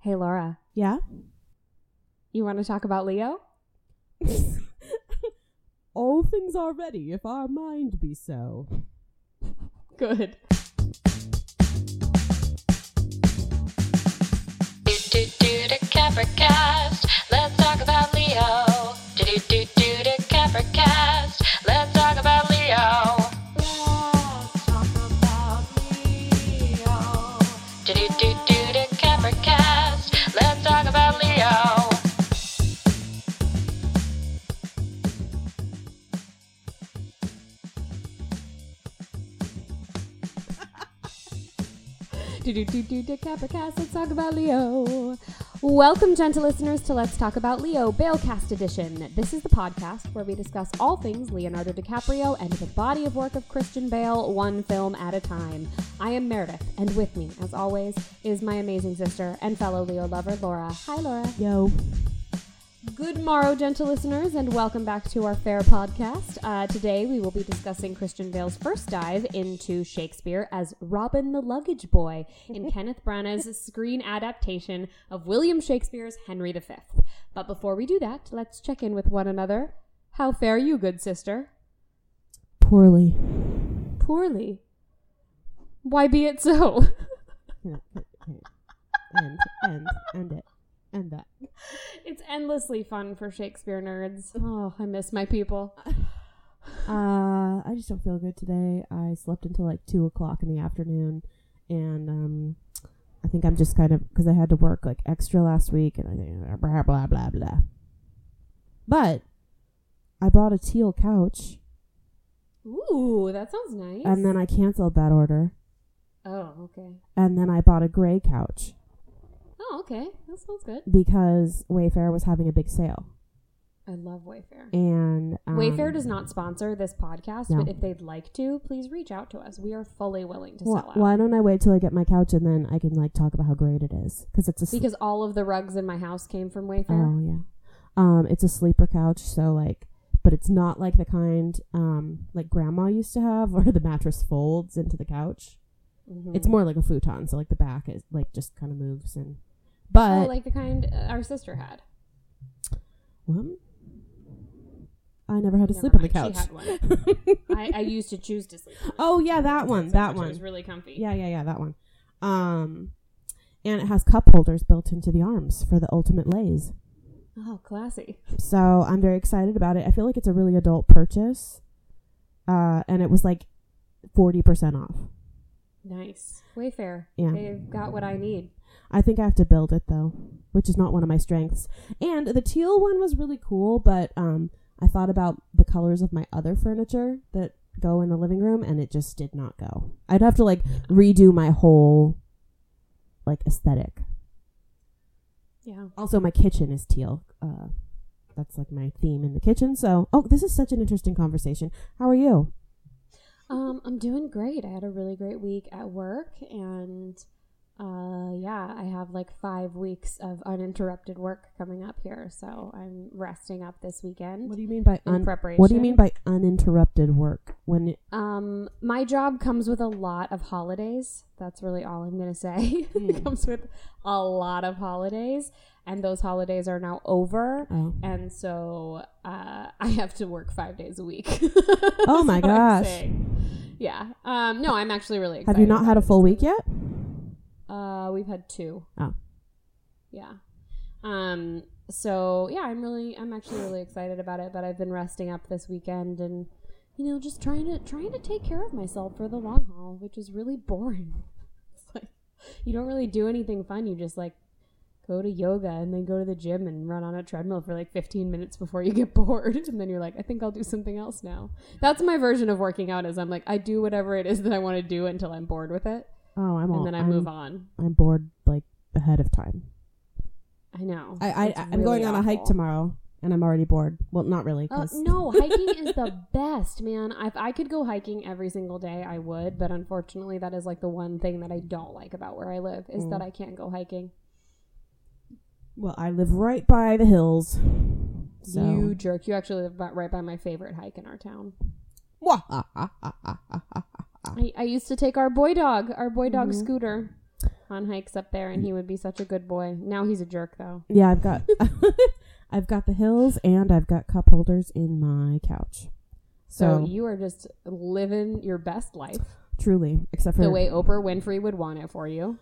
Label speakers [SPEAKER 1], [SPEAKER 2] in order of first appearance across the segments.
[SPEAKER 1] Hey, Laura,
[SPEAKER 2] Yeah?
[SPEAKER 1] you want to talk about Leo?
[SPEAKER 2] All things are ready if our mind be so.
[SPEAKER 1] Good.
[SPEAKER 3] Do do do to Capricast. Let's talk about Leo. Do do do do to Capricast. Let's talk about Leo. Let's talk about Leo. Do do do do to Capricast. Let's talk about Leo.
[SPEAKER 1] Do do do do do Capricast. Let's talk about Leo. Welcome, gentle listeners, to Let's Talk About Leo, Balecast Edition. This is the podcast where we discuss all things Leonardo DiCaprio and the body of work of Christian Bale, one film at a time. I am Meredith, and with me, as always, is my amazing sister and fellow Leo lover, Laura. Hi, Laura.
[SPEAKER 2] Yo.
[SPEAKER 1] Good morrow, gentle listeners, and welcome back to our fair podcast. Uh, today we will be discussing Christian Bale's first dive into Shakespeare as Robin the Luggage Boy in Kenneth Branagh's screen adaptation of William Shakespeare's Henry V. But before we do that, let's check in with one another. How fare you, good sister?
[SPEAKER 2] Poorly.
[SPEAKER 1] Poorly. Why be it so?
[SPEAKER 2] and, and, and it. And that.
[SPEAKER 1] it's endlessly fun for Shakespeare nerds. Oh, I miss my people.
[SPEAKER 2] Uh, I just don't feel good today. I slept until like 2 o'clock in the afternoon. And, um, I think I'm just kind of, because I had to work like extra last week and I think blah, blah, blah, blah. But I bought a teal couch
[SPEAKER 1] Ooh, that sounds nice.
[SPEAKER 2] and then I canceled that order.
[SPEAKER 1] Oh, okay.
[SPEAKER 2] And then I bought a gray couch.
[SPEAKER 1] Oh, okay. That sounds good.
[SPEAKER 2] because Wayfair was having a big sale.
[SPEAKER 1] I love Wayfair.
[SPEAKER 2] And um,
[SPEAKER 1] Wayfair does not sponsor this podcast,
[SPEAKER 2] No.
[SPEAKER 1] but if they'd like to, please reach out to us. We are fully willing to
[SPEAKER 2] Wh-
[SPEAKER 1] sell out.
[SPEAKER 2] why don't I wait till I get my couch and then I can like talk about how great it is because it's a sl-
[SPEAKER 1] Because all of the rugs in my house came from Wayfair.
[SPEAKER 2] oh yeah, um, it's a sleeper couch. So like, but it's not like the kind um like grandma used to have where the mattress folds into the couch.
[SPEAKER 1] Mhm.
[SPEAKER 2] Oh. It's more like a futon. So like the back is like just kind of moves and. But
[SPEAKER 1] Oh, like the kind uh, our sister had.
[SPEAKER 2] What? I never had to
[SPEAKER 1] Never
[SPEAKER 2] sleep on the
[SPEAKER 1] mind,
[SPEAKER 2] couch.
[SPEAKER 1] she had I, I used to choose to sleep. on the
[SPEAKER 2] oh yeah, that one.
[SPEAKER 1] couch,
[SPEAKER 2] That
[SPEAKER 1] which
[SPEAKER 2] one.
[SPEAKER 1] was really comfy.
[SPEAKER 2] Yeah, yeah, yeah, that one. Um, and it has cup holders built into the arms for the ultimate lays.
[SPEAKER 1] Oh, classy.
[SPEAKER 2] So I'm very excited about it. I feel like it's a really adult purchase. Uh, and it was like 40% off.
[SPEAKER 1] Nice. Wayfair.
[SPEAKER 2] Yeah.
[SPEAKER 1] They've got what I need.
[SPEAKER 2] I think I have to build it though, which is not one of my strengths. And the teal one was really cool, but um, I thought about the colors of my other furniture that go in the living room, and it just did not go. I'd have to like redo my whole like aesthetic.
[SPEAKER 1] Yeah.
[SPEAKER 2] Also, my kitchen is teal. Uh, that's like my theme in the kitchen. So, oh, this is such an interesting conversation. How are you?
[SPEAKER 1] Um, I'm doing great. I had a really great week at work, and uh, yeah, I have like five weeks of uninterrupted work coming up here, so I'm resting up this weekend.
[SPEAKER 2] do you mean by
[SPEAKER 1] In
[SPEAKER 2] un-
[SPEAKER 1] preparation.
[SPEAKER 2] What do you mean by uninterrupted work? When it-
[SPEAKER 1] Um, my job comes with a lot of holidays. That's really all I'm gonna say.
[SPEAKER 2] Hmm.
[SPEAKER 1] it comes with a lot of holidays, and those holidays are now over.
[SPEAKER 2] oh,
[SPEAKER 1] And so uh, I have to work five days a week.
[SPEAKER 2] Oh my
[SPEAKER 1] That's what I'm
[SPEAKER 2] gosh.
[SPEAKER 1] saying. Yeah. Um, no, I'm actually really excited.
[SPEAKER 2] have you not
[SPEAKER 1] about
[SPEAKER 2] had a
[SPEAKER 1] it.
[SPEAKER 2] full week yet?
[SPEAKER 1] Uh, we've had two.
[SPEAKER 2] Oh.
[SPEAKER 1] Yeah. Um. So yeah, I'm really, I'm actually really excited about it. But I've been resting up this weekend and, you know, just trying to trying to take care of myself for the long haul, which is really boring. It's like you don't really do anything fun. You just like go to yoga and then go to the gym and run on a treadmill for like 15 minutes before you get bored and then you're like i think i'll do something else now that's my version of working out is i'm like i do whatever it is that i want to do until i'm bored with it
[SPEAKER 2] Oh, I'm all.
[SPEAKER 1] and then i
[SPEAKER 2] I'm,
[SPEAKER 1] move on
[SPEAKER 2] I'm bored like ahead of time.
[SPEAKER 1] I know.
[SPEAKER 2] I, I
[SPEAKER 1] It's
[SPEAKER 2] I'm going
[SPEAKER 1] really
[SPEAKER 2] on a hike
[SPEAKER 1] awful.
[SPEAKER 2] tomorrow, and I'm already bored. Well, not really.
[SPEAKER 1] Oh
[SPEAKER 2] 'cause-
[SPEAKER 1] no, hiking is the best, man. If I could go hiking every single day, I would. But unfortunately, that is like the one thing that I don't like about where I live is that
[SPEAKER 2] Mm.
[SPEAKER 1] I can't go hiking.
[SPEAKER 2] Well, I live right by the hills. So.
[SPEAKER 1] You jerk! You actually live about right by my favorite hike in our town.
[SPEAKER 2] Wah, ah, Mm-hmm. ah, ah, ah, ah, ah.
[SPEAKER 1] I, I used to take our boy dog, our boy dog Scooter, on hikes up there, and he would be such a good boy. Now he's a jerk though.
[SPEAKER 2] Yeah, I've got I've got the hills and I've got cup holders in my couch.
[SPEAKER 1] So
[SPEAKER 2] So,
[SPEAKER 1] you are just living your best life
[SPEAKER 2] truly, except for
[SPEAKER 1] the way Oprah Winfrey would want it for you.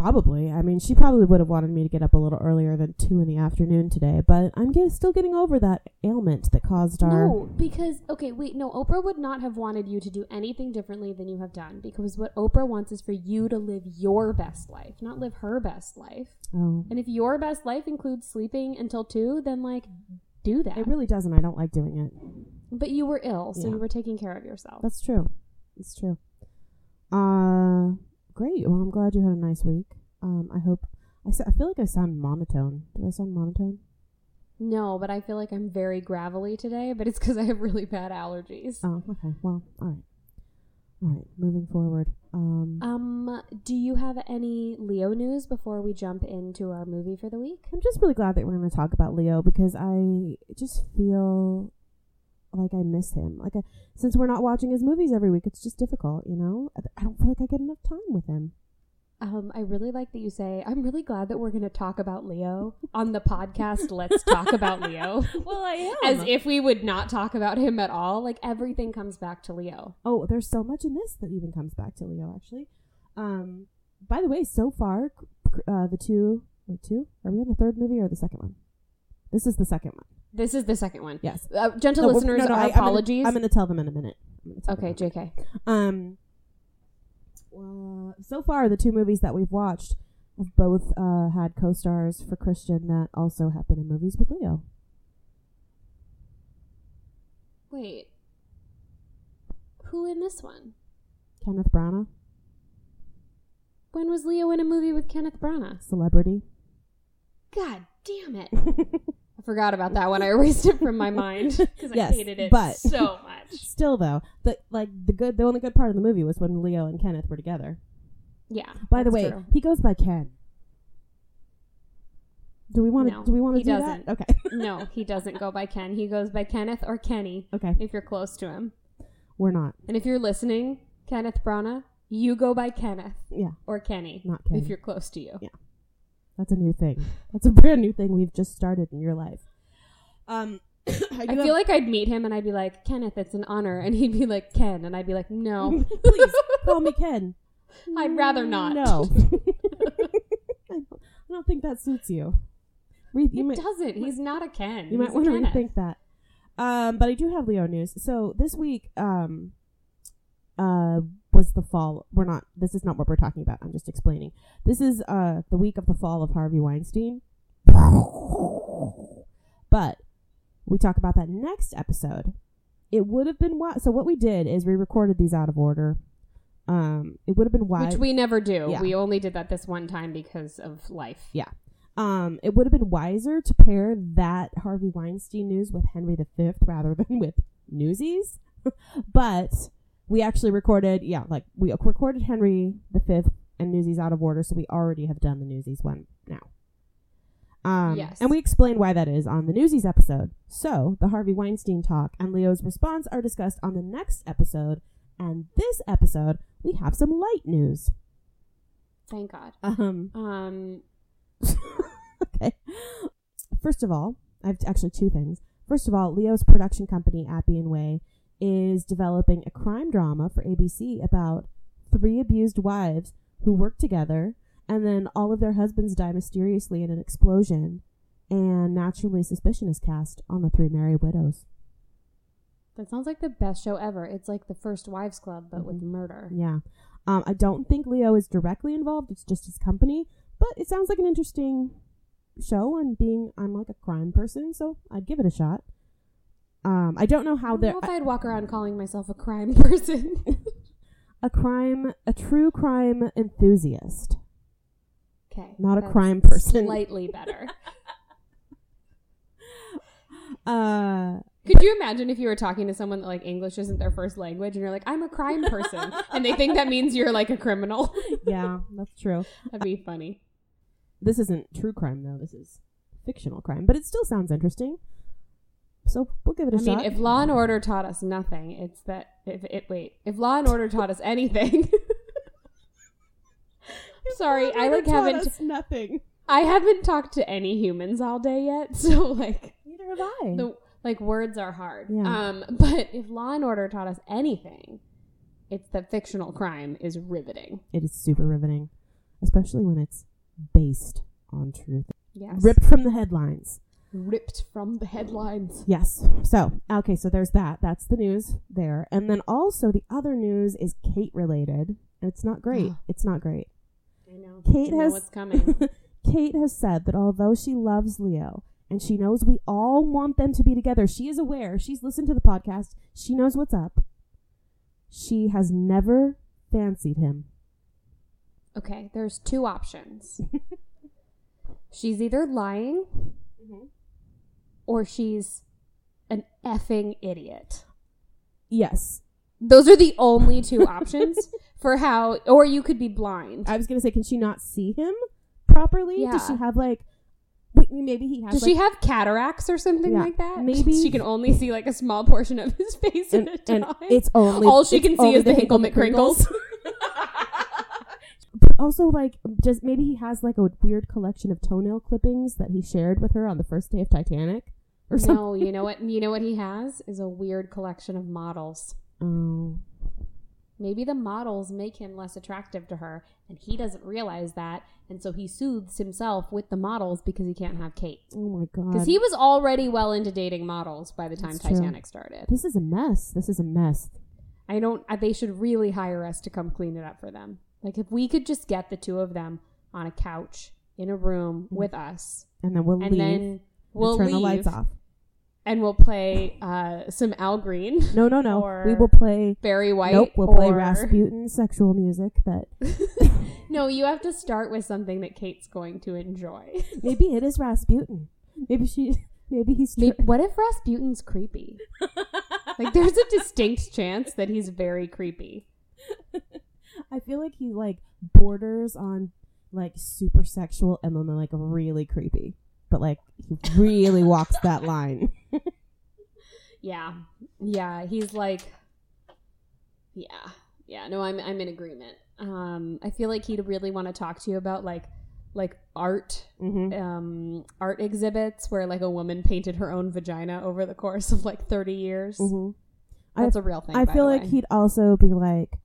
[SPEAKER 2] probably. I mean, she probably would have wanted me to get up a little earlier than two in the afternoon today, but I'm get, still getting over that ailment that caused our.
[SPEAKER 1] No, because okay, wait, no, Oprah would not have wanted you to do anything differently than you have done because what Oprah wants is for you to live your best life, not live her best life.
[SPEAKER 2] Oh,
[SPEAKER 1] And if your best life includes sleeping until 2, then like do that.
[SPEAKER 2] it really doesn't. I don't like doing it.
[SPEAKER 1] but you were ill, so
[SPEAKER 2] Yeah.
[SPEAKER 1] you were taking care of yourself.
[SPEAKER 2] That's true. It's true. Uh, great. Well, I'm glad you had a nice week. Um, I hope. I, so, I feel like I sound monotone. Do I sound monotone?
[SPEAKER 1] no, but I feel like I'm very gravelly today, but it's cuz I have really bad allergies.
[SPEAKER 2] Oh, okay. Well, all right. All right. Moving forward. Um,
[SPEAKER 1] Um, do you have any Leo news before we jump into our movie for the week?
[SPEAKER 2] I'm just really glad that we're going to talk about Leo because I just feel like I miss him. Like, I, since we're not watching his movies every week, it's just difficult, you know? I- I don't feel like I get enough time with him.
[SPEAKER 1] Um, I really like that you say, I'm really glad that we're going to talk about Leo on the podcast. Let's talk about Leo.
[SPEAKER 2] Well, I
[SPEAKER 1] As if we would not talk about him at all. Like everything comes back to Leo.
[SPEAKER 2] Oh, there's so much in this that even comes back to Leo, actually. Um, by the way, so far, uh, the two, wait, two? Are we on the third movie or the second one? This is the second one.
[SPEAKER 1] This is the second one.
[SPEAKER 2] Yes.
[SPEAKER 1] Uh, gentle
[SPEAKER 2] No, we're-
[SPEAKER 1] listeners,
[SPEAKER 2] no, no,
[SPEAKER 1] our
[SPEAKER 2] I- I'm gonna-
[SPEAKER 1] apologies.
[SPEAKER 2] I'm going to tell them in a minute. I'm gonna tell them in a
[SPEAKER 1] okay, JK.
[SPEAKER 2] Um, well, so far, the two movies that we've watched have both uh, had co-stars for Christian that also have been in movies with Leo.
[SPEAKER 1] Wait. Who in this one?
[SPEAKER 2] Kenneth Branagh,
[SPEAKER 1] When was Leo in a movie with Kenneth Branagh?
[SPEAKER 2] celebrity.
[SPEAKER 1] God damn it. I forgot about that one. I erased it from my mind because
[SPEAKER 2] Yes,
[SPEAKER 1] I hated it
[SPEAKER 2] but-
[SPEAKER 1] so much.
[SPEAKER 2] Still, though, the like the good, the only good part of the movie was when Leo and Kenneth were together.
[SPEAKER 1] Yeah.
[SPEAKER 2] By the
[SPEAKER 1] that's
[SPEAKER 2] way,
[SPEAKER 1] true.
[SPEAKER 2] he goes by Ken. Do we want to?
[SPEAKER 1] No,
[SPEAKER 2] do we want to
[SPEAKER 1] he
[SPEAKER 2] do
[SPEAKER 1] doesn't.
[SPEAKER 2] that? Okay.
[SPEAKER 1] no, he doesn't go by Ken. He goes by Kenneth or Kenny
[SPEAKER 2] okay.
[SPEAKER 1] if you're close to him.
[SPEAKER 2] We're not.
[SPEAKER 1] And if you're listening, Kenneth Branagh, you go by Kenneth
[SPEAKER 2] Yeah.
[SPEAKER 1] or Kenny
[SPEAKER 2] Not Ken.
[SPEAKER 1] if you're close to you.
[SPEAKER 2] Yeah. That's a new thing. That's a brand new thing we've just started in your life. Um, I,
[SPEAKER 1] I feel like I'd meet him and I'd be like, Kenneth, it's an honor. And he'd be like, Ken. And I'd be like, no,
[SPEAKER 2] please call me Ken.
[SPEAKER 1] I'd rather not.
[SPEAKER 2] No, I don't- I don't think that suits you. Re- you
[SPEAKER 1] He
[SPEAKER 2] might,
[SPEAKER 1] doesn't. He's not a Ken.
[SPEAKER 2] you might
[SPEAKER 1] want to
[SPEAKER 2] rethink that. Um, but I do have Leo news. So this week, um, uh, was the fall. We're not. This is not what we're talking about. I'm just explaining. This is uh the week of the fall of Harvey Weinstein. But we talk about that next episode. It would have been wise. So what we did is we recorded these out of order. Um, it would have been wise.
[SPEAKER 1] Which we never do.
[SPEAKER 2] Yeah.
[SPEAKER 1] We only did that this one time because of life.
[SPEAKER 2] Yeah. Um, it would have been wiser to pair that Harvey Weinstein news with Henry V rather than with Newsies. but we actually recorded, yeah, like we recorded Henry V and Newsies out of order, so we already have done the Newsies one now. Um,
[SPEAKER 1] Yes.
[SPEAKER 2] And we explain why that is on the Newsies episode. So the Harvey Weinstein talk and Leo's response are discussed on the next episode. And this episode, we have some light news.
[SPEAKER 1] Thank God.
[SPEAKER 2] Um,
[SPEAKER 1] Um,
[SPEAKER 2] okay. First of all, I have actually two things. First of all, Leo's production company, Appy and Way, is developing a crime drama for ABC about three abused wives who work together and then all of their husbands die mysteriously in an explosion. And naturally, suspicion is cast on the three merry widows.
[SPEAKER 1] that sounds like the best show ever. It's like the First Wives Club, but with
[SPEAKER 2] Mm-hmm.
[SPEAKER 1] murder.
[SPEAKER 2] Yeah. Um, I don't think Leo is directly involved, it's just his company. But it sounds like an interesting show, and being I'm like a crime person, so I'd give it a shot. Um, I don't know
[SPEAKER 1] I
[SPEAKER 2] how
[SPEAKER 1] don't
[SPEAKER 2] there
[SPEAKER 1] know if I'd walk around calling myself a crime person.
[SPEAKER 2] a crime, a true crime enthusiast.
[SPEAKER 1] Okay.
[SPEAKER 2] Not a
[SPEAKER 1] that's
[SPEAKER 2] crime person.
[SPEAKER 1] Slightly better.
[SPEAKER 2] Uh,
[SPEAKER 1] Could you imagine if you were talking to someone that like English isn't their first language and you're like, I'm a crime person and they think that means you're like a criminal?
[SPEAKER 2] yeah, that's true.
[SPEAKER 1] That'd be funny.
[SPEAKER 2] This isn't true crime though. This is fictional crime, but it still sounds interesting. So we'll give it a
[SPEAKER 1] I
[SPEAKER 2] shot.
[SPEAKER 1] mean, if Law and Order taught us nothing, it's that if it wait, if Law and Order taught us anything Sorry, I like
[SPEAKER 2] taught
[SPEAKER 1] haven't.
[SPEAKER 2] us nothing.
[SPEAKER 1] I haven't talked to any humans all day yet, so like
[SPEAKER 2] Neither have I.
[SPEAKER 1] the like words are hard.
[SPEAKER 2] Yeah.
[SPEAKER 1] Um, but if Law and Order taught us anything, it's that fictional crime is riveting.
[SPEAKER 2] it is super riveting, especially when it's based on truth.
[SPEAKER 1] Yes,
[SPEAKER 2] Ripped from the headlines.
[SPEAKER 1] ripped from the headlines.
[SPEAKER 2] Yes. So, okay, so there's that. That's the news there. And then also the other news is Kate related. And it's not great. it's not great.
[SPEAKER 1] I know.
[SPEAKER 2] Kate
[SPEAKER 1] I know
[SPEAKER 2] has
[SPEAKER 1] what's coming.
[SPEAKER 2] Kate has said that although she loves Leo and she knows we all want them to be together, she is aware. She's listened to the podcast. She knows what's up. She has never fancied him.
[SPEAKER 1] Okay, there's two options. she's either lying or she's an effing idiot.
[SPEAKER 2] Yes.
[SPEAKER 1] Those are the only two options for how, or you could be blind.
[SPEAKER 2] I was going to say can she not see him properly? Does
[SPEAKER 1] Yeah.
[SPEAKER 2] she have like wait, maybe he has
[SPEAKER 1] Does
[SPEAKER 2] like,
[SPEAKER 1] she have cataracts or something
[SPEAKER 2] Yeah,
[SPEAKER 1] like that?
[SPEAKER 2] maybe.
[SPEAKER 1] she can only see like a small portion of his face
[SPEAKER 2] and,
[SPEAKER 1] at a
[SPEAKER 2] and
[SPEAKER 1] time.
[SPEAKER 2] it's only
[SPEAKER 1] all she
[SPEAKER 2] it's
[SPEAKER 1] can see
[SPEAKER 2] only
[SPEAKER 1] is the hinkle McCrinkles.
[SPEAKER 2] But also, like, just maybe he has like a weird collection of toenail clippings that he shared with her on the first day of Titanic or something.
[SPEAKER 1] no, you know what? You know what he has is a weird collection of models.
[SPEAKER 2] Oh,
[SPEAKER 1] Maybe the models make him less attractive to her, and he doesn't realize that, and so he soothes himself with the models because he can't have Kate.
[SPEAKER 2] oh my god!
[SPEAKER 1] Because he was already well into dating models by the time
[SPEAKER 2] That's true.
[SPEAKER 1] Titanic started.
[SPEAKER 2] this is a mess. This is a mess.
[SPEAKER 1] I don't. I- They should really hire us to come clean it up for them. Like if we could just get the two of them on a couch in a room with us,
[SPEAKER 2] And then Mm. we'll
[SPEAKER 1] and
[SPEAKER 2] leave. and
[SPEAKER 1] then we'll
[SPEAKER 2] turn
[SPEAKER 1] leave
[SPEAKER 2] the lights off.
[SPEAKER 1] and we'll play uh, some Al Green,
[SPEAKER 2] No, no, no.
[SPEAKER 1] Or-
[SPEAKER 2] we will play.
[SPEAKER 1] Barry White.
[SPEAKER 2] nope. We'll play
[SPEAKER 1] or-
[SPEAKER 2] Rasputin sexual music. That
[SPEAKER 1] No, you have to start with something that Kate's going to enjoy.
[SPEAKER 2] maybe it is Rasputin. Maybe she. Maybe he's.
[SPEAKER 1] Maybe, what if Rasputin's creepy? like there's a distinct chance that he's very creepy.
[SPEAKER 2] I feel like he like borders on like super sexual and then like really creepy. But like he really walks that line.
[SPEAKER 1] Yeah. Yeah. He's like, yeah. Yeah. No, I'm, I'm in agreement. Um, I feel like he'd really want to talk to you about like, like art,
[SPEAKER 2] Mm-hmm.
[SPEAKER 1] um, art exhibits where like a woman painted her own vagina over the course of like 30 years.
[SPEAKER 2] Mm-hmm.
[SPEAKER 1] That's a real thing.
[SPEAKER 2] I
[SPEAKER 1] by
[SPEAKER 2] feel
[SPEAKER 1] the
[SPEAKER 2] like
[SPEAKER 1] way.
[SPEAKER 2] he'd also be like,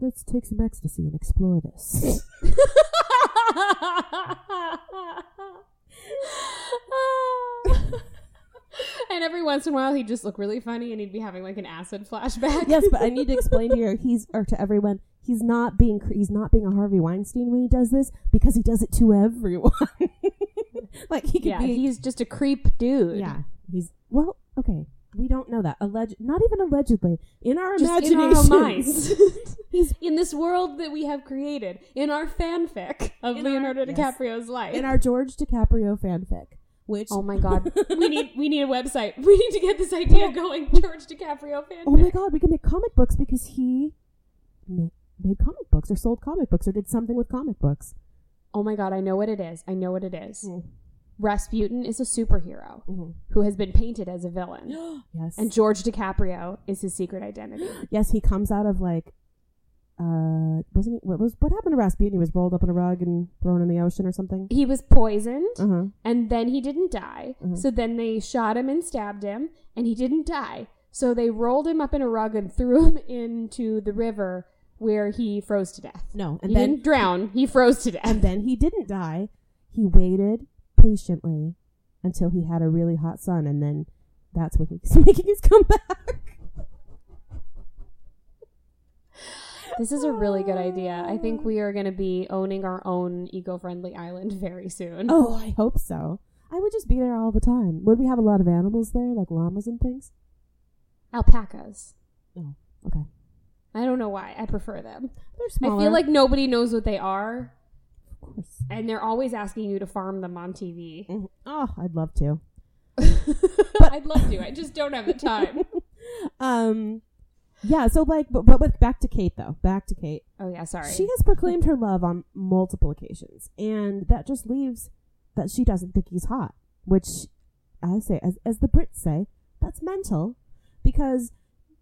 [SPEAKER 2] let's take some ecstasy and explore this.
[SPEAKER 1] and every once in a while, he'd just look really funny, and he'd be having like an acid flashback.
[SPEAKER 2] yes, but I need to explain to you, he's or to everyone, he's not being cre- he's not being a Harvey Weinstein when he does this because he does it to everyone. like he could
[SPEAKER 1] yeah,
[SPEAKER 2] be
[SPEAKER 1] he's just a creep dude.
[SPEAKER 2] Yeah, he's well. Okay, we don't know that. Alleged, not even allegedly. In our
[SPEAKER 1] Just in our
[SPEAKER 2] imaginations,
[SPEAKER 1] own minds.
[SPEAKER 2] He's-
[SPEAKER 1] in this world that we have created, in our fanfic of
[SPEAKER 2] In our-
[SPEAKER 1] Leonardo
[SPEAKER 2] yes.
[SPEAKER 1] DiCaprio's life.
[SPEAKER 2] in our George DiCaprio fanfic, which
[SPEAKER 1] oh my god, we need we need a website. We need to get this idea going. George DiCaprio fanfic.
[SPEAKER 2] oh my god, we can make comic books because he ma- made comic books or sold comic books or did something with comic books.
[SPEAKER 1] Oh my god, I know what it is. I know what it is.
[SPEAKER 2] Mm.
[SPEAKER 1] Rasputin is a superhero
[SPEAKER 2] Mhm.
[SPEAKER 1] who has been painted as a villain,
[SPEAKER 2] Yes,
[SPEAKER 1] and George DiCaprio is his secret identity.
[SPEAKER 2] yes, he comes out of like. Uh, wasn't he, what was what happened to Rasputin? He was rolled up in a rug and thrown in the ocean or something.
[SPEAKER 1] He was poisoned,
[SPEAKER 2] Uh huh.
[SPEAKER 1] and then he didn't die. So then they shot him and stabbed him, and he didn't die. So they rolled him up in a rug and threw him into the river where he froze to death.
[SPEAKER 2] No,
[SPEAKER 1] and
[SPEAKER 2] and
[SPEAKER 1] he
[SPEAKER 2] then
[SPEAKER 1] didn't drown. He froze to death.
[SPEAKER 2] And then he didn't die. He waited patiently until he had a really hot sun, and then that's when he's making his comeback.
[SPEAKER 1] This is a really good idea. I think we are going to be owning our own eco-friendly island very soon.
[SPEAKER 2] Oh, I hope so. I would just be there all the time. Would we have a lot of animals there, like llamas and things?
[SPEAKER 1] Alpacas.
[SPEAKER 2] No. Okay.
[SPEAKER 1] I don't know why. I prefer them.
[SPEAKER 2] They're smaller.
[SPEAKER 1] I feel like nobody knows what they are,
[SPEAKER 2] Of course.
[SPEAKER 1] and they're always asking you to farm them on TV.
[SPEAKER 2] Mhm. Oh, I'd love to.
[SPEAKER 1] I'd love to. I just don't have the time.
[SPEAKER 2] Um, yeah. So, like, but, but with, back to Kate though. Back to Kate.
[SPEAKER 1] oh yeah, sorry.
[SPEAKER 2] She has proclaimed her love on multiple occasions, and that just leaves that she doesn't think he's hot, which I say, as, as the Brits say, that's mental because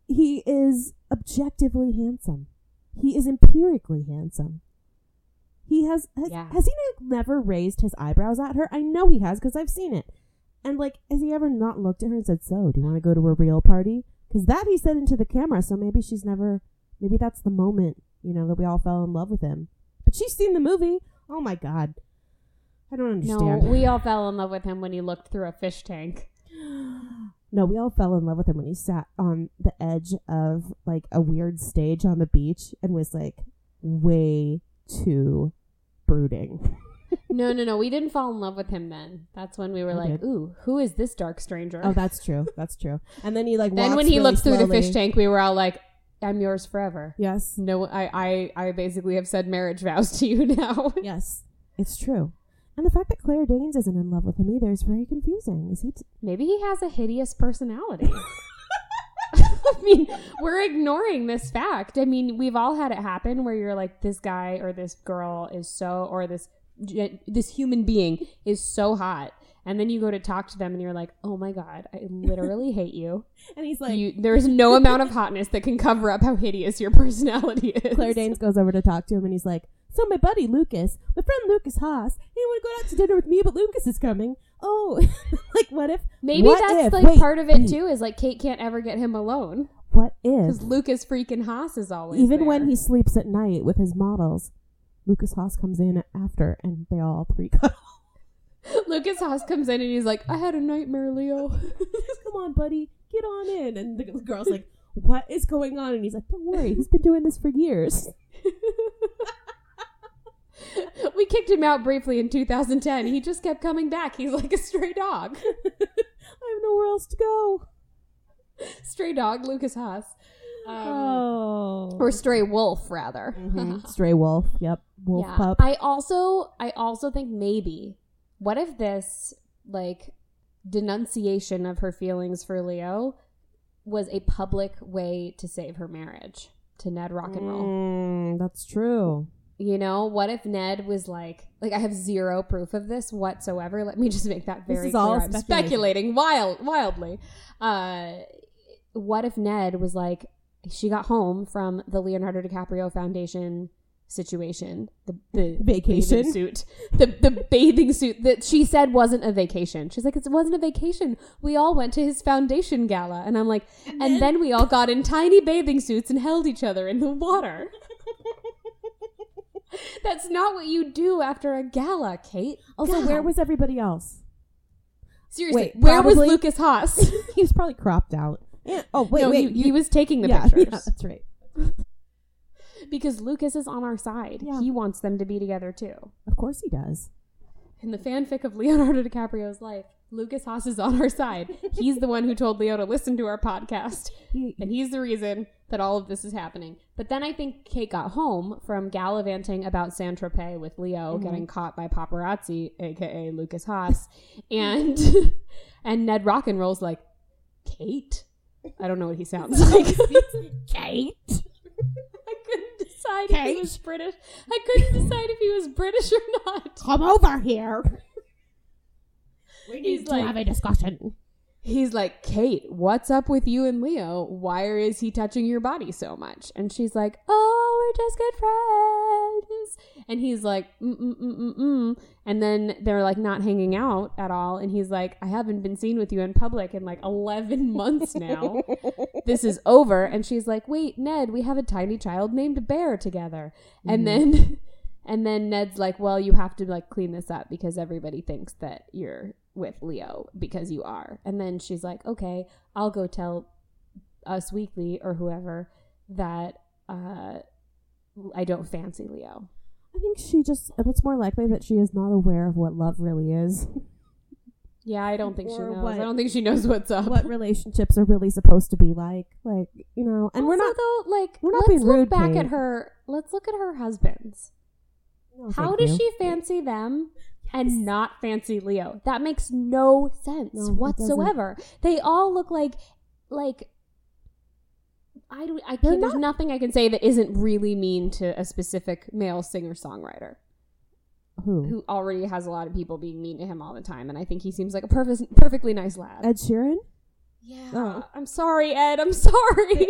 [SPEAKER 2] he is objectively handsome. He is empirically handsome. He has has,
[SPEAKER 1] Yeah.
[SPEAKER 2] has he ne- never raised his eyebrows at her? I know he has because I've seen it. And like, has he ever not looked at her and said, "So, do you want to go to a real party?" Because that he said into the camera. So maybe she's never. Maybe that's the moment you know that we all fell in love with him. But she's seen the movie. Oh my god, I don't
[SPEAKER 1] No,
[SPEAKER 2] understand.
[SPEAKER 1] we all fell in love with him when he looked through a fish tank.
[SPEAKER 2] No, we all fell in love with him when he sat on the edge of like a weird stage on the beach and was like way too brooding.
[SPEAKER 1] No, no, no. We didn't fall in love with him then. That's when we were
[SPEAKER 2] I
[SPEAKER 1] like,
[SPEAKER 2] did.
[SPEAKER 1] ooh, who is this dark stranger?
[SPEAKER 2] Oh, that's true. That's true. And then he like
[SPEAKER 1] then
[SPEAKER 2] walks
[SPEAKER 1] when he
[SPEAKER 2] really
[SPEAKER 1] looked through the fish
[SPEAKER 2] slowly.
[SPEAKER 1] tank, we were all like, I'm yours forever.
[SPEAKER 2] Yes,
[SPEAKER 1] No, I, I, I basically have said marriage vows to you now.
[SPEAKER 2] yes, it's true. And the fact that Claire Danes isn't in love with him either is very confusing. Is he? T-
[SPEAKER 1] Maybe he has a hideous personality. I mean, we're ignoring this fact. I mean, we've all had it happen where you're like, this guy or this girl is so, or this gen- this human being is so hot, and then you go to talk to them, and you're like, oh my god, I literally hate you.
[SPEAKER 2] and he's
[SPEAKER 1] you there's no amount of hotness that can cover up how hideous your personality is.
[SPEAKER 2] Claire Danes goes over to talk to him, and he's like, "So my buddy Lucas, my friend Lucas Haas, he want to go out to dinner with me, but Lucas is coming. Oh, like what if?
[SPEAKER 1] Maybe
[SPEAKER 2] what
[SPEAKER 1] that's
[SPEAKER 2] if-
[SPEAKER 1] like
[SPEAKER 2] wait,
[SPEAKER 1] part of it
[SPEAKER 2] wait,
[SPEAKER 1] too. Is like Kate can't ever get him alone
[SPEAKER 2] What if?
[SPEAKER 1] because Lucas freaking Haas is always
[SPEAKER 2] Even
[SPEAKER 1] there.
[SPEAKER 2] when he sleeps at night with his models, Lucas Haas comes in after, and they all three cuddle.
[SPEAKER 1] Lucas Haas comes in and he's like, I had a nightmare, Leo.
[SPEAKER 2] Come on, buddy, get on in. And the girl's like, "What is going on?" And he's like, "Don't worry, he's been doing this for years."
[SPEAKER 1] we kicked him out briefly in 2010. He just kept coming back. He's like a stray dog.
[SPEAKER 2] I have nowhere else to go.
[SPEAKER 1] Stray dog, Lucas Haas. Um,
[SPEAKER 2] oh,
[SPEAKER 1] Or stray wolf, rather.
[SPEAKER 2] Mhm. stray wolf. Yep, wolf
[SPEAKER 1] yeah.
[SPEAKER 2] pup.
[SPEAKER 1] I also, I also think maybe, what if this like denunciation of her feelings for Leo was a public way to save her marriage to Ned Rock and Roll?
[SPEAKER 2] Mm, that's true.
[SPEAKER 1] You know, what if Ned was like, like I have zero proof of this whatsoever. Let me just make that
[SPEAKER 2] This
[SPEAKER 1] very
[SPEAKER 2] is
[SPEAKER 1] clear.
[SPEAKER 2] all
[SPEAKER 1] I'm speculating wild, wildly. Uh, what if Ned was like, she got home from the Leonardo DiCaprio Foundation situation, the, the
[SPEAKER 2] Vacation?
[SPEAKER 1] bathing suit, the the bathing suit that she said wasn't a vacation. She's like, it wasn't a vacation. We all went to his foundation gala, and I'm like, and, then, we all got in tiny bathing suits and held each other in the water. That's not what you do after a gala, Kate.
[SPEAKER 2] Also,
[SPEAKER 1] God.
[SPEAKER 2] where was everybody else?
[SPEAKER 1] seriously?
[SPEAKER 2] wait,
[SPEAKER 1] where was
[SPEAKER 2] probably-
[SPEAKER 1] Lucas Haas?
[SPEAKER 2] he was probably cropped out. Yeah. Oh wait,
[SPEAKER 1] no,
[SPEAKER 2] wait.
[SPEAKER 1] he, he was taking the
[SPEAKER 2] yeah, yeah,
[SPEAKER 1] pictures
[SPEAKER 2] that's right.
[SPEAKER 1] because Lucas is on our side.
[SPEAKER 2] Yeah.
[SPEAKER 1] He wants them to be together too.
[SPEAKER 2] Of course he does.
[SPEAKER 1] In the fanfic of Leonardo DiCaprio's life, Lucas Haas is on our side. He's the one who told Leo to listen to our podcast.
[SPEAKER 2] He,
[SPEAKER 1] And he's the reason that all of this is happening. But then I think Kate got home from gallivanting about San Tropez with Leo getting caught by paparazzi, aka Lucas Haas, and and Ned Rock and Roll's like, Kate? I don't know what he sounds like.
[SPEAKER 2] Kate.
[SPEAKER 1] I couldn't decide if he was British. I couldn't decide if he was British or not.
[SPEAKER 2] Come over here. We
[SPEAKER 1] He's like-
[SPEAKER 2] a discussion.
[SPEAKER 1] He's like, Kate, what's up with you and Leo? Why is he touching your body so much? And she's like, Oh, we're just good friends. And he's like, mm mm mm mm mm. And then they're like not hanging out at all. And he's like, I haven't been seen with you in public in like eleven months now. this is over. And she's like, Wait, Ned, we have a tiny child named Bear together. And then. And then Ned's like, "Well, you have to like clean this up because everybody thinks that you're with Leo because you are." And then she's like, "Okay, I'll go tell Us Weekly or whoever that uh, I don't fancy Leo."
[SPEAKER 2] I think she just. It's more likely that she is not aware of what love really is,
[SPEAKER 1] Yeah, I don't think she
[SPEAKER 2] Or
[SPEAKER 1] knows.
[SPEAKER 2] what-
[SPEAKER 1] I don't think she knows what's up.
[SPEAKER 2] what relationships are really supposed to be like. Like you know, and we're
[SPEAKER 1] Also,
[SPEAKER 2] not.
[SPEAKER 1] though, like
[SPEAKER 2] we're not
[SPEAKER 1] let's
[SPEAKER 2] being
[SPEAKER 1] look
[SPEAKER 2] rude,
[SPEAKER 1] back
[SPEAKER 2] Kate.
[SPEAKER 1] at her. Let's look at her husbands.
[SPEAKER 2] No,
[SPEAKER 1] How
[SPEAKER 2] Oh, thank
[SPEAKER 1] does
[SPEAKER 2] you.
[SPEAKER 1] she fancy them and not fancy Leo? That makes no sense
[SPEAKER 2] No, it
[SPEAKER 1] whatsoever. They all look like like I do I
[SPEAKER 2] They're
[SPEAKER 1] can't, there's
[SPEAKER 2] not-
[SPEAKER 1] nothing I can say that isn't really mean to a specific male singer-songwriter
[SPEAKER 2] Who?
[SPEAKER 1] who already has a lot of people being mean to him all the time and I think he seems like a perfect, perfectly nice lad.
[SPEAKER 2] Ed Sheeran?
[SPEAKER 1] yeah.
[SPEAKER 2] Oh.
[SPEAKER 1] I'm sorry, Ed. I'm sorry.
[SPEAKER 2] They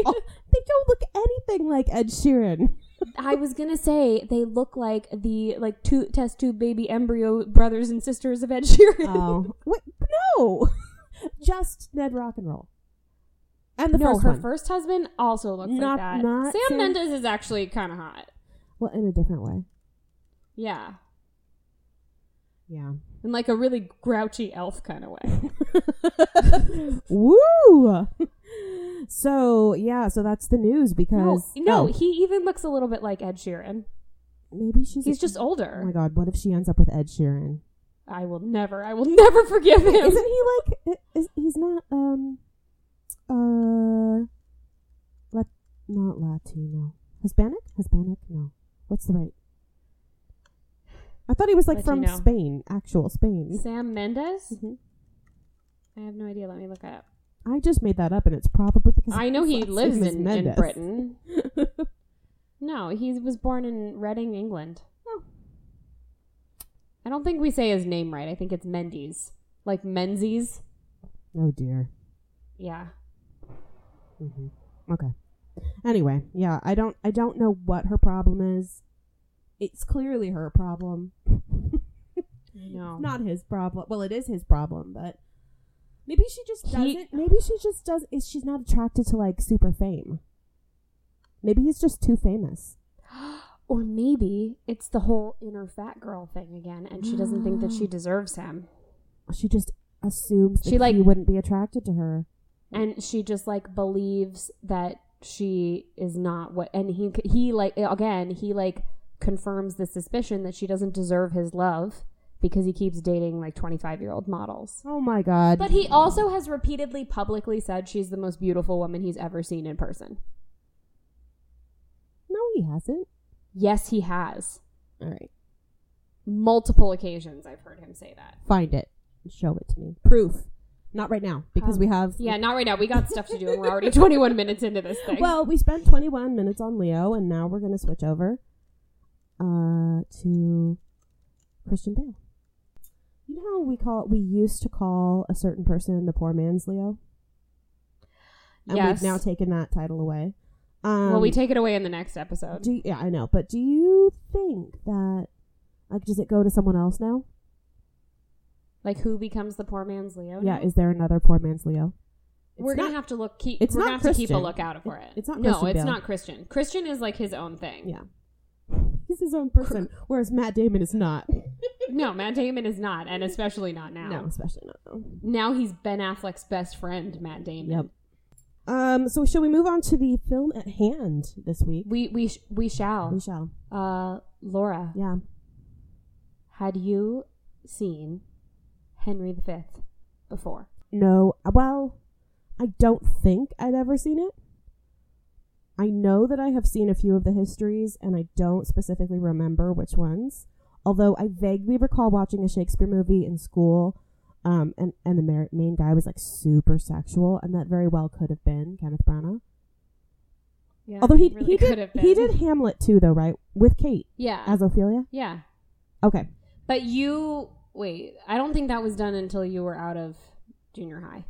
[SPEAKER 2] don't look anything like Ed Sheeran.
[SPEAKER 1] I was gonna say they look like the like two test tube baby embryo brothers and sisters of Ed Sheeran.
[SPEAKER 2] Oh, wait, no, just Ned Rock and Roll, and the
[SPEAKER 1] no,
[SPEAKER 2] first
[SPEAKER 1] her
[SPEAKER 2] one.
[SPEAKER 1] first husband also looks
[SPEAKER 2] Not-
[SPEAKER 1] like that.
[SPEAKER 2] not
[SPEAKER 1] Sam,
[SPEAKER 2] Sam-
[SPEAKER 1] Mendes is actually kind of hot.
[SPEAKER 2] well, in a different way.
[SPEAKER 1] Yeah,
[SPEAKER 2] Yeah.
[SPEAKER 1] in like a really grouchy elf kind of way.
[SPEAKER 2] Woo! So yeah, so that's the news
[SPEAKER 1] no,
[SPEAKER 2] because
[SPEAKER 1] no,
[SPEAKER 2] oh,
[SPEAKER 1] he even looks a little bit like Ed Sheeran.
[SPEAKER 2] maybe she's
[SPEAKER 1] He's just
[SPEAKER 2] Oh my
[SPEAKER 1] older.
[SPEAKER 2] god, what if she ends up with Ed Sheeran?
[SPEAKER 1] I will never, I will never forgive him.
[SPEAKER 2] Isn't he like? i- Is, he's not um, uh, lat not Latino, Hispanic, Hispanic. No, what's the right? I thought he was like
[SPEAKER 1] Latino.
[SPEAKER 2] from Spain, actual Spain.
[SPEAKER 1] Sam Mendes?
[SPEAKER 2] Mhm.
[SPEAKER 1] I have no idea. Let me look it up.
[SPEAKER 2] I just made that up, and it's probably because
[SPEAKER 1] I know
[SPEAKER 2] his
[SPEAKER 1] he
[SPEAKER 2] last
[SPEAKER 1] lives
[SPEAKER 2] name is
[SPEAKER 1] in, in
[SPEAKER 2] Mendes.
[SPEAKER 1] Britain. no, he was born in Reading, England. I don't think we say his name right. I think it's Mendes. Like Menzies.
[SPEAKER 2] Oh dear.
[SPEAKER 1] Yeah.
[SPEAKER 2] hmm Okay. Anyway, yeah, I don't, I don't know what her problem is. It's clearly her problem,
[SPEAKER 1] No.
[SPEAKER 2] not his problem. Well, it is his problem, but maybe she just
[SPEAKER 1] He-
[SPEAKER 2] doesn't. Maybe she just does. Is she's not attracted to like super fame? Maybe he's just too famous.
[SPEAKER 1] Or maybe it's the whole inner fat girl thing again, and she doesn't think that she deserves him.
[SPEAKER 2] She just assumes that
[SPEAKER 1] She, like-
[SPEAKER 2] he wouldn't be attracted to her.
[SPEAKER 1] and she just like believes that she is not what and he he like again he like confirms the suspicion that she doesn't deserve his love because he keeps dating like 25 year old models
[SPEAKER 2] Oh my god!
[SPEAKER 1] but he also has repeatedly publicly said she's the most beautiful woman he's ever seen in person
[SPEAKER 2] no, he hasn't.
[SPEAKER 1] yes he has
[SPEAKER 2] All right,
[SPEAKER 1] multiple occasions i've heard him say that
[SPEAKER 2] find it. Show it to me. Proof. Not right now because
[SPEAKER 1] Um,
[SPEAKER 2] we have
[SPEAKER 1] yeah not right now we got stuff to do and we're already 21 minutes into this thing
[SPEAKER 2] Well, we spent 21 minutes on Leo, and now we're going to switch over uh, to Christian Bale. You know how we call we used to call a certain person the poor man's Leo, and
[SPEAKER 1] yes
[SPEAKER 2] we've now taken that title away. Um,
[SPEAKER 1] well we take it away in the next episode
[SPEAKER 2] do, yeah, I know, but do you think that like does it go to someone else now?
[SPEAKER 1] like who becomes the poor man's leo
[SPEAKER 2] yeah,
[SPEAKER 1] now?
[SPEAKER 2] is there another poor man's Leo? It's
[SPEAKER 1] we're gonna
[SPEAKER 2] not-
[SPEAKER 1] have to look. Keep,
[SPEAKER 2] it's
[SPEAKER 1] we're
[SPEAKER 2] not
[SPEAKER 1] gonna have to keep a
[SPEAKER 2] Christian.
[SPEAKER 1] lookout for it.
[SPEAKER 2] It's not
[SPEAKER 1] No,
[SPEAKER 2] Christian
[SPEAKER 1] it's
[SPEAKER 2] Bale.
[SPEAKER 1] not Christian. Christian is like his own thing.
[SPEAKER 2] yeah. He's his own person, whereas Matt Damon is not.
[SPEAKER 1] No, Matt Damon is not, and especially not now.
[SPEAKER 2] No, especially not. now.
[SPEAKER 1] Now he's Ben Affleck's best friend, Matt Damon.
[SPEAKER 2] Yep. Um, so shall we move on to the film at hand this week?
[SPEAKER 1] We we sh- we
[SPEAKER 2] We
[SPEAKER 1] shall.
[SPEAKER 2] shall.
[SPEAKER 1] Uh, Laura,
[SPEAKER 2] Yeah.
[SPEAKER 1] had you seen Henry V before?
[SPEAKER 2] No. Well, I don't think I'd ever seen it. I know that I have seen a few of the histories, and I don't specifically remember which ones. Although I vaguely recall watching a Shakespeare movie in school, um, and and the mar- main guy was like super sexual, and that very well could have been Kenneth Branagh.
[SPEAKER 1] Yeah,
[SPEAKER 2] Although he he did he did Hamlet too, though, right? With Kate
[SPEAKER 1] Yeah,
[SPEAKER 2] as Ophelia.
[SPEAKER 1] yeah.
[SPEAKER 2] Okay.
[SPEAKER 1] But you wait. I don't think that was done until you were out of junior high.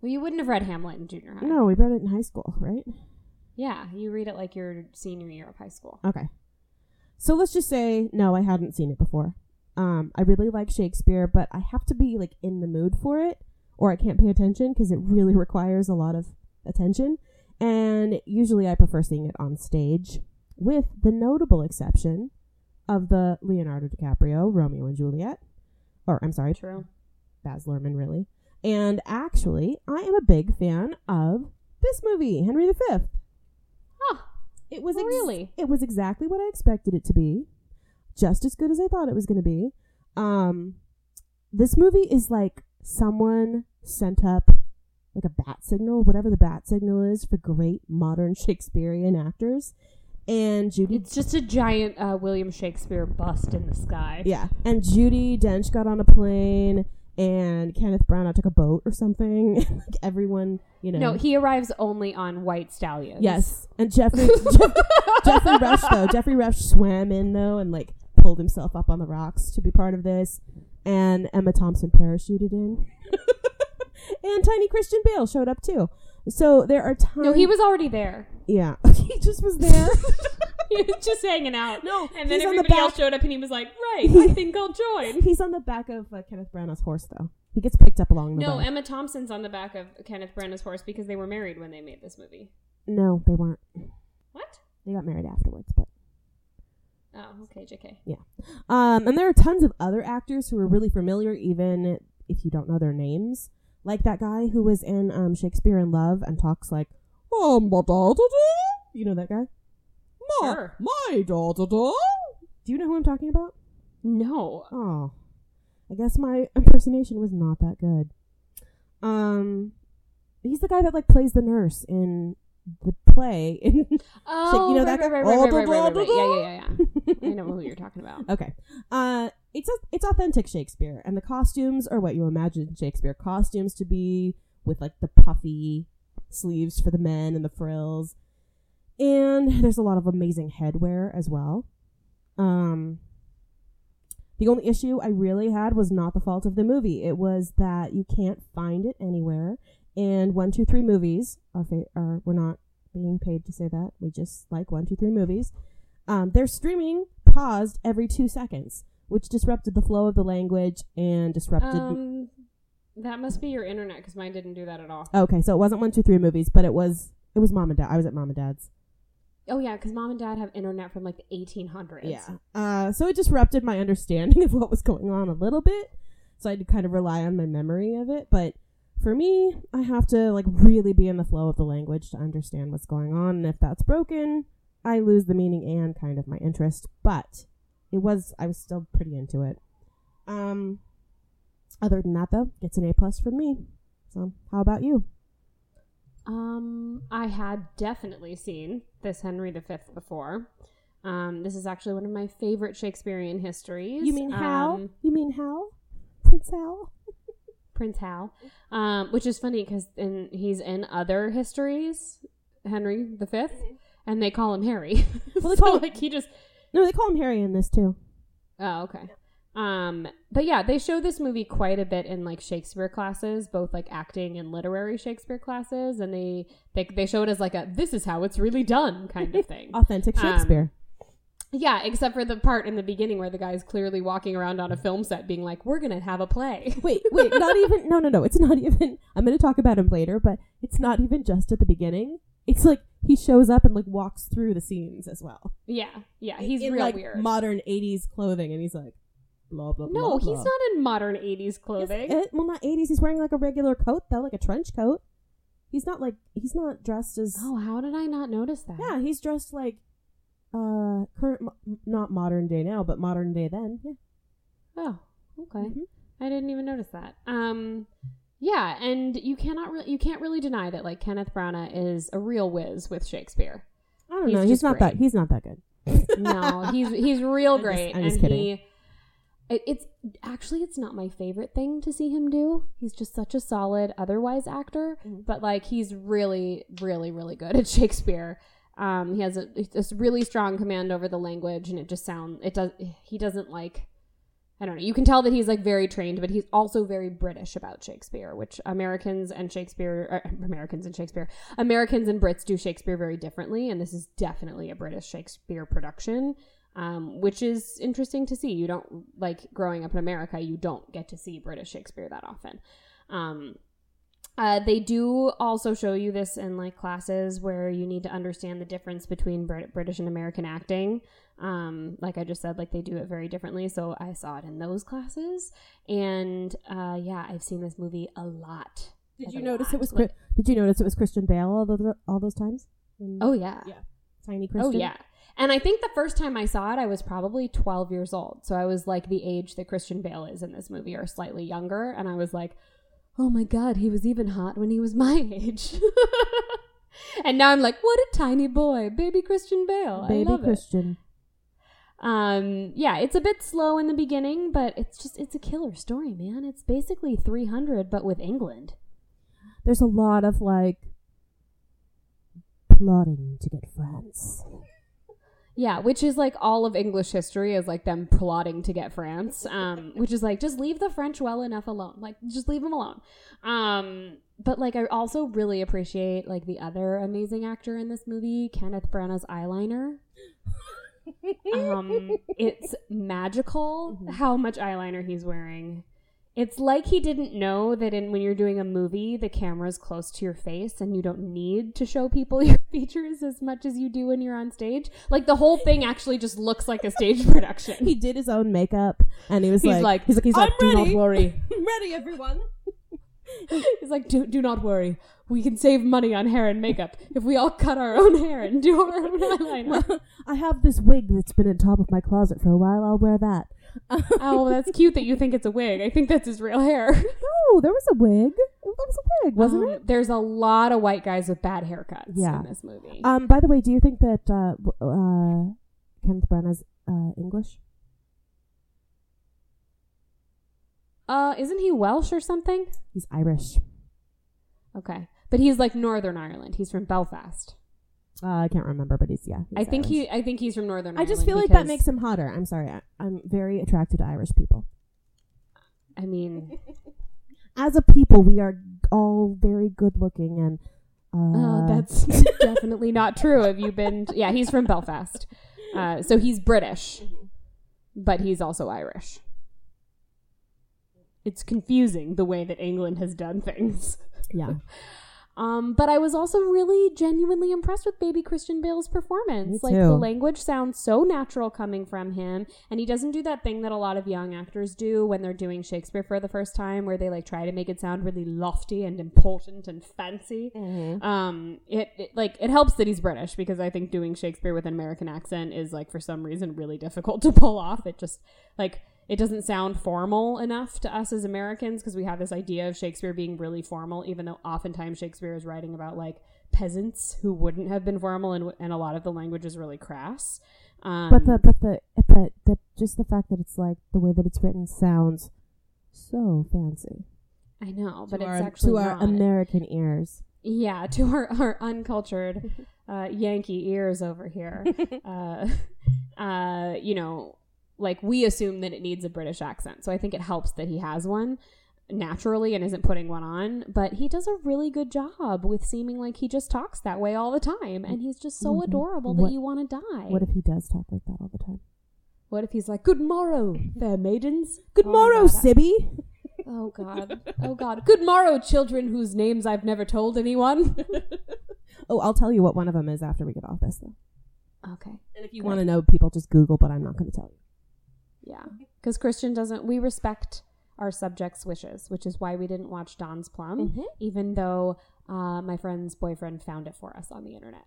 [SPEAKER 1] Well, you wouldn't have read Hamlet in junior high.
[SPEAKER 2] No, we read it in high school, right?
[SPEAKER 1] Yeah, you read it like your senior year of high school.
[SPEAKER 2] Okay. So let's just say no, I hadn't seen it before. Um, I really like Shakespeare, but I have to be like in the mood for it, or I can't pay attention because it really requires a lot of attention. And usually, I prefer seeing it on stage, with the notable exception of the Leonardo DiCaprio Romeo and Juliet, or I'm sorry,
[SPEAKER 1] True.
[SPEAKER 2] Baz Luhrmann, really. And actually, I am a big fan of this movie, Henry V.
[SPEAKER 1] Huh.
[SPEAKER 2] It was ex-
[SPEAKER 1] Really?
[SPEAKER 2] it was exactly what I expected it to be, just as good as I thought it was going to be. Um, this movie is like someone sent up like a bat signal, whatever the bat signal is for great modern Shakespearean actors, and Judy.
[SPEAKER 1] It's just a giant uh, William Shakespeare bust in the sky.
[SPEAKER 2] yeah, and Judy Dench got on a plane, and Kenneth Branagh took a boat or something. like everyone, you know.
[SPEAKER 1] No, he arrives only on white stallions.
[SPEAKER 2] Yes, and Jeffrey Jeff, Jeffrey Rush though Jeffrey Rush swam in though and like pulled himself up on the rocks to be part of this, and Emma Thompson parachuted in, and Tiny Christian Bale showed up too. So there are tons.
[SPEAKER 1] No, he was already there.
[SPEAKER 2] Yeah, he just was there.
[SPEAKER 1] he was just hanging out.
[SPEAKER 2] No,
[SPEAKER 1] and then
[SPEAKER 2] he's on the
[SPEAKER 1] everybody
[SPEAKER 2] back.
[SPEAKER 1] else showed up, and he was like, "Right, I think I'll join."
[SPEAKER 2] He's on the back of uh, Kenneth Branagh's horse, though. He gets picked up along the
[SPEAKER 1] No,
[SPEAKER 2] way.
[SPEAKER 1] Emma Thompson's on the back of Kenneth Branagh's horse because they were married when they made this movie.
[SPEAKER 2] no, they weren't.
[SPEAKER 1] What?
[SPEAKER 2] They got married afterwards, but
[SPEAKER 1] Oh, okay, JK.
[SPEAKER 2] Um, and there are tons of other actors who are really familiar, even if you don't know their names. Like that guy who was in um, Shakespeare in Love and talks like, oh, my daughter, you know that guy? My,
[SPEAKER 1] Sure.
[SPEAKER 2] my daughter. Do you know who I'm talking about?
[SPEAKER 1] No.
[SPEAKER 2] Oh, I guess my impersonation was not that good. Um, he's the guy that like plays the nurse in the play. In
[SPEAKER 1] Oh,
[SPEAKER 2] you know
[SPEAKER 1] right,
[SPEAKER 2] that guy?
[SPEAKER 1] right, right, right, right, right, right, right.
[SPEAKER 2] Oh, da, da,
[SPEAKER 1] Yeah,
[SPEAKER 2] da,
[SPEAKER 1] yeah, yeah, yeah. I know who you're talking about.
[SPEAKER 2] Okay. Uh, it's it's authentic Shakespeare, and the costumes are what you imagine Shakespeare costumes to be, with like the puffy sleeves for the men and the frills, and there's a lot of amazing headwear as well. Um, the only issue I really had was not the fault of the movie; it was that you can't find it anywhere. And one, two, three movies are fa- are we're not being paid to say that. We just like one, two, three movies. Um, their streaming paused every two seconds, which disrupted the flow of the language and disrupted.
[SPEAKER 1] Um, that must be your internet because mine didn't do that at all.
[SPEAKER 2] okay, so it wasn't one, two, three movies, but it was it was mom and dad. I was at mom and dad's.
[SPEAKER 1] Oh yeah, because mom and dad have internet from like the 1800s.
[SPEAKER 2] Yeah. Uh, so it disrupted my understanding of what was going on a little bit. So I had to kind of rely on my memory of it. But for me, I have to like really be in the flow of the language to understand what's going on. And if that's broken, I lose the meaning and kind of my interest. But it was I was still pretty into it. Um, other than that, though, it's an A plus from me. So how about you?
[SPEAKER 1] Um, I had definitely seen this Henry V before. Um, this is actually one of my favorite Shakespearean histories.
[SPEAKER 2] You mean how?
[SPEAKER 1] Um,
[SPEAKER 2] you mean how? Prince Hal?
[SPEAKER 1] Prince Hal, um, which is funny because in he's in other histories, Henry V, and they call him Harry.
[SPEAKER 2] Mm-hmm. Well, they
[SPEAKER 1] so,
[SPEAKER 2] call him-
[SPEAKER 1] like he just
[SPEAKER 2] No, they call him Harry in this too.
[SPEAKER 1] Oh, okay. Um, but yeah, they show this movie quite a bit in like Shakespeare classes, both like acting and literary Shakespeare classes, and they they they show it as like a this is how it's really done kind of thing.
[SPEAKER 2] Authentic
[SPEAKER 1] Um,
[SPEAKER 2] Shakespeare.
[SPEAKER 1] yeah, except for the part in the beginning where the guy's clearly walking around on a film set, being like, "We're gonna have a play."
[SPEAKER 2] wait, wait, not even. No, no, no. It's not even. I'm going to talk about him later, but it's not even just at the beginning. It's like he shows up and like walks through the scenes as well.
[SPEAKER 1] yeah, yeah, he's
[SPEAKER 2] in,
[SPEAKER 1] real
[SPEAKER 2] like,
[SPEAKER 1] weird.
[SPEAKER 2] Modern '80s clothing, and he's like, blah blah. blah
[SPEAKER 1] no, he's
[SPEAKER 2] blah.
[SPEAKER 1] not in modern '80s
[SPEAKER 2] Yes,
[SPEAKER 1] clothing.
[SPEAKER 2] eh, well, not '80s. He's wearing like a regular coat though, like a trench coat. He's not like he's not dressed as.
[SPEAKER 1] oh, how did I not notice that?
[SPEAKER 2] Yeah, he's dressed like uh current, mo- not modern day now, but modern day then. Yeah.
[SPEAKER 1] Oh, okay.
[SPEAKER 2] Mhm.
[SPEAKER 1] I didn't even notice that. Um, yeah, and you cannot really you can't really deny that like Kenneth Branagh is a real whiz with Shakespeare.
[SPEAKER 2] I don't
[SPEAKER 1] He's
[SPEAKER 2] know. He's
[SPEAKER 1] just
[SPEAKER 2] not
[SPEAKER 1] great.
[SPEAKER 2] that. He's not that good.
[SPEAKER 1] No, he's he's real
[SPEAKER 2] I'm just-
[SPEAKER 1] great,
[SPEAKER 2] I'm just
[SPEAKER 1] and
[SPEAKER 2] kidding.
[SPEAKER 1] he. It, it's actually it's not my favorite thing to see him do. He's just such a solid otherwise actor,
[SPEAKER 2] Mhm.
[SPEAKER 1] but like he's really, really, really good at Shakespeare. Um, he has a, this really strong command over the language, and it just sound it does. He doesn't like I don't know. You can tell that he's like very trained, but he's also very British about Shakespeare, which Americans and Shakespeare, or Americans and Shakespeare, Americans and Brits do Shakespeare very differently. And this is definitely a British Shakespeare production, um, which is interesting to see. You don't, like, growing up in America, you don't get to see British Shakespeare that often. Um, uh, they do also show you this in like classes where you need to understand the difference between Brit- British and American acting. Um, like I just said, like they do it very differently. So I saw it in those classes, and uh, yeah, I've seen this movie a lot.
[SPEAKER 2] Did
[SPEAKER 1] Like
[SPEAKER 2] you
[SPEAKER 1] a
[SPEAKER 2] notice it
[SPEAKER 1] lot.
[SPEAKER 2] was?
[SPEAKER 1] Like-
[SPEAKER 2] Chri- did you notice it was Christian Bale all those all those times? When-
[SPEAKER 1] Oh yeah,
[SPEAKER 2] Yeah. tiny Christian.
[SPEAKER 1] Oh yeah. And I think the first time I saw it, I was probably 12 years old. So I was like the age that Christian Bale is in this movie or slightly younger. And I was like, oh my God, he was even hot when he was my age. and now I'm like, what a tiny boy. Baby Christian Bale. Oh, I
[SPEAKER 2] baby
[SPEAKER 1] love it.
[SPEAKER 2] Christian.
[SPEAKER 1] Um, yeah, it's a bit slow in the beginning, but it's just, it's a killer story, man. It's basically 300, but with England.
[SPEAKER 2] There's a lot of like plotting to get friends.
[SPEAKER 1] Yeah, which is like all of English history is like them plotting to get France, um, which is like just leave the French well enough alone, like just leave them alone. Um, but like I also really appreciate like the other amazing actor in this movie, Kenneth Branagh's eyeliner. Um, it's magical
[SPEAKER 2] Mhm.
[SPEAKER 1] how much eyeliner he's wearing. It's like he didn't know that in when you're doing a movie, the camera's close to your face and you don't need to show people your features as much as you do when you're on stage. Like the whole thing actually just looks like a stage production.
[SPEAKER 2] he did his own makeup, and he was
[SPEAKER 1] He's
[SPEAKER 2] like,
[SPEAKER 1] like,
[SPEAKER 2] he's like, he's
[SPEAKER 1] "I'm
[SPEAKER 2] like, do
[SPEAKER 1] ready."
[SPEAKER 2] not worry.
[SPEAKER 1] ready, everyone. He's like, do, do not worry. We can save money on hair and makeup if we all cut our own hair and do our own eyeliner.
[SPEAKER 2] I have this wig that's been in top of my closet for a while. I'll wear that.
[SPEAKER 1] oh, that's cute that you think it's a wig. I think that's his real hair.
[SPEAKER 2] No, there was a wig. There was a wig, wasn't
[SPEAKER 1] Um,
[SPEAKER 2] it?
[SPEAKER 1] There's a lot of white guys with bad haircuts
[SPEAKER 2] Yeah.
[SPEAKER 1] in this movie.
[SPEAKER 2] Um, by the way, do you think that uh, w- uh, Kenneth Branagh's uh, English?
[SPEAKER 1] uh, isn't he Welsh or something?
[SPEAKER 2] He's Irish.
[SPEAKER 1] Okay, but he's like Northern Ireland. He's from Belfast.
[SPEAKER 2] Uh, I can't remember, but he's yeah. He's
[SPEAKER 1] I think
[SPEAKER 2] Irish.
[SPEAKER 1] he. I think he's from Northern.
[SPEAKER 2] I just
[SPEAKER 1] Ireland
[SPEAKER 2] feel like that
[SPEAKER 1] because-
[SPEAKER 2] makes him hotter. I'm sorry. I, I'm very attracted to Irish people.
[SPEAKER 1] I mean,
[SPEAKER 2] As a people, we are all very good looking, and uh,
[SPEAKER 1] uh, that's definitely not true. Have you been? yeah, he's from Belfast, uh, so he's British, but he's also Irish. It's confusing the way that England has done things.
[SPEAKER 2] yeah.
[SPEAKER 1] Um, but I was also really genuinely impressed with baby Christian Bale's performance.
[SPEAKER 2] Me
[SPEAKER 1] Like the
[SPEAKER 2] too.
[SPEAKER 1] language sounds so natural coming from him, and he doesn't do that thing that a lot of young actors do when they're doing Shakespeare for the first time, where they like try to make it sound really lofty and important and fancy. Um, it, it like it helps that he's British because I think doing Shakespeare with an American accent is like for some reason really difficult to pull off. It just like it doesn't sound formal enough to us as Americans because we have this idea of Shakespeare being really formal, even though oftentimes Shakespeare is writing about like peasants who wouldn't have been formal, and and a lot of the language is really crass. Um,
[SPEAKER 2] But the but the but the just the fact that it's like the way that it's written sounds so fancy
[SPEAKER 1] I know, but
[SPEAKER 2] to
[SPEAKER 1] it's
[SPEAKER 2] our,
[SPEAKER 1] actually
[SPEAKER 2] to our
[SPEAKER 1] not.
[SPEAKER 2] American ears.
[SPEAKER 1] Yeah, to our, our uncultured uh, Yankee ears over here. uh, uh, you know, like we assume that it needs a British accent. So I think it helps that he has one naturally and isn't putting one on. But he does a really good job with seeming like he just talks that way all the time. And he's just so
[SPEAKER 2] Mhm.
[SPEAKER 1] adorable
[SPEAKER 2] What-
[SPEAKER 1] that you want to die.
[SPEAKER 2] What if he does talk like that all the
[SPEAKER 1] Oh
[SPEAKER 2] time?
[SPEAKER 1] What if he's like, Good morrow, fair maidens.
[SPEAKER 2] Good
[SPEAKER 1] Oh my
[SPEAKER 2] morrow,
[SPEAKER 1] God, that-
[SPEAKER 2] Sibby.
[SPEAKER 1] Oh, God. Oh, God. Good morrow, children whose names I've never told anyone.
[SPEAKER 2] Oh, I'll tell you what one of them is after we get off this. Though.
[SPEAKER 1] okay.
[SPEAKER 2] And if you want to know, people just Google, but I'm not going to tell you.
[SPEAKER 1] Yeah. Because Christian doesn't, we respect our subjects' wishes, which is why we didn't watch Don's Plum,
[SPEAKER 2] Mhm.
[SPEAKER 1] even though uh, my friend's boyfriend found it for us on the internet.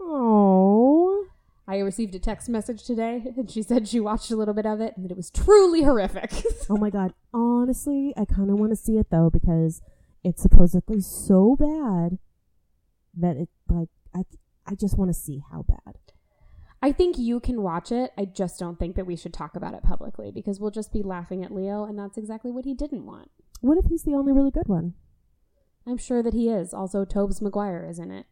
[SPEAKER 2] Oh,
[SPEAKER 1] I received a text message today, and she said she watched a little bit of it and that it was truly horrific.
[SPEAKER 2] oh my God! Honestly, I kind of want to see it though because it's supposedly so bad that it like I I just want to see how bad.
[SPEAKER 1] I think you can watch it. I just don't think that we should talk about it publicly because we'll just be laughing at Leo, and that's exactly what he didn't want.
[SPEAKER 2] What if he's the only really good one?
[SPEAKER 1] I'm sure that he is. Also, Tobes Maguire is in it.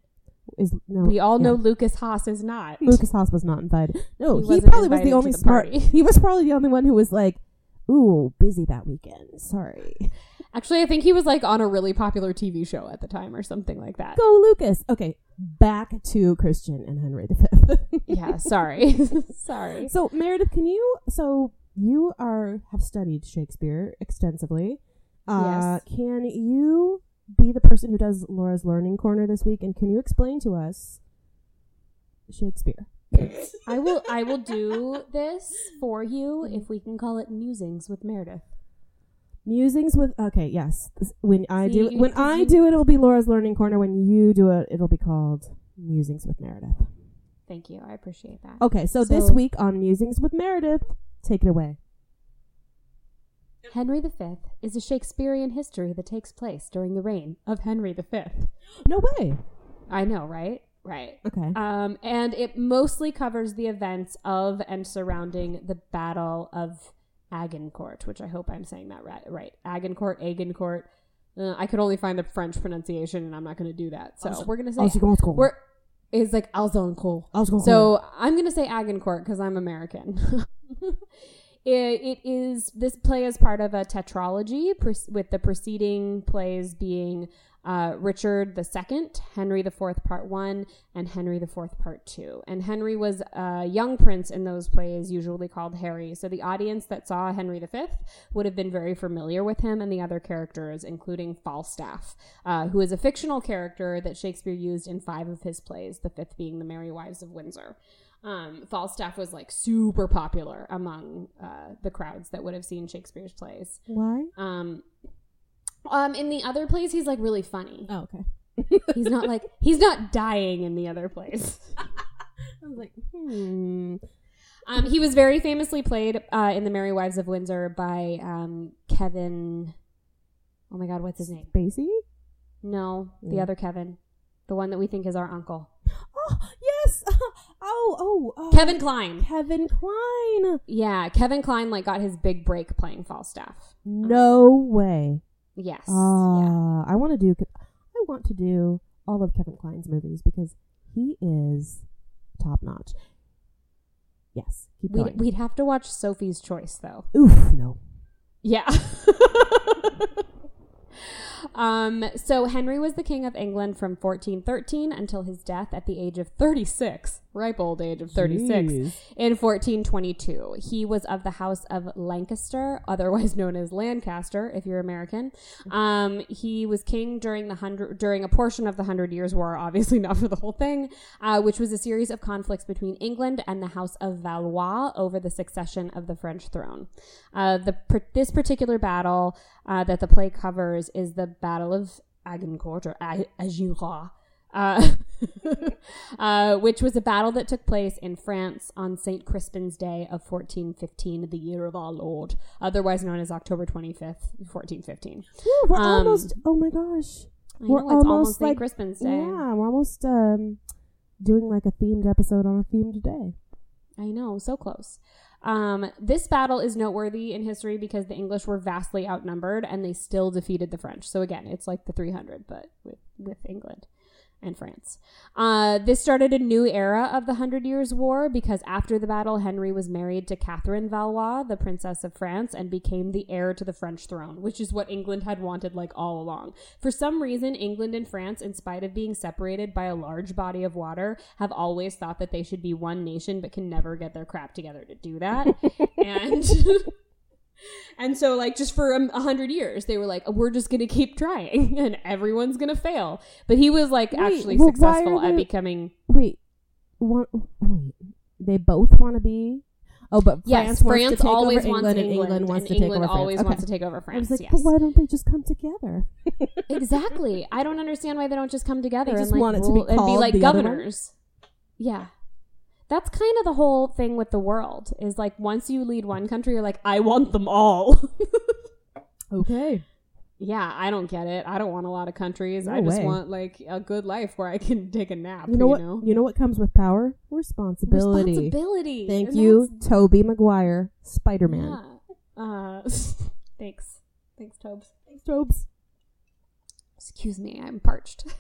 [SPEAKER 2] Is no,
[SPEAKER 1] We all
[SPEAKER 2] yeah.
[SPEAKER 1] know Lucas Haas is not.
[SPEAKER 2] Lucas Haas was not invited. No,
[SPEAKER 1] He
[SPEAKER 2] he,
[SPEAKER 1] wasn't
[SPEAKER 2] probably was
[SPEAKER 1] invited
[SPEAKER 2] the
[SPEAKER 1] to
[SPEAKER 2] only
[SPEAKER 1] the
[SPEAKER 2] smart.
[SPEAKER 1] party.
[SPEAKER 2] He was probably the only one who was like, "Ooh, busy that weekend. Sorry."
[SPEAKER 1] Actually, I think he was like on a really popular TV show at the time or something like that.
[SPEAKER 2] Go Lucas. Okay, back to Christian and Henry V.
[SPEAKER 1] yeah, sorry. sorry.
[SPEAKER 2] so Meredith, can you? So you are have studied Shakespeare extensively. Uh, Can you be the person who does Laura's Learning Corner this week, and can you explain to us Shakespeare?
[SPEAKER 1] I will I will do this for you if we can call it musings with Meredith.
[SPEAKER 2] Musings with okay, yes. This- When I
[SPEAKER 1] See,
[SPEAKER 2] do
[SPEAKER 1] you-
[SPEAKER 2] when
[SPEAKER 1] did
[SPEAKER 2] I
[SPEAKER 1] you-
[SPEAKER 2] do it, it'll be Laura's Learning Corner. When you do it, it'll be called Musings with Meredith.
[SPEAKER 1] Thank you. I appreciate that.
[SPEAKER 2] Okay, so, this
[SPEAKER 1] So-
[SPEAKER 2] week on Musings with Meredith, take it away.
[SPEAKER 1] Henry V is a Shakespearean history that takes place during the reign of Henry V.
[SPEAKER 2] No way.
[SPEAKER 1] I know, right? Right.
[SPEAKER 2] Okay.
[SPEAKER 1] Um, and it mostly covers the events of and surrounding the Battle of Agincourt, which I hope I'm saying that right. Right, Agincourt, Agincourt. Uh, I could only find the French pronunciation, and I'm not going to do that. So
[SPEAKER 2] Also-
[SPEAKER 1] we're going to say
[SPEAKER 2] also going to school.
[SPEAKER 1] we're is like Alzoncourt.
[SPEAKER 2] I was going
[SPEAKER 1] So I'm going to say Agincourt because I'm American. it, it is this play is part of a tetralogy pre- with the preceding plays being uh, Richard II, Henry IV Part One, and Henry IV Part Two. And Henry was a young prince in those plays, usually called Harry. So the audience that saw Henry V would have been very familiar with him and the other characters, including Falstaff, uh, who is a fictional character that Shakespeare used in five of his plays, the fifth being The Merry Wives of Windsor. Um, Falstaff was like super popular among uh, the crowds that would have seen Shakespeare's plays.
[SPEAKER 2] why?
[SPEAKER 1] Um, um, in the other plays, he's like really funny.
[SPEAKER 2] Oh, okay.
[SPEAKER 1] He's not like he's not dying in the other plays.
[SPEAKER 2] I was like, hmm.
[SPEAKER 1] Um, he was very famously played uh, in The Merry Wives of Windsor by um, Kevin. Oh my God, what's his name?
[SPEAKER 2] Basie?
[SPEAKER 1] No, the
[SPEAKER 2] Mm.
[SPEAKER 1] other Kevin, the one that we think is our uncle,
[SPEAKER 2] Oh, yes. oh, oh, oh.
[SPEAKER 1] Kevin Klein.
[SPEAKER 2] Kevin Klein.
[SPEAKER 1] Yeah, Kevin Klein like got his big break playing Falstaff.
[SPEAKER 2] No way.
[SPEAKER 1] Yes. yeah.
[SPEAKER 2] Ah, I want to do. I want to do all of Kevin Klein's movies because he is top notch. Yes, keep
[SPEAKER 1] We'd,
[SPEAKER 2] going.
[SPEAKER 1] we'd have to watch Sophie's Choice though.
[SPEAKER 2] Oof, no.
[SPEAKER 1] Yeah. um, so Henry was the king of England from 1413 until his death at the age of 36, ripe old age of 36,
[SPEAKER 2] Jeez.
[SPEAKER 1] in 1422. He was of the House of Lancaster, otherwise known as Lancaster, if you're American. Um, he was king during the hundred during a portion of the Hundred Years' War, obviously not for the whole thing, uh, which was a series of conflicts between England and the House of Valois over the succession of the French throne. Uh, the par- this particular battle uh, that the play covers is the Battle of Agincourt or Ag- Agincourt. Uh, uh, which was a battle that took place in France on St. Crispin's Day of 1415, the year of our Lord, otherwise known as October 25th, 1415.
[SPEAKER 2] Ooh, we're
[SPEAKER 1] Um,
[SPEAKER 2] almost. Oh my gosh.
[SPEAKER 1] I
[SPEAKER 2] We're
[SPEAKER 1] know it's
[SPEAKER 2] almost
[SPEAKER 1] almost St.
[SPEAKER 2] like-
[SPEAKER 1] Crispin's Day.
[SPEAKER 2] Yeah, we're almost um, doing like a themed episode on a themed day.
[SPEAKER 1] I know, so close. Um, this battle is noteworthy in history because the English were vastly outnumbered and they still defeated the French. So again, it's like the 300, but with, with England and France. Uh, this started a new era of the Hundred Years' War because after the battle, Henry was married to Catherine Valois, the Princess of France, and became the heir to the French throne, which is what England had wanted like all along. For some reason, England and France, in spite of being separated by a large body of water, have always thought that they should be one nation but can never get their crap together to do that. and. And so, like, just for um, a hundred years, they were like, "We're just gonna keep trying, and everyone's gonna fail." But he was like
[SPEAKER 2] Wait,
[SPEAKER 1] actually
[SPEAKER 2] well, why
[SPEAKER 1] successful
[SPEAKER 2] are
[SPEAKER 1] at
[SPEAKER 2] they-
[SPEAKER 1] becoming
[SPEAKER 2] Wait, one, wait. They both want to be. Oh, but
[SPEAKER 1] yes,
[SPEAKER 2] France, wants to
[SPEAKER 1] France
[SPEAKER 2] take
[SPEAKER 1] always
[SPEAKER 2] over
[SPEAKER 1] wants
[SPEAKER 2] England, and England wants to take over France.
[SPEAKER 1] always
[SPEAKER 2] Okay.
[SPEAKER 1] wants to take over France.
[SPEAKER 2] I was like,
[SPEAKER 1] yes.
[SPEAKER 2] but why don't they just come together?
[SPEAKER 1] exactly. I don't understand why they don't just come together
[SPEAKER 2] They
[SPEAKER 1] and
[SPEAKER 2] just
[SPEAKER 1] like
[SPEAKER 2] want it to be
[SPEAKER 1] rule- and be
[SPEAKER 2] called
[SPEAKER 1] like
[SPEAKER 2] the other one?
[SPEAKER 1] governors. Yeah. That's kind of the whole thing with the world is like once you lead one country, you're like, I want them all.
[SPEAKER 2] Okay.
[SPEAKER 1] yeah, I don't get it. I don't want a lot of countries.
[SPEAKER 2] No
[SPEAKER 1] I just
[SPEAKER 2] way.
[SPEAKER 1] want like a good life where I can take a nap.
[SPEAKER 2] You know what? You know what comes with power? Responsibility.
[SPEAKER 1] Responsibility.
[SPEAKER 2] Thank
[SPEAKER 1] And
[SPEAKER 2] you,
[SPEAKER 1] that's-
[SPEAKER 2] Toby Maguire, Spider Man.
[SPEAKER 1] Yeah. Uh, thanks. Thanks, Tobes.
[SPEAKER 2] Tobes.
[SPEAKER 1] excuse me, I'm parched.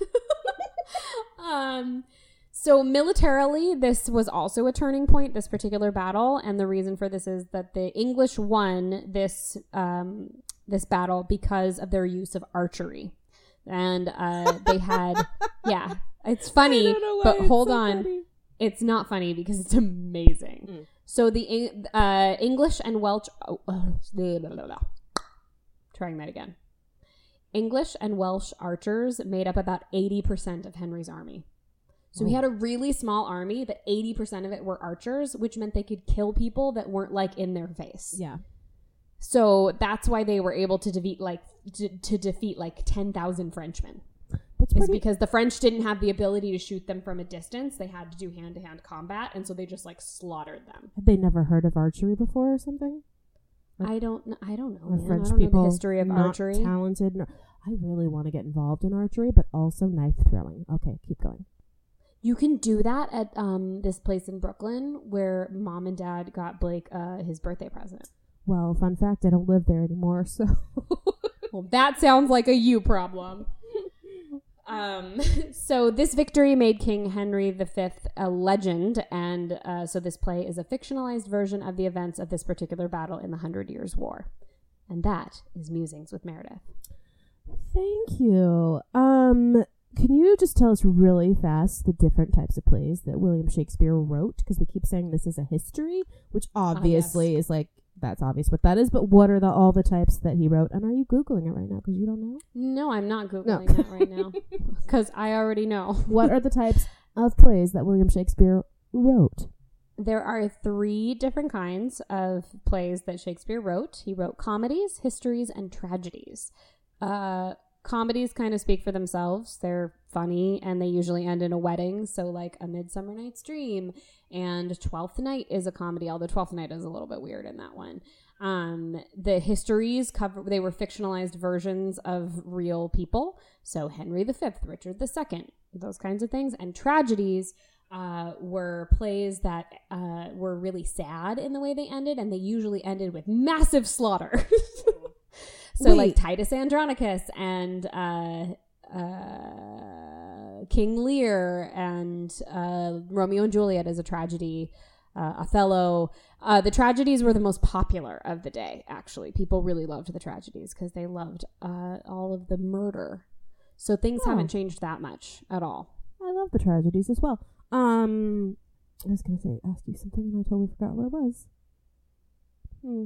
[SPEAKER 1] um, so militarily, this was also a turning point. This particular battle, and the reason for this is that the English won this um, this battle because of their use of archery, and uh, they had yeah, it's funny, but hold on it's not funny because it's amazing.
[SPEAKER 2] Mm.
[SPEAKER 1] So the Eng- uh, English and Welsh, oh, oh, blah, blah, blah, blah. trying that again. English and Welsh archers made up about eighty percent of Henry's army. So he
[SPEAKER 2] Oh.
[SPEAKER 1] had a really small army, but eighty percent of it were archers, which meant they could kill people that weren't like in their face.
[SPEAKER 2] Yeah.
[SPEAKER 1] So that's why they were able to defeat like to, to defeat like ten thousand Frenchmen
[SPEAKER 2] That's
[SPEAKER 1] is
[SPEAKER 2] pretty,
[SPEAKER 1] because the French didn't have the ability to shoot them from a distance. They had to do hand to hand combat, and so they just like slaughtered them.
[SPEAKER 2] had they never heard of archery before or something? Or-
[SPEAKER 1] I don't, kn- I don't know.
[SPEAKER 2] Or
[SPEAKER 1] Oh, man.
[SPEAKER 2] French
[SPEAKER 1] I don't
[SPEAKER 2] people
[SPEAKER 1] know the history of
[SPEAKER 2] not
[SPEAKER 1] archery.
[SPEAKER 2] talented. nor- I really want to get involved in archery, but also knife throwing. Okay, keep going.
[SPEAKER 1] you can do that at um, this place in Brooklyn where mom and dad got Blake uh, his birthday present.
[SPEAKER 2] Well, fun fact: I don't live there anymore, so
[SPEAKER 1] well, that sounds like a you problem. Um, so this victory made King Henry V a legend, and uh, so this play is a fictionalized version of the events of this particular battle in the Hundred Years' War, and that is musings with Meredith.
[SPEAKER 2] Thank you. Um, can you just tell us really fast the different types of plays that William Shakespeare wrote? Because we keep saying this is a history, which
[SPEAKER 1] Ah,
[SPEAKER 2] obviously is like that's obvious what that is. But what are the all the types that he wrote? And are you googling it right now? Because you don't know.
[SPEAKER 1] No, I'm not googling
[SPEAKER 2] No.
[SPEAKER 1] that right now because I already know
[SPEAKER 2] What are the types of plays that William Shakespeare wrote?
[SPEAKER 1] there are three different kinds of plays that Shakespeare wrote. He wrote comedies, histories, and tragedies. Uh, comedies kind of speak for themselves. They're funny and they usually end in a wedding. So, like A Midsummer Night's Dream and Twelfth Night is a comedy, although Twelfth Night is a little bit weird in that one. Um, the histories cover they were fictionalized versions of real people. So Henry V, Richard II, those kinds of things, and tragedies uh, were plays that uh, were really sad in the way they ended, and they usually ended with massive slaughter. so, like
[SPEAKER 2] Wait.
[SPEAKER 1] Titus Andronicus and uh, uh, King Lear and uh, Romeo and Juliet is a tragedy. Uh, Othello. Uh, the tragedies were the most popular of the day, actually. People really loved the tragedies because they loved uh, all of the murder. So things
[SPEAKER 2] Oh.
[SPEAKER 1] haven't changed that much at all.
[SPEAKER 2] I love the tragedies as well. Um, I was gonna say ask you something, and I totally forgot what it was. Hmm.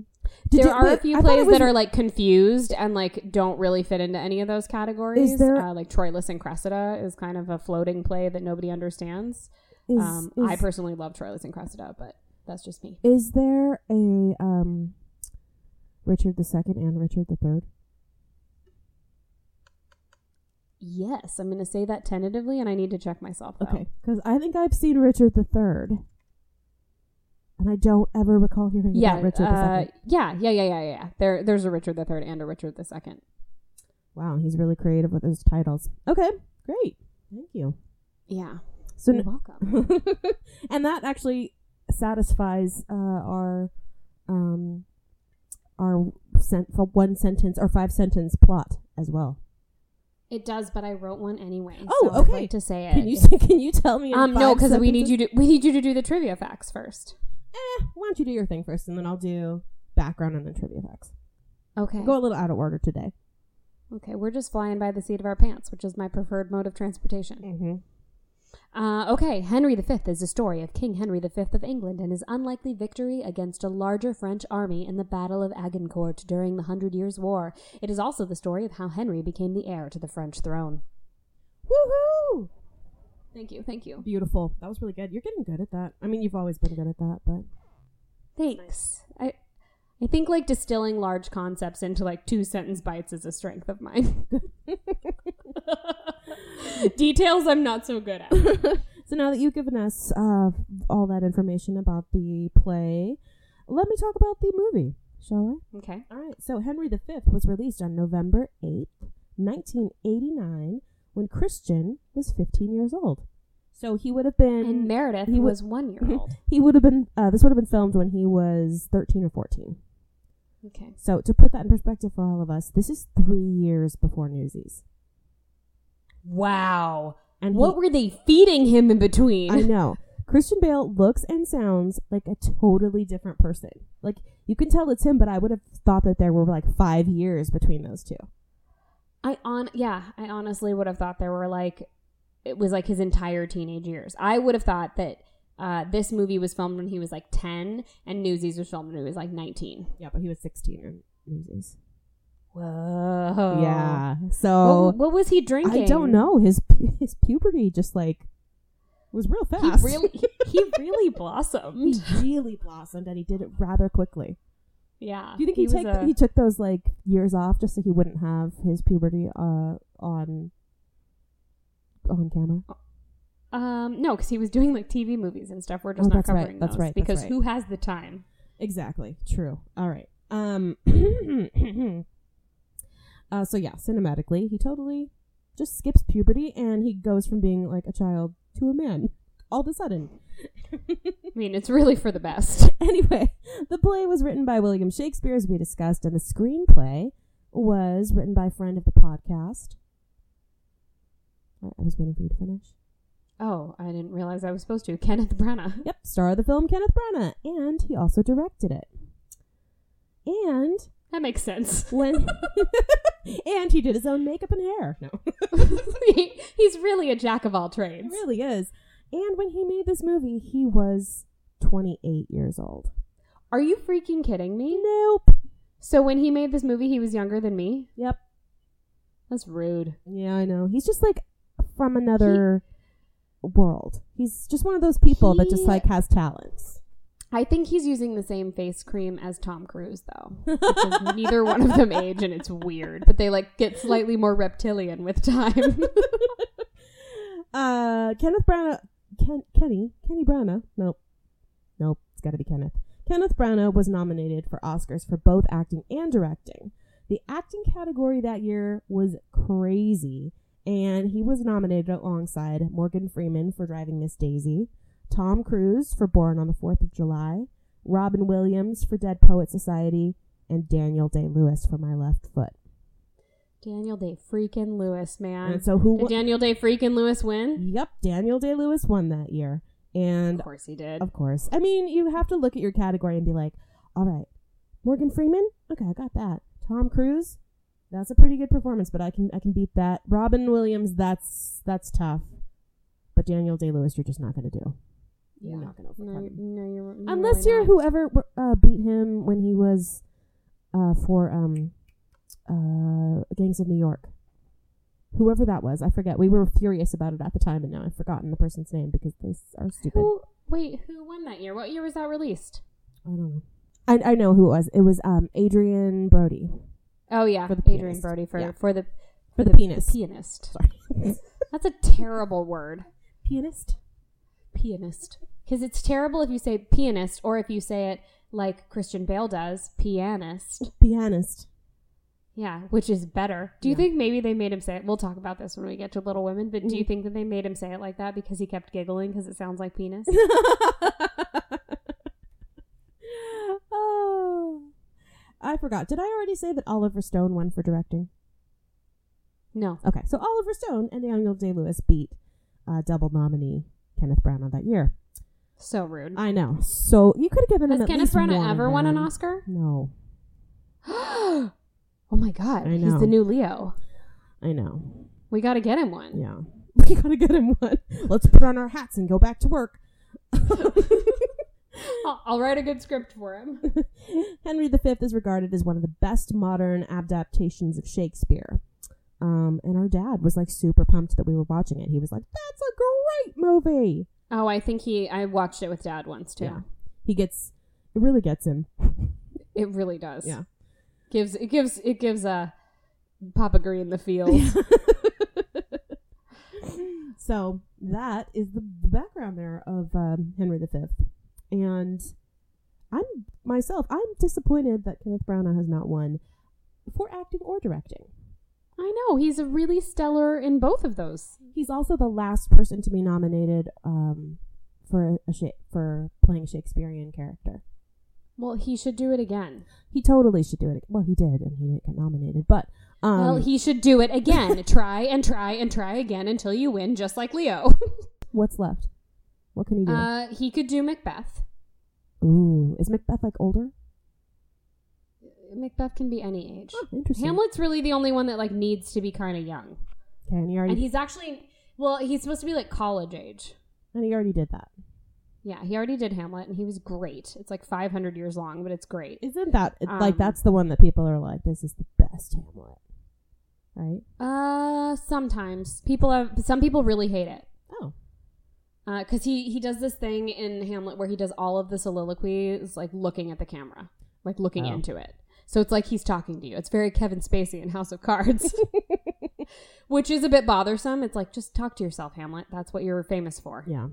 [SPEAKER 2] Did
[SPEAKER 1] there
[SPEAKER 2] you-
[SPEAKER 1] are a
[SPEAKER 2] wait,
[SPEAKER 1] few
[SPEAKER 2] I thought it
[SPEAKER 1] plays
[SPEAKER 2] was-
[SPEAKER 1] that are like confused and like don't really fit into any of those categories.
[SPEAKER 2] there-
[SPEAKER 1] uh, like Troilus and Cressida is kind of a floating play that nobody understands.
[SPEAKER 2] is-
[SPEAKER 1] um,
[SPEAKER 2] is-
[SPEAKER 1] I personally love Troilus and Cressida, but that's just me.
[SPEAKER 2] Is there a um Richard II and Richard III?
[SPEAKER 1] Yes, I'm going to say that tentatively, and I need to check myself. though.
[SPEAKER 2] Okay, because I think I've seen Richard III, and I don't ever recall hearing
[SPEAKER 1] Yeah,
[SPEAKER 2] about Richard
[SPEAKER 1] uh,
[SPEAKER 2] II.
[SPEAKER 1] yeah, yeah, yeah, yeah, yeah. There, there's a Richard III and a Richard II.
[SPEAKER 2] Wow, he's really creative with his titles. Okay, great, thank you.
[SPEAKER 1] Yeah,
[SPEAKER 2] So,
[SPEAKER 1] you're
[SPEAKER 2] n-
[SPEAKER 1] welcome.
[SPEAKER 2] and that actually satisfies uh, our um our sent for one sentence or five sentence plot as well.
[SPEAKER 1] It does, but I wrote one anyway.
[SPEAKER 2] Oh,
[SPEAKER 1] so I'd
[SPEAKER 2] okay.
[SPEAKER 1] like to say it.
[SPEAKER 2] Can you can you tell me? in
[SPEAKER 1] um, no,
[SPEAKER 2] five
[SPEAKER 1] because we need
[SPEAKER 2] sentences?
[SPEAKER 1] you to we need you to do the trivia facts first.
[SPEAKER 2] eh, why don't you do your thing first, and then I'll do background and then trivia facts.
[SPEAKER 1] Okay.
[SPEAKER 2] Go a little out of order today.
[SPEAKER 1] Okay, we're just flying by the seat of our pants, which is my preferred mode of transportation.
[SPEAKER 2] Mm-hmm.
[SPEAKER 1] Uh, okay, Henry V is the story of King Henry V of England and his unlikely victory against a larger French army in the Battle of Agincourt during the Hundred Years' War. It is also the story of how Henry became the heir to the French throne.
[SPEAKER 2] Woohoo!
[SPEAKER 1] Thank you, thank you.
[SPEAKER 2] Beautiful. That was really good. You're getting good at that. I mean, you've always been good at that, but
[SPEAKER 1] Thanks. I I think like distilling large concepts into like two sentence bites is a strength of mine. Details I'm not so good at.
[SPEAKER 2] so now that you've given us uh, all that information about the play, let me talk about the movie, shall
[SPEAKER 1] Okay.
[SPEAKER 2] I? All right. So Henry V was released on November 8th, 1989, when Christian was 15 years old. So he would have been
[SPEAKER 1] And Meredith
[SPEAKER 2] he wa-
[SPEAKER 1] was one year old.
[SPEAKER 2] he would have been uh, this would have been filmed when he was 13 or 14
[SPEAKER 1] Okay.
[SPEAKER 2] so to put that in perspective for all of us this is three years before newsies
[SPEAKER 1] Wow.
[SPEAKER 2] and he-
[SPEAKER 1] what were they feeding him in between?
[SPEAKER 2] i know christian bale looks and sounds like a totally different person like you can tell it's him but i would have thought that there were like five years between those two
[SPEAKER 1] I on yeah, I honestly would have thought there were like it was like his entire teenage years. I would have thought that uh, this movie was filmed when he was like ten, and Newsies was filmed when he was like nineteen.
[SPEAKER 2] yeah but he was 16 in newsies
[SPEAKER 1] Whoa.
[SPEAKER 2] yeah
[SPEAKER 1] Oh. What,
[SPEAKER 2] so
[SPEAKER 1] what was he drinking?
[SPEAKER 2] i don't know his pu- his puberty just like was real
[SPEAKER 1] He
[SPEAKER 2] fast
[SPEAKER 1] really, he, he really blossomed.
[SPEAKER 2] he really blossomed and he did it rather quickly
[SPEAKER 1] Yeah.
[SPEAKER 2] Do you think he,
[SPEAKER 1] was
[SPEAKER 2] take
[SPEAKER 1] a-
[SPEAKER 2] he took those like years off just so he wouldn't have his puberty uh on on camera?
[SPEAKER 1] um, no, because he was doing like TV movies and stuff. We're just
[SPEAKER 2] Oh,
[SPEAKER 1] not
[SPEAKER 2] that's right,
[SPEAKER 1] covering
[SPEAKER 2] that's
[SPEAKER 1] those
[SPEAKER 2] right, that's
[SPEAKER 1] because
[SPEAKER 2] right.
[SPEAKER 1] who has the time?
[SPEAKER 2] Exactly. True. All right. Um. uh. So yeah, cinematically, he totally just skips puberty and he goes from being like a child to a man all of a sudden.
[SPEAKER 1] I mean, it's really for the best.
[SPEAKER 2] anyway, the play was written by William Shakespeare, as we discussed, and the screenplay was written by a friend of the podcast, I I was waiting for you to finish.
[SPEAKER 1] Oh, I didn't realize I was supposed to. Kenneth Branagh.
[SPEAKER 2] Yep, star of the film Kenneth Branagh, and he also directed it. And
[SPEAKER 1] That makes sense.
[SPEAKER 2] when and he did his own makeup and hair. No,
[SPEAKER 1] He- He's really a jack of all
[SPEAKER 2] it
[SPEAKER 1] trades.
[SPEAKER 2] really is. And when he made this movie, he was 28 years old.
[SPEAKER 1] Are you freaking kidding me?
[SPEAKER 2] Nope.
[SPEAKER 1] So when he made this movie, he was younger than me?
[SPEAKER 2] Yep.
[SPEAKER 1] That's rude.
[SPEAKER 2] Yeah, I know. He's just like from another world. He's just one of those people that just
[SPEAKER 1] He-
[SPEAKER 2] like has talents.
[SPEAKER 1] I think he's using the same face cream as Tom Cruise, though. Because neither one of them age, and it's weird. But they like get slightly more reptilian with time.
[SPEAKER 2] Uh, Kenneth Branagh, Ken, Kenny, Kenny Branagh. Nope, nope. It's got to be Kenneth. Kenneth Branagh was nominated for Oscars for both acting and directing. The acting category that year was crazy, and he was nominated alongside Morgan Freeman for Driving Miss Daisy, Tom Cruise for Born on the Fourth of July, Robin Williams for Dead Poet Society, and Daniel Day Lewis for My Left Foot.
[SPEAKER 1] Daniel Day freaking Lewis, man.
[SPEAKER 2] And so who?
[SPEAKER 1] Did
[SPEAKER 2] won-
[SPEAKER 1] Daniel Day freaking Lewis win?
[SPEAKER 2] yep, Daniel Day Lewis won that year, and
[SPEAKER 1] Of course he did.
[SPEAKER 2] Of course. I mean, you have to look at your category and be like, all right, Morgan Freeman? Okay, I got that. Tom Cruise? That's a pretty good performance, but I can I can beat that. Robin Williams, that's that's tough. But Daniel Day Lewis, you're just not gonna do. You're not gonna
[SPEAKER 1] No,
[SPEAKER 2] overcome him.
[SPEAKER 1] no, you're, you're
[SPEAKER 2] Unless
[SPEAKER 1] really
[SPEAKER 2] you're
[SPEAKER 1] not.
[SPEAKER 2] whoever uh, beat him when he was uh, for um uh Gangs of New York. Whoever that was, I forget. We were furious about it at the time, and now I've forgotten the person's name because they s- are stupid.
[SPEAKER 1] Who, wait, who won that year? What year was that released?
[SPEAKER 2] I don't know. I, I know who it was. It was um Adrian Brody.
[SPEAKER 1] Oh yeah,
[SPEAKER 2] For the
[SPEAKER 1] Adrian
[SPEAKER 2] pianist.
[SPEAKER 1] Brody for
[SPEAKER 2] Yeah.
[SPEAKER 1] for the
[SPEAKER 2] For the penis.
[SPEAKER 1] pianist.
[SPEAKER 2] Sorry.
[SPEAKER 1] That's a terrible word,
[SPEAKER 2] Pianist?
[SPEAKER 1] pianist, because it's terrible if you say pianist or if you say it like Christian Bale does, pianist.
[SPEAKER 2] Pianist.
[SPEAKER 1] Yeah, which is better. Do you
[SPEAKER 2] Yeah.
[SPEAKER 1] think maybe they made him say it? We'll talk about this when we get to Little Women, but do you
[SPEAKER 2] Mhm.
[SPEAKER 1] think that they made him say it like that because he kept giggling because it sounds like penis?
[SPEAKER 2] oh. I forgot. Did I already say that Oliver Stone won for directing?
[SPEAKER 1] No.
[SPEAKER 2] Okay, so Oliver Stone and Daniel Day Lewis beat uh, double nominee Kenneth Branagh that year.
[SPEAKER 1] So rude.
[SPEAKER 2] I know. So you could have given him
[SPEAKER 1] Has
[SPEAKER 2] at
[SPEAKER 1] Kenneth
[SPEAKER 2] least one
[SPEAKER 1] Branagh
[SPEAKER 2] of
[SPEAKER 1] ever won an
[SPEAKER 2] them.
[SPEAKER 1] Oscar?
[SPEAKER 2] No,
[SPEAKER 1] oh my god,
[SPEAKER 2] I
[SPEAKER 1] he's
[SPEAKER 2] know.
[SPEAKER 1] the new Leo.
[SPEAKER 2] I know.
[SPEAKER 1] We got to get him one.
[SPEAKER 2] Yeah. We gotta get him one. Let's put on our hats and go back to work.
[SPEAKER 1] I'll, I'll write a good script for him.
[SPEAKER 2] Henry V is regarded as one of the best modern adaptations of Shakespeare. Um, and our dad was like super pumped that we were watching it. He was like, That's a great movie.
[SPEAKER 1] Oh, I think he. I watched it with Dad once too.
[SPEAKER 2] Yeah. He gets it really gets him.
[SPEAKER 1] It really does.
[SPEAKER 2] Yeah.
[SPEAKER 1] gives it gives it gives uh, Papa Green the feels.
[SPEAKER 2] So that is the, the background there of um, Henry V. And I'm myself, I'm disappointed that Kenneth Branagh has not won for acting or directing.
[SPEAKER 1] I know he's a really stellar in both of those.
[SPEAKER 2] He's also the last person to be nominated um, for a sha- for playing a Shakespearean character.
[SPEAKER 1] Well, he should do it again.
[SPEAKER 2] He totally should do it. Well, he did, and he didn't get nominated. But um,
[SPEAKER 1] well, he should do it again. try and try and try again until you win, just like Leo.
[SPEAKER 2] what's left? What can he do?
[SPEAKER 1] Uh, he could do Macbeth.
[SPEAKER 2] Ooh, is Macbeth like older?
[SPEAKER 1] Macbeth can be any age.
[SPEAKER 2] Oh, interesting.
[SPEAKER 1] Hamlet's really the only one that like needs to be kind of young,
[SPEAKER 2] Okay, and he already
[SPEAKER 1] and
[SPEAKER 2] and,
[SPEAKER 1] he's actually well, he's supposed to be like college age.
[SPEAKER 2] he already did that.
[SPEAKER 1] Yeah, he already did Hamlet, and he was great. It's like 500 years long, but it's great.
[SPEAKER 2] Isn't that it-
[SPEAKER 1] Um,
[SPEAKER 2] like that's the one that people are like, this is the best Hamlet, right?
[SPEAKER 1] Uh, sometimes people have some people really hate it
[SPEAKER 2] Oh,
[SPEAKER 1] because Uh, he he does this thing in Hamlet where he does all of the soliloquies like looking at the camera, like looking
[SPEAKER 2] Oh.
[SPEAKER 1] into it. So it's like he's talking to you. It's very Kevin Spacey in House of Cards, which is a bit bothersome. It's like just talk to yourself, Hamlet. That's what you're famous for.
[SPEAKER 2] yeah.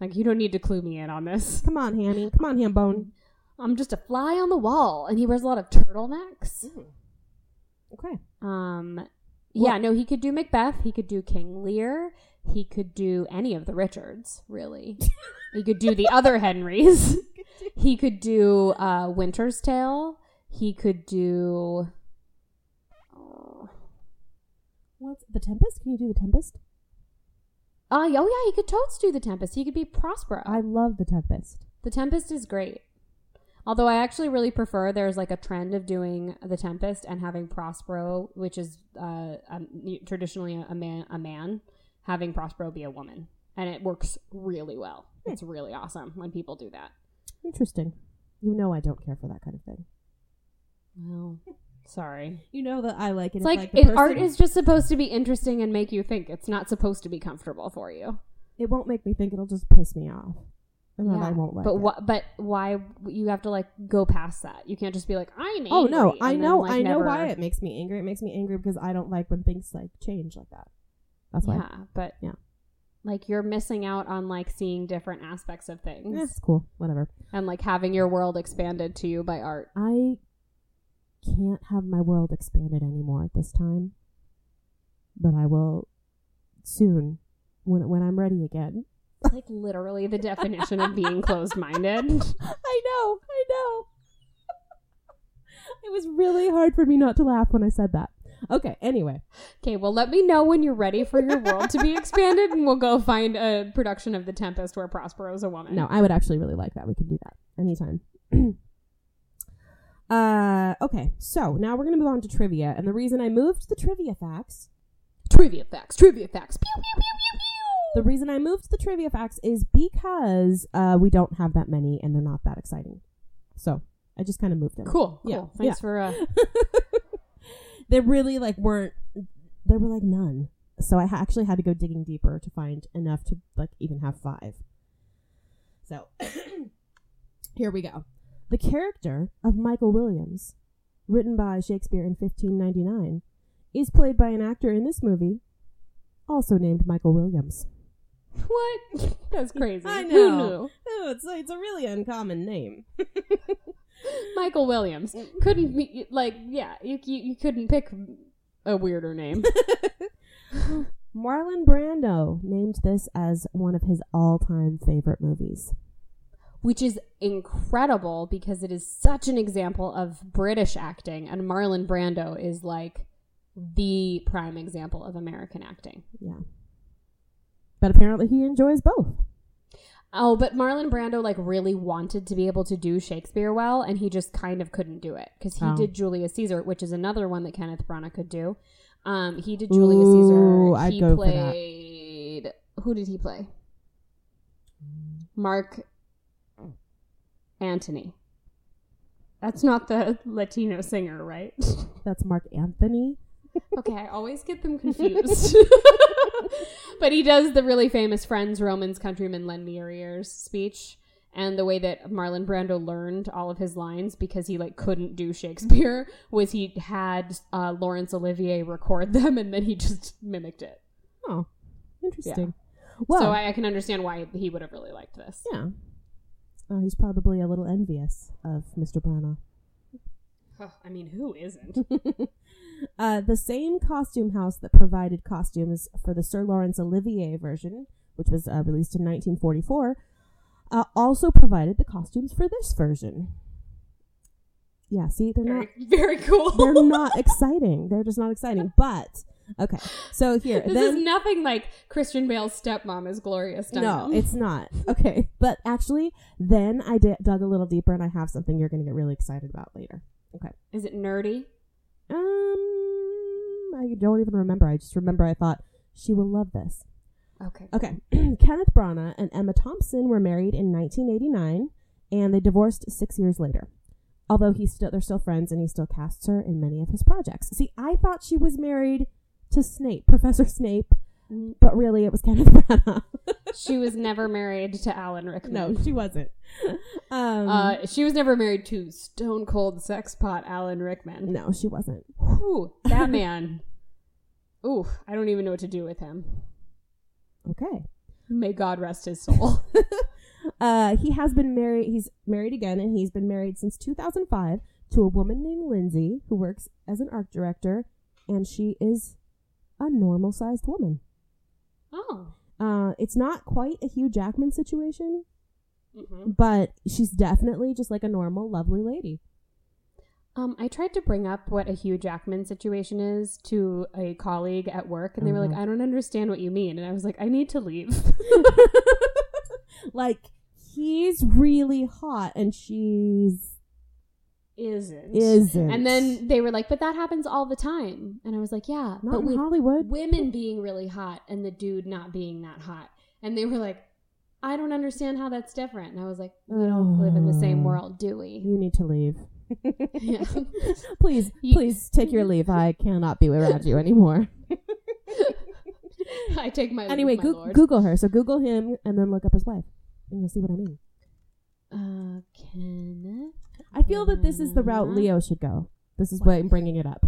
[SPEAKER 1] Like you don't need to clue me in on this.
[SPEAKER 2] Come on, Hammy. Come on, Hambone.
[SPEAKER 1] Mm-hmm. I'm just a fly on the wall, and he wears a lot of turtlenecks.
[SPEAKER 2] Okay.
[SPEAKER 1] Um, yeah, no, he could do Macbeth. He could do King Lear. He could do any of the Richards, really. he could do the other Henrys. he could do uh, Winter's Tale. He could do. oh,
[SPEAKER 2] What's the Tempest? Can you do the Tempest?
[SPEAKER 1] Uh, oh yeah, he could totes do the Tempest. He could be Prospero.
[SPEAKER 2] I love the Tempest.
[SPEAKER 1] the Tempest is great. Although I actually really prefer there's like a trend of doing the Tempest and having Prospero, which is uh, um, traditionally a man, a man, having Prospero be a woman, and it works really well.
[SPEAKER 2] Hmm.
[SPEAKER 1] It's really awesome when people do that.
[SPEAKER 2] Interesting. You know I don't care for that kind of thing.
[SPEAKER 1] Well, sorry.
[SPEAKER 4] You know that I like it.
[SPEAKER 1] It's
[SPEAKER 4] if,
[SPEAKER 1] like,
[SPEAKER 4] the
[SPEAKER 1] it, art
[SPEAKER 4] person-
[SPEAKER 1] is just supposed to be interesting and make you think. It's not supposed to be comfortable for you.
[SPEAKER 2] It won't make me think. It'll just piss me off, and then I won't like
[SPEAKER 1] but
[SPEAKER 2] it.
[SPEAKER 1] wha- but why you have to like go past that? You can't just be like, I'm angry.
[SPEAKER 2] Oh no, I
[SPEAKER 1] and then,
[SPEAKER 2] know,
[SPEAKER 1] like,
[SPEAKER 2] I know
[SPEAKER 1] never-
[SPEAKER 2] why it makes me angry. It makes me angry because I don't like when things like change like that. That's why.
[SPEAKER 1] yeah, but
[SPEAKER 2] Yeah.
[SPEAKER 1] like you're missing out on like seeing different aspects of things
[SPEAKER 2] Eh, it's cool. Whatever.
[SPEAKER 1] and like having your world expanded to you by art.
[SPEAKER 2] I can't have my world expanded anymore at this time, but I will soon when when I'm ready again.
[SPEAKER 1] It's like literally the definition of being closed-minded.
[SPEAKER 2] I know, I know. it was really hard for me not to laugh when I said that. Okay. Anyway,
[SPEAKER 1] Okay, well, let me know when you're ready for your world to be expanded, and we'll go find a production of The Tempest where Prospero's a woman.
[SPEAKER 2] no, I would actually really like that. We could do that anytime. uh, okay. So now we're gonna move on to trivia, and the reason I moved the trivia facts
[SPEAKER 1] Trivia facts, trivia facts. Pew, pew, pew,
[SPEAKER 2] The reason I moved the trivia facts is because uh, we don't have that many and they're not that exciting. So I just kind of moved them.
[SPEAKER 1] pew. Cool, cool.
[SPEAKER 2] Yeah,
[SPEAKER 1] Thanks
[SPEAKER 2] yeah.
[SPEAKER 1] for uh,
[SPEAKER 2] They really like weren't. There were like none. So I ha- actually had to go digging deeper to find enough to like even have five. So here we go. The character of Michael Williams, written by Shakespeare in 1599, is played by an actor in this movie, also named Michael Williams.
[SPEAKER 1] what? That's crazy.
[SPEAKER 2] I
[SPEAKER 1] Who
[SPEAKER 2] know.
[SPEAKER 1] knew?
[SPEAKER 2] Oh, it's it's a really uncommon name.
[SPEAKER 1] Michael Williams couldn't be like yeah. You, you you couldn't pick a weirder name.
[SPEAKER 2] Marlon Brando named this as one of his all-time favorite movies.
[SPEAKER 1] which is incredible because it is such an example of British acting, and Marlon Brando is like the prime example of American acting.
[SPEAKER 2] Yeah. But apparently he enjoys both.
[SPEAKER 1] Oh, but Marlon Brando like really wanted to be able to do Shakespeare well, and he just kind of couldn't do it because he
[SPEAKER 2] Oh.
[SPEAKER 1] did Julius Caesar, which is another one that Kenneth Branagh could do. Um, he did Julius Caesar.
[SPEAKER 2] Ooh, I'd
[SPEAKER 1] he
[SPEAKER 2] go for that.
[SPEAKER 1] played who did he play?
[SPEAKER 2] Mm.
[SPEAKER 1] Mark Antony. That's not the Latino singer, right?
[SPEAKER 2] That's Mark Anthony.
[SPEAKER 1] okay, I always get them confused. but he does the really famous friends, Romans, countrymen, lend me your ears speech. And the way that Marlon Brando learned all of his lines because he like couldn't do Shakespeare was he had uh, Laurence Olivier record them and then he just mimicked it.
[SPEAKER 2] Oh, interesting. Well,
[SPEAKER 1] so I, I can understand why he would have really liked this.
[SPEAKER 2] yeah. Uh, he's probably a little envious of Mr. Branagh.
[SPEAKER 1] Ugh, I mean, who isn't?
[SPEAKER 2] Uh, the same costume house that provided costumes for the Sir Laurence Olivier version, which was uh, released in 1944, uh, also provided the costumes for this version. Yeah, see, they're not
[SPEAKER 1] very, very cool.
[SPEAKER 2] they're not exciting. They're just not exciting. But okay, so here
[SPEAKER 1] this
[SPEAKER 2] then
[SPEAKER 1] is nothing like Christian Bale's stepmom is Gloria Steinem.
[SPEAKER 2] no, it's not okay. But actually, then I di- dug a little deeper, and I have something you're going to get really excited about later. Okay.
[SPEAKER 1] is it nerdy?
[SPEAKER 2] Um, I don't even remember. I just remember I thought she will love this.
[SPEAKER 1] Okay.
[SPEAKER 2] Okay. Kenneth Branagh and Emma Thompson were married in 1989 and they divorced 6 years later. Although he's still they're still friends and he still casts her in many of his projects. See, I thought she was married to Snape, Professor Snape, but really it was Kenneth Branagh.
[SPEAKER 1] she was never married to Alan Rickman.
[SPEAKER 2] no, she wasn't. Um
[SPEAKER 1] Uh, she was never married to Stone Cold Sex Pot Alan Rickman.
[SPEAKER 2] no, she wasn't.
[SPEAKER 1] Whew, that man. Ooh, I don't even know what to do with him.
[SPEAKER 2] Okay.
[SPEAKER 1] May God rest his soul.
[SPEAKER 2] Uh, he has been married. He's married again, and he's been married since 2005 to a woman named Lindsay, who works as an art director, and she is a normal-sized woman.
[SPEAKER 1] oh.
[SPEAKER 2] Uh, it's not quite a Hugh Jackman situation,
[SPEAKER 1] hmm
[SPEAKER 2] mm-hmm. but she's definitely just like a normal, lovely lady.
[SPEAKER 1] Um, I tried to bring up what a Hugh Jackman situation is to a colleague at work, and they
[SPEAKER 2] Mm-hmm.
[SPEAKER 1] were like, I don't understand what you mean. And I was like, I need to leave.
[SPEAKER 2] Like he's really hot and she's
[SPEAKER 1] Isn't.
[SPEAKER 2] isn't.
[SPEAKER 1] And then they were like, but that happens all the time. And I was like, yeah,
[SPEAKER 2] not
[SPEAKER 1] but
[SPEAKER 2] in
[SPEAKER 1] we
[SPEAKER 2] Hollywood.
[SPEAKER 1] women being really hot and the dude not being that hot. And they were like, I don't understand how that's different. And I was like, we don't live in the same
[SPEAKER 2] Oh.
[SPEAKER 1] world, do we?
[SPEAKER 2] You need to leave.
[SPEAKER 1] Yeah.
[SPEAKER 2] please,
[SPEAKER 1] Ye-
[SPEAKER 2] please take your leave. I cannot be around you anymore.
[SPEAKER 1] I take my
[SPEAKER 2] anyway,
[SPEAKER 1] my
[SPEAKER 2] goo-
[SPEAKER 1] lord.
[SPEAKER 2] Google her. So Google him and then look up his wife, and you'll see what I mean.
[SPEAKER 1] Uh, Kenneth?
[SPEAKER 2] I feel that this is the route
[SPEAKER 1] Mhm.
[SPEAKER 2] Leo should go. This is why I'm bringing it up.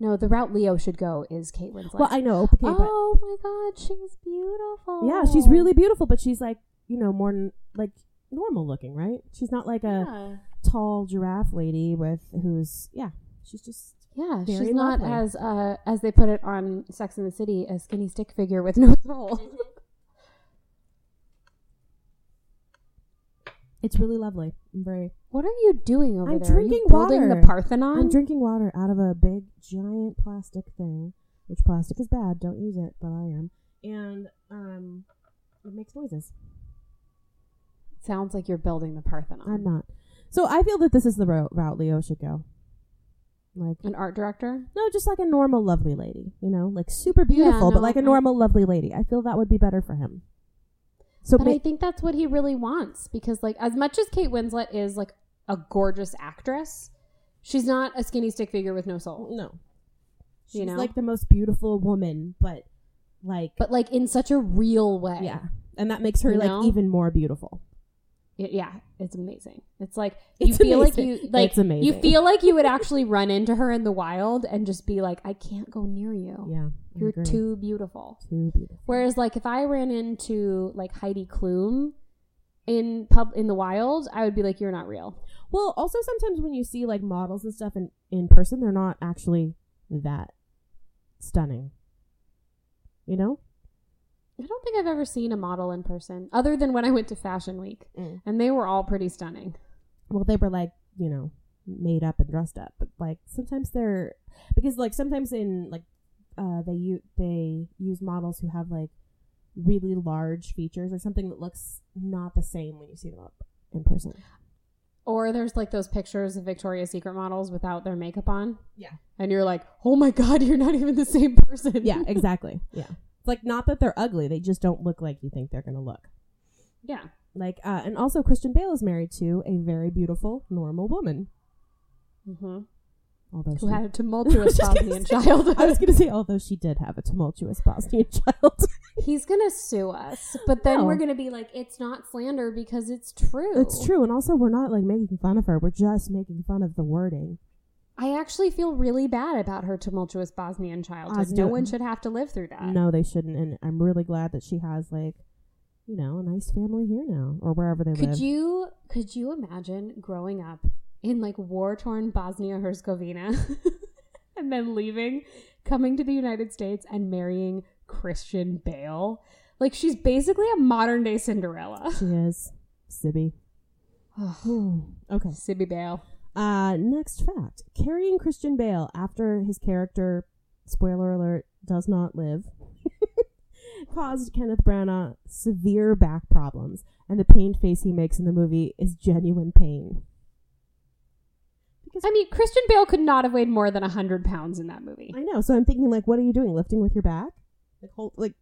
[SPEAKER 1] No, the route Leo should go is Kate Winslet.
[SPEAKER 2] Well, I know. Okay, but
[SPEAKER 1] oh my God, she's beautiful.
[SPEAKER 2] yeah, she's really beautiful, but she's like you know more n- like normal looking, right? She's not like a
[SPEAKER 1] Yeah,
[SPEAKER 2] tall giraffe lady with who's yeah. She's just
[SPEAKER 1] yeah
[SPEAKER 2] Very
[SPEAKER 1] she's not
[SPEAKER 2] lovely.
[SPEAKER 1] as uh, as they put it on Sex in the City, a skinny stick figure with no
[SPEAKER 2] Mm-hmm.
[SPEAKER 1] soul.
[SPEAKER 2] it's really lovely. I'm very
[SPEAKER 1] What are you doing over
[SPEAKER 2] I'm
[SPEAKER 1] there? Are you
[SPEAKER 2] drinking
[SPEAKER 1] building
[SPEAKER 2] water.
[SPEAKER 1] the Parthenon.
[SPEAKER 2] I'm drinking water out of a big giant plastic thing, which plastic is bad. Don't use it, but I am. And um, it makes noises.
[SPEAKER 1] Sounds like you're building the Parthenon.
[SPEAKER 2] I'm not. So I feel that this is the route, route Leo should go. Like
[SPEAKER 1] An art director?
[SPEAKER 2] no, just like a normal lovely lady, you know, like super beautiful,
[SPEAKER 1] no,
[SPEAKER 2] but like a
[SPEAKER 1] I-
[SPEAKER 2] normal lovely lady. I feel that would be better for him. So
[SPEAKER 1] But
[SPEAKER 2] ma-
[SPEAKER 1] I think that's what he really wants because, like, as much as Kate Winslet is like a gorgeous actress, she's not a skinny stick figure with no soul.
[SPEAKER 2] no, she's
[SPEAKER 1] You know?
[SPEAKER 2] like the most beautiful woman, but like
[SPEAKER 1] But like in such a real way.
[SPEAKER 2] yeah, and that makes her
[SPEAKER 1] You
[SPEAKER 2] like
[SPEAKER 1] know?
[SPEAKER 2] even more beautiful.
[SPEAKER 1] Y- yeah, it's amazing. It's like you
[SPEAKER 2] It's
[SPEAKER 1] feel
[SPEAKER 2] amazing.
[SPEAKER 1] like you like
[SPEAKER 2] It's amazing.
[SPEAKER 1] you feel like you would actually run into her in the wild and just be like, I can't go near you.
[SPEAKER 2] Yeah, I
[SPEAKER 1] Oh. You're
[SPEAKER 2] agree.
[SPEAKER 1] too beautiful.
[SPEAKER 2] too beautiful.
[SPEAKER 1] Whereas like if I ran into like Heidi Klum in pub in the wild, I would be like, You're not real.
[SPEAKER 2] Well, also sometimes when you see like models and stuff in in person, they're not actually that stunning. You know?
[SPEAKER 1] I don't think I've ever seen a model in person, other than when I went to Fashion Week,
[SPEAKER 2] Mm-hmm.
[SPEAKER 1] and they were all pretty stunning.
[SPEAKER 2] Well, they were like you know made up and dressed up, but like sometimes they're because like sometimes in like uh they u- they use models who have like really large features or something that looks not the same when you see them up in person.
[SPEAKER 1] Or there's like those pictures of Victoria's Secret models without their makeup on.
[SPEAKER 2] Yeah.
[SPEAKER 1] And you're like, oh my God, you're not even the same person.
[SPEAKER 2] Yeah, exactly. yeah. It's like not that they're ugly; they just don't look like you think they're gonna look.
[SPEAKER 1] yeah.
[SPEAKER 2] Like, uh, and also Christian Bale is married to a very beautiful, normal woman.
[SPEAKER 1] hmm
[SPEAKER 2] Although
[SPEAKER 1] Who
[SPEAKER 2] she-
[SPEAKER 1] had a
[SPEAKER 2] I was
[SPEAKER 1] tumultuous
[SPEAKER 2] just gonna
[SPEAKER 1] Bosnian
[SPEAKER 2] say-
[SPEAKER 1] childhood.
[SPEAKER 2] I was going to say, although she did have a tumultuous Bosnian child.
[SPEAKER 1] He's going to sue us, but then
[SPEAKER 2] No.
[SPEAKER 1] we're going to be like, it's not slander because it's true.
[SPEAKER 2] it's true, and also we're not like making fun of her; we're just making fun of the wording.
[SPEAKER 1] I actually feel really bad about her tumultuous Bosnian childhood.
[SPEAKER 2] do
[SPEAKER 1] no
[SPEAKER 2] it.
[SPEAKER 1] one should have to live through that.
[SPEAKER 2] No, they shouldn't, and I'm really glad that she has like, you know, a nice family here now or wherever they
[SPEAKER 1] Could
[SPEAKER 2] live.
[SPEAKER 1] you could you imagine growing up in like war torn Bosnia Herzegovina and then leaving, coming to the United States and marrying Christian Bale? Like she's basically a modern day Cinderella.
[SPEAKER 2] she is Sibby. okay.
[SPEAKER 1] Sibby Bale.
[SPEAKER 2] Uh, next fact: carrying Christian Bale after his character, spoiler alert, does not live, caused Kenneth Branagh severe back problems, and the pained face he makes in the movie is genuine pain. Because
[SPEAKER 1] I mean, Christian Bale could not have weighed more than hundred pounds in that movie.
[SPEAKER 2] I know, so I'm thinking like, what are you doing, lifting with your back? Like, hold, like,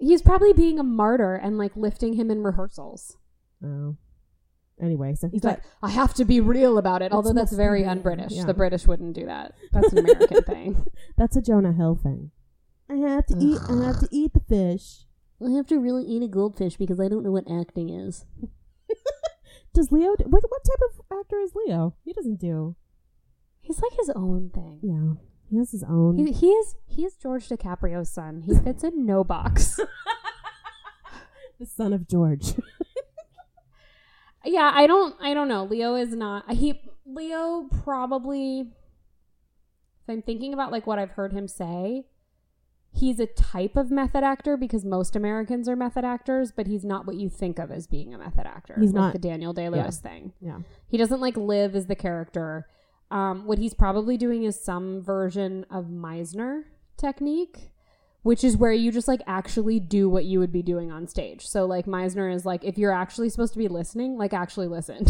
[SPEAKER 1] He's probably being a martyr and like lifting him in rehearsals.
[SPEAKER 2] oh. Anyway, so
[SPEAKER 1] He's like, I have to be real about it.
[SPEAKER 2] It's
[SPEAKER 1] Although that's
[SPEAKER 2] must
[SPEAKER 1] very
[SPEAKER 2] be real,
[SPEAKER 1] un-British.
[SPEAKER 2] yeah.
[SPEAKER 1] The British wouldn't do that. That's an American thing.
[SPEAKER 2] that's a Jonah Hill thing. I have to eat. I have to eat the fish.
[SPEAKER 1] I have to really eat a goldfish because I don't know what acting is.
[SPEAKER 2] Does Leo? do- What, what type of actor is Leo? He doesn't do.
[SPEAKER 1] He's like his own thing.
[SPEAKER 2] Yeah, he has his own.
[SPEAKER 1] He, he is he is George DiCaprio's son. He fits in no box.
[SPEAKER 2] the son of George.
[SPEAKER 1] yeah, I don't I don't know. Leo is not he Leo probably if I'm thinking about like what I've heard him say, he's a type of method actor because most Americans are method actors, but he's not what you think of as being a method actor.
[SPEAKER 2] He's
[SPEAKER 1] like
[SPEAKER 2] not.
[SPEAKER 1] the Daniel Day Lewis thing.
[SPEAKER 2] Yeah.
[SPEAKER 1] He doesn't like live as the character. Um, what he's probably doing is some version of Meisner technique, which is where you just like actually do what you would be doing on stage. So like Meisner is like if you're actually supposed to be listening, like actually listen.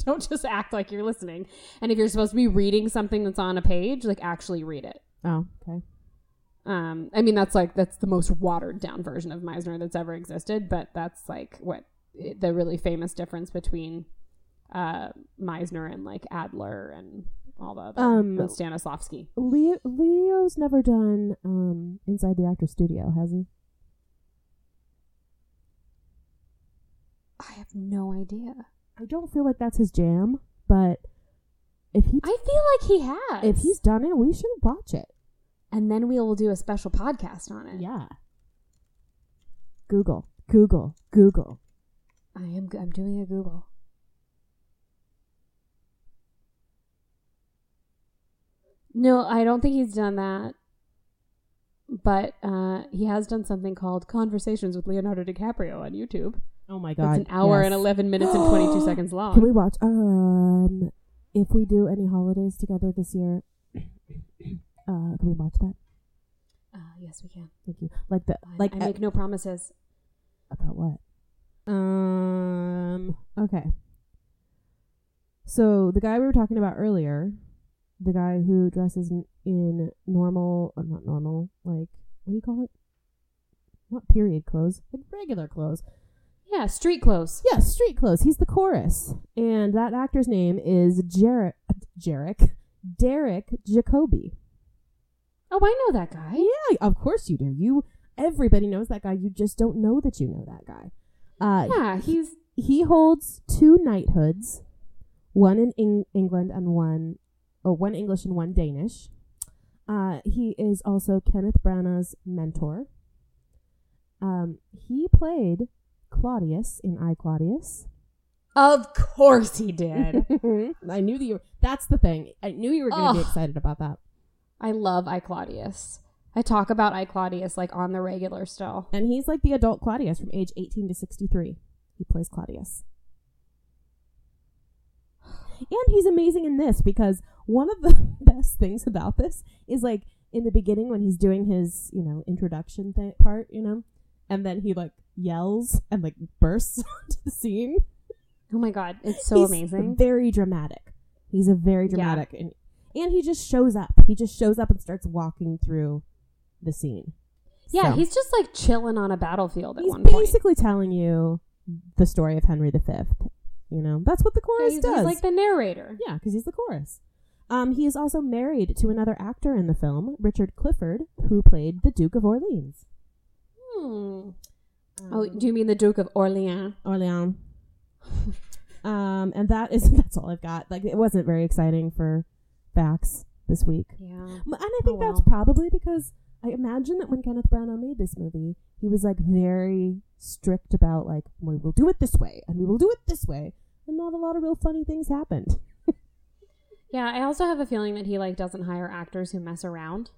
[SPEAKER 1] Don't just act like you're listening. And if you're supposed to be reading something that's on a page, like actually read it.
[SPEAKER 2] Oh, okay.
[SPEAKER 1] Um, I mean, that's like that's the most watered down version of Meisner that's ever existed, but that's like what eh, the really famous difference between uh, Meisner and like Adler and all the other
[SPEAKER 2] Um,
[SPEAKER 1] and Stanislavski.
[SPEAKER 2] Leo, Leo's never done um, Inside the Actor Studio, has he?
[SPEAKER 1] I have no idea.
[SPEAKER 2] I don't feel like that's his jam, but if he
[SPEAKER 1] I feel like he has.
[SPEAKER 2] if he's done it, we should watch it.
[SPEAKER 1] and then we will do a special podcast on it.
[SPEAKER 2] Yeah. Google, Google, Google.
[SPEAKER 1] I am. I'm doing a Google. No, I don't think he's done that. But uh, he has done something called Conversations with Leonardo DiCaprio on YouTube.
[SPEAKER 2] Oh my
[SPEAKER 1] That's an hour and 11 minutes and 22 seconds long. Uh,
[SPEAKER 2] Can we watch? Um, if we do any holidays together this year, uh, can we watch that?
[SPEAKER 1] uh, yes, we can.
[SPEAKER 2] Thank you. Like the
[SPEAKER 1] Fine.
[SPEAKER 2] like uh,
[SPEAKER 1] I make no promises.
[SPEAKER 2] About what? Um. Okay. So the guy we were talking about earlier, the guy who dresses in, in normal, uh, not normal, like what do you call it? Not period clothes, like regular clothes.
[SPEAKER 1] Yeah, street clothes.
[SPEAKER 2] Yeah, street clothes. He's the chorus, and that actor's name is Jarek. Jarek. Derek Jacobi.
[SPEAKER 1] Oh, I know that guy.
[SPEAKER 2] Yeah, of course you do. You everybody knows that guy. You just don't know that you know that guy. Uh,
[SPEAKER 1] Yeah, he's.
[SPEAKER 2] he holds two knighthoods, one in Eng- England and one, oh, one English and one Danish. Uh, he is also Kenneth Branagh's mentor. Um, he played Claudius in I Claudius.
[SPEAKER 1] Of course he did.
[SPEAKER 2] I knew that you. Were, that's the thing. I knew you were going to
[SPEAKER 1] Ugh.
[SPEAKER 2] be excited about that.
[SPEAKER 1] I love I Claudius. I talk about I Claudius like on the regular still.
[SPEAKER 2] And he's like the adult Claudius from age 18 to 63. He plays Claudius. And he's amazing in this because one of the best things about this is like in the beginning when he's doing his, you know, introduction th- part, you know, and then he like yells and like bursts onto the scene.
[SPEAKER 1] Oh my god, it's so
[SPEAKER 2] He's
[SPEAKER 1] amazing.
[SPEAKER 2] Very dramatic. He's a very
[SPEAKER 1] Yeah.
[SPEAKER 2] dramatic and and he just shows up. He just shows up and starts walking through the scene.
[SPEAKER 1] yeah,
[SPEAKER 2] So.
[SPEAKER 1] he's just like chilling on a battlefield at
[SPEAKER 2] he's
[SPEAKER 1] one point.
[SPEAKER 2] basically telling you the story of Henry V. You know, that's what the
[SPEAKER 1] Yeah,
[SPEAKER 2] chorus
[SPEAKER 1] he's, he's
[SPEAKER 2] does.
[SPEAKER 1] like the narrator.
[SPEAKER 2] yeah, because he's the chorus. Um, he is also married to another actor in the film, Richard Clifford, who played the Duke of Orleans.
[SPEAKER 1] Hmm. Oh, do you mean the Duke of Orleans?
[SPEAKER 2] Orleans. um, and that is that's all I've got. Like, it wasn't very exciting for facts this week.
[SPEAKER 1] Yeah.
[SPEAKER 2] M- And I think
[SPEAKER 1] Oh,
[SPEAKER 2] that's
[SPEAKER 1] well.
[SPEAKER 2] probably because I imagine that when Kenneth Branagh made this movie, he was like very strict about like we will do it this way and we will do it this way, and not a lot of real funny things happened.
[SPEAKER 1] Yeah, I also have a feeling that he like doesn't hire actors who mess around.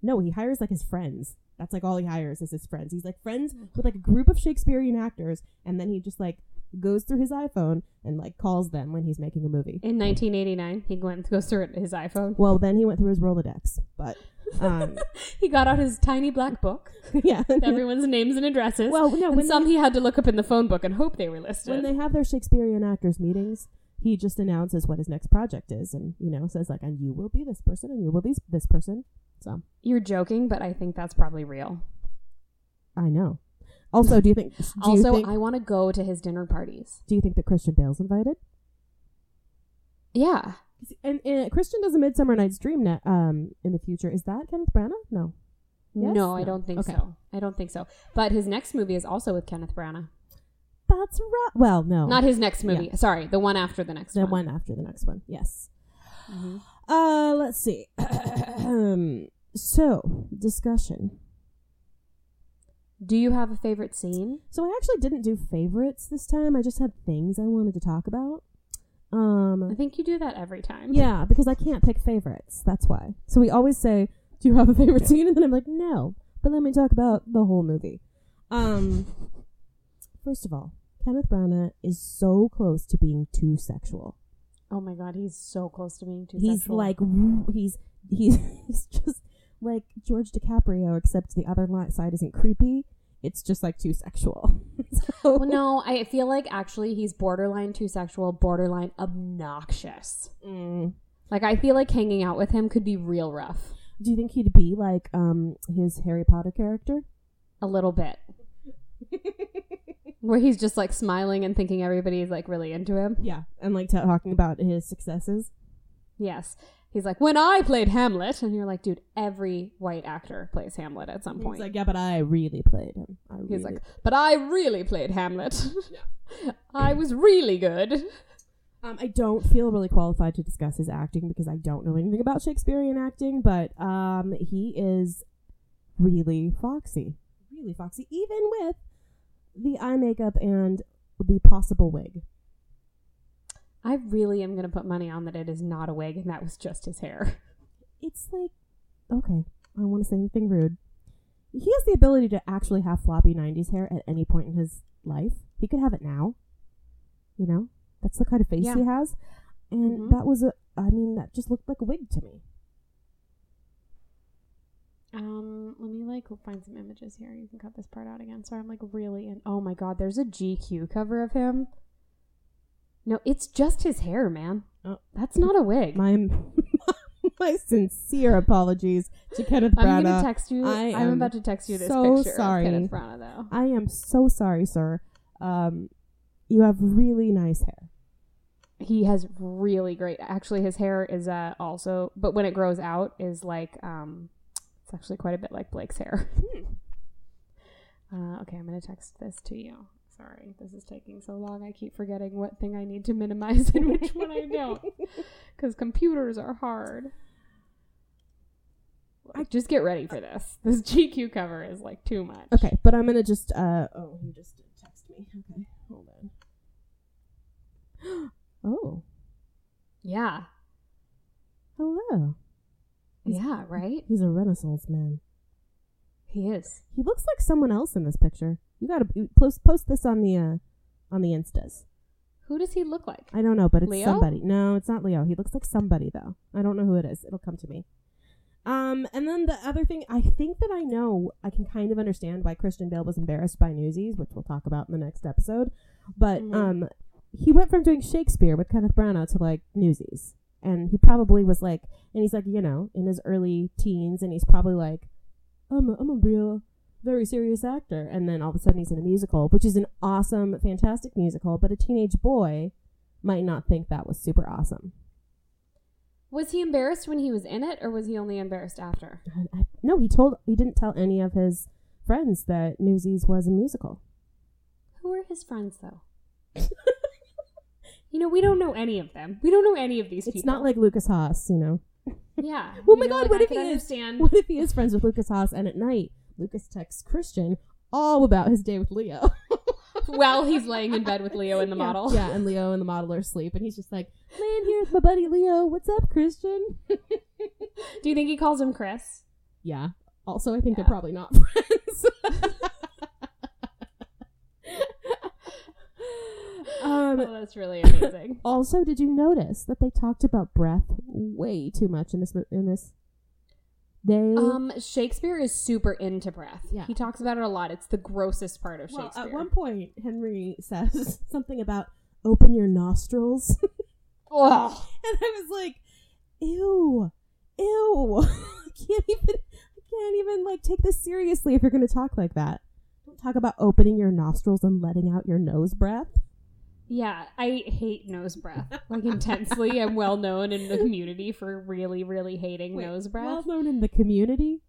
[SPEAKER 2] No, he hires like his friends. That's like all he hires is his friends. He's like friends with like a group of Shakespearean actors, and then he just like goes through his iPhone and like calls them when he's making a movie.
[SPEAKER 1] In 1989, he went goes through his iPhone.
[SPEAKER 2] Well, then he went through his Rolodex, but um,
[SPEAKER 1] He got out his tiny black book,
[SPEAKER 2] yeah.
[SPEAKER 1] with everyone's names and addresses.
[SPEAKER 2] Well, no,
[SPEAKER 1] and
[SPEAKER 2] when
[SPEAKER 1] some he had to look up in the phone book and hope they were listed.
[SPEAKER 2] when they have their Shakespearean actors meetings, he just announces what his next project is, and you know says like, "And you will be this person, and you will be this person." So
[SPEAKER 1] You're joking, but I think that's probably real.
[SPEAKER 2] I know. Also, do you think? Do you
[SPEAKER 1] Also,
[SPEAKER 2] think,
[SPEAKER 1] I want to go to his dinner parties.
[SPEAKER 2] do you think that Christian Bale's invited?
[SPEAKER 1] Yeah.
[SPEAKER 2] And, and Christian does a Midsummer Night's Dream na- um, in the future. Is that Kenneth Branagh? No. Yes?
[SPEAKER 1] No, I don't think
[SPEAKER 2] Okay.
[SPEAKER 1] so. I don't think so. But his next movie is also with Kenneth Branagh.
[SPEAKER 2] That's right. Well, no,
[SPEAKER 1] Not his next movie. Sorry, the one after the next
[SPEAKER 2] Oh. the
[SPEAKER 1] one. Mm-hmm.
[SPEAKER 2] one after the next one. Yes. Uh, let's see. so discussion.
[SPEAKER 1] Do you have a favorite scene?
[SPEAKER 2] So I actually didn't do favorites this time. I just had things I wanted to talk about.
[SPEAKER 1] I
[SPEAKER 2] Um,
[SPEAKER 1] think you do that every time.
[SPEAKER 2] yeah, because I can't pick favorites. That's why. So we always say, "Do you have a favorite scene?" And then I'm like, "No." But let me talk about the whole movie. Um, first of all, Kenneth Branagh is so close to being too sexual.
[SPEAKER 1] Oh my god, he's so close to being too
[SPEAKER 2] he's
[SPEAKER 1] sexual.
[SPEAKER 2] like he's he's he's just like George DiCaprio, except the other li- side isn't creepy. It's just like too sexual. so,
[SPEAKER 1] Well, no, I feel like actually he's borderline too sexual, borderline obnoxious.
[SPEAKER 2] Mm.
[SPEAKER 1] Like I feel like hanging out with him could be real rough.
[SPEAKER 2] do you think he'd be like um his Harry Potter character?
[SPEAKER 1] A little bit. Where he's just like smiling and thinking everybody's like really into him.
[SPEAKER 2] Yeah, and like talking about his successes.
[SPEAKER 1] Yes. He's like, when I played Hamlet, and you're like, dude, every white actor plays Hamlet at some point.
[SPEAKER 2] He's like, yeah, but I really played him. I really
[SPEAKER 1] He's like, but I really played Hamlet. I was really good.
[SPEAKER 2] Um, I don't feel really qualified to discuss his acting because I don't know anything about Shakespearean acting, but um, he is really foxy. Really foxy, even with the eye makeup and the possible wig.
[SPEAKER 1] I really am going to put money on that it is not a wig and that was just his hair.
[SPEAKER 2] It's like, okay, I don't want to say anything rude. He has the ability to actually have floppy 90s hair at any point in his life. He could have it now. You know? That's the kind of face
[SPEAKER 1] Yeah.
[SPEAKER 2] he has. And
[SPEAKER 1] Mhm.
[SPEAKER 2] that was a, I mean, that just looked like a wig to me.
[SPEAKER 1] Um, let me like find some images here. You can cut this part out again. Sorry, I'm like really in. Oh my god, there's a GQ cover of him. No, it's just his hair, man.
[SPEAKER 2] Oh.
[SPEAKER 1] That's not a wig.
[SPEAKER 2] My my sincere apologies to Kenneth Branagh.
[SPEAKER 1] I'm gonna text you.
[SPEAKER 2] I
[SPEAKER 1] I
[SPEAKER 2] am
[SPEAKER 1] am about to text you this
[SPEAKER 2] so
[SPEAKER 1] picture
[SPEAKER 2] sorry.
[SPEAKER 1] of Kenneth Branagh, though.
[SPEAKER 2] I am so sorry, sir. Um, you have really nice hair.
[SPEAKER 1] He has really great. Actually, his hair is uh, also, but when it grows out, is like um, it's actually quite a bit like Blake's hair. Uh, okay, I'm gonna text this to you. Sorry, this is taking so long. I keep forgetting what thing I need to minimize and which one I don't, because computers are hard. I just get ready for this. This GQ cover is like too much.
[SPEAKER 2] Okay, but I'm gonna just. Uh, oh, he just texted me. Okay, hold on. Oh,
[SPEAKER 1] Yeah.
[SPEAKER 2] hello.
[SPEAKER 1] Yeah. Right.
[SPEAKER 2] He's a Renaissance man.
[SPEAKER 1] He is.
[SPEAKER 2] He looks like someone else in this picture. You gotta you post post this on the uh, on the instas.
[SPEAKER 1] Who does he look like?
[SPEAKER 2] I don't know, but it's
[SPEAKER 1] Leo?
[SPEAKER 2] somebody. No, it's not Leo. He looks like somebody though. I don't know who it is. It'll come to me. Um, and then the other thing, I think that I know, I can kind of understand why Christian Bale was embarrassed by Newsies, which we'll talk about in the next episode. But
[SPEAKER 1] Mhm.
[SPEAKER 2] um, he went from doing Shakespeare with Kenneth Branagh to like Newsies, and he probably was like, and he's like, you know, in his early teens, and he's probably like, I'm a, I'm a real, very serious actor, and then all of a sudden he's in a musical, which is an awesome, fantastic musical, but a teenage boy might not think that was super awesome.
[SPEAKER 1] Was he embarrassed when he was in it, or was he only embarrassed after?
[SPEAKER 2] I- I- no, he told he didn't tell any of his friends that Newsies was a musical.
[SPEAKER 1] Who were his friends, though? you know, we don't know any of them. We don't know any of these
[SPEAKER 2] It's
[SPEAKER 1] people.
[SPEAKER 2] not like Lucas Haas, you know.
[SPEAKER 1] yeah.
[SPEAKER 2] Oh
[SPEAKER 1] You
[SPEAKER 2] my
[SPEAKER 1] know,
[SPEAKER 2] God,
[SPEAKER 1] like,
[SPEAKER 2] what
[SPEAKER 1] I
[SPEAKER 2] if
[SPEAKER 1] could
[SPEAKER 2] he is?
[SPEAKER 1] understand?
[SPEAKER 2] What if he is friends with Lucas Haas and at night Lucas texts Christian all about his day with Leo
[SPEAKER 1] While he's laying in bed with Leo and the
[SPEAKER 2] Yeah,
[SPEAKER 1] model.
[SPEAKER 2] Yeah, and Leo and the model are asleep, and he's just like, "Man, here's my buddy Leo. What's up, Christian?"
[SPEAKER 1] Do you think he calls him Chris?
[SPEAKER 2] Yeah. Also, I think
[SPEAKER 1] Yeah.
[SPEAKER 2] they're probably not friends. um,
[SPEAKER 1] oh, that's really amazing.
[SPEAKER 2] Also, did you notice that they talked about breath way too much in this mo- in this? They
[SPEAKER 1] um, Shakespeare is super into breath.
[SPEAKER 2] Oh. Yeah.
[SPEAKER 1] He talks about it a lot. It's the grossest part of
[SPEAKER 2] well,
[SPEAKER 1] Shakespeare.
[SPEAKER 2] at one point Henry says something about open your nostrils,
[SPEAKER 1] Ugh.
[SPEAKER 2] and I was like, ew, ew, I can't even, I can't even like take this seriously if you're going to talk like that. Don't talk about opening your nostrils and letting out your nose breath.
[SPEAKER 1] Yeah, I hate nose breath. Like intensely. I'm well known in the community for really, really hating
[SPEAKER 2] Wait,
[SPEAKER 1] nose breath.
[SPEAKER 2] Well known in the community.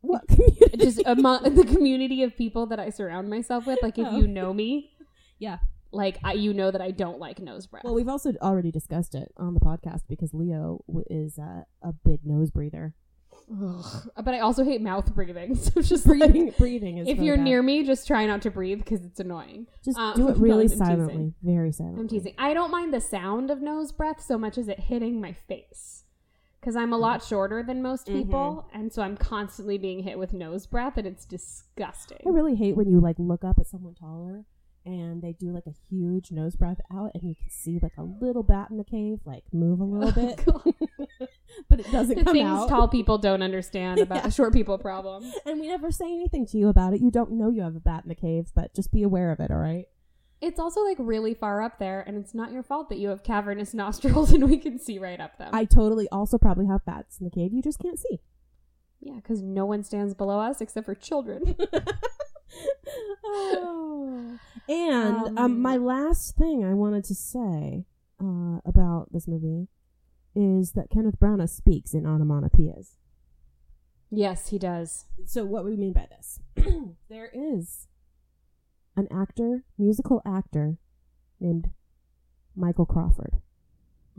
[SPEAKER 2] What community?
[SPEAKER 1] just among the community of people that I surround myself with. Like if
[SPEAKER 2] Oh.
[SPEAKER 1] you know me,
[SPEAKER 2] Yeah.
[SPEAKER 1] like I, you know that I don't like nose breath.
[SPEAKER 2] Well, we've also already discussed it on the podcast because Leo w- is uh, a big nose breather.
[SPEAKER 1] Ugh. but I also hate mouth breathing. So it's just
[SPEAKER 2] Breathing,
[SPEAKER 1] like,
[SPEAKER 2] breathing is
[SPEAKER 1] if
[SPEAKER 2] really
[SPEAKER 1] you're
[SPEAKER 2] bad.
[SPEAKER 1] near me, just try not to breathe because it's annoying.
[SPEAKER 2] just
[SPEAKER 1] um,
[SPEAKER 2] do it
[SPEAKER 1] no,
[SPEAKER 2] really
[SPEAKER 1] I'm teasing.
[SPEAKER 2] silently, very silently.
[SPEAKER 1] I'm teasing. I don't mind the sound of nose breath so much as it hitting my face. because I'm a
[SPEAKER 2] Mm.
[SPEAKER 1] lot shorter than most
[SPEAKER 2] Mm-hmm.
[SPEAKER 1] people, and so I'm constantly being hit with nose breath, and it's disgusting.
[SPEAKER 2] I really hate when you like look up at someone taller and they do like a huge nose breath out and you can see like a little bat in the cave like move a little bit but it doesn't
[SPEAKER 1] Oh, the
[SPEAKER 2] come
[SPEAKER 1] things
[SPEAKER 2] out
[SPEAKER 1] tall people don't understand about
[SPEAKER 2] Yeah.
[SPEAKER 1] the short people problem.
[SPEAKER 2] and we never say anything to you about it you don't know you have a bat in the cave but just be aware of it all right
[SPEAKER 1] It's also like really far up there, and it's not your fault that you have cavernous nostrils and we can see right up them.
[SPEAKER 2] i totally also probably have bats in the cave you just can't see
[SPEAKER 1] yeah, because no one stands below us except for children.
[SPEAKER 2] oh. And um,
[SPEAKER 1] Um,
[SPEAKER 2] my last thing I wanted to say uh, about this movie is that Kenneth Branagh speaks in onomatopoeias.
[SPEAKER 1] yes, he does.
[SPEAKER 2] So, what we mean by this? there is an actor, musical actor, named Michael Crawford,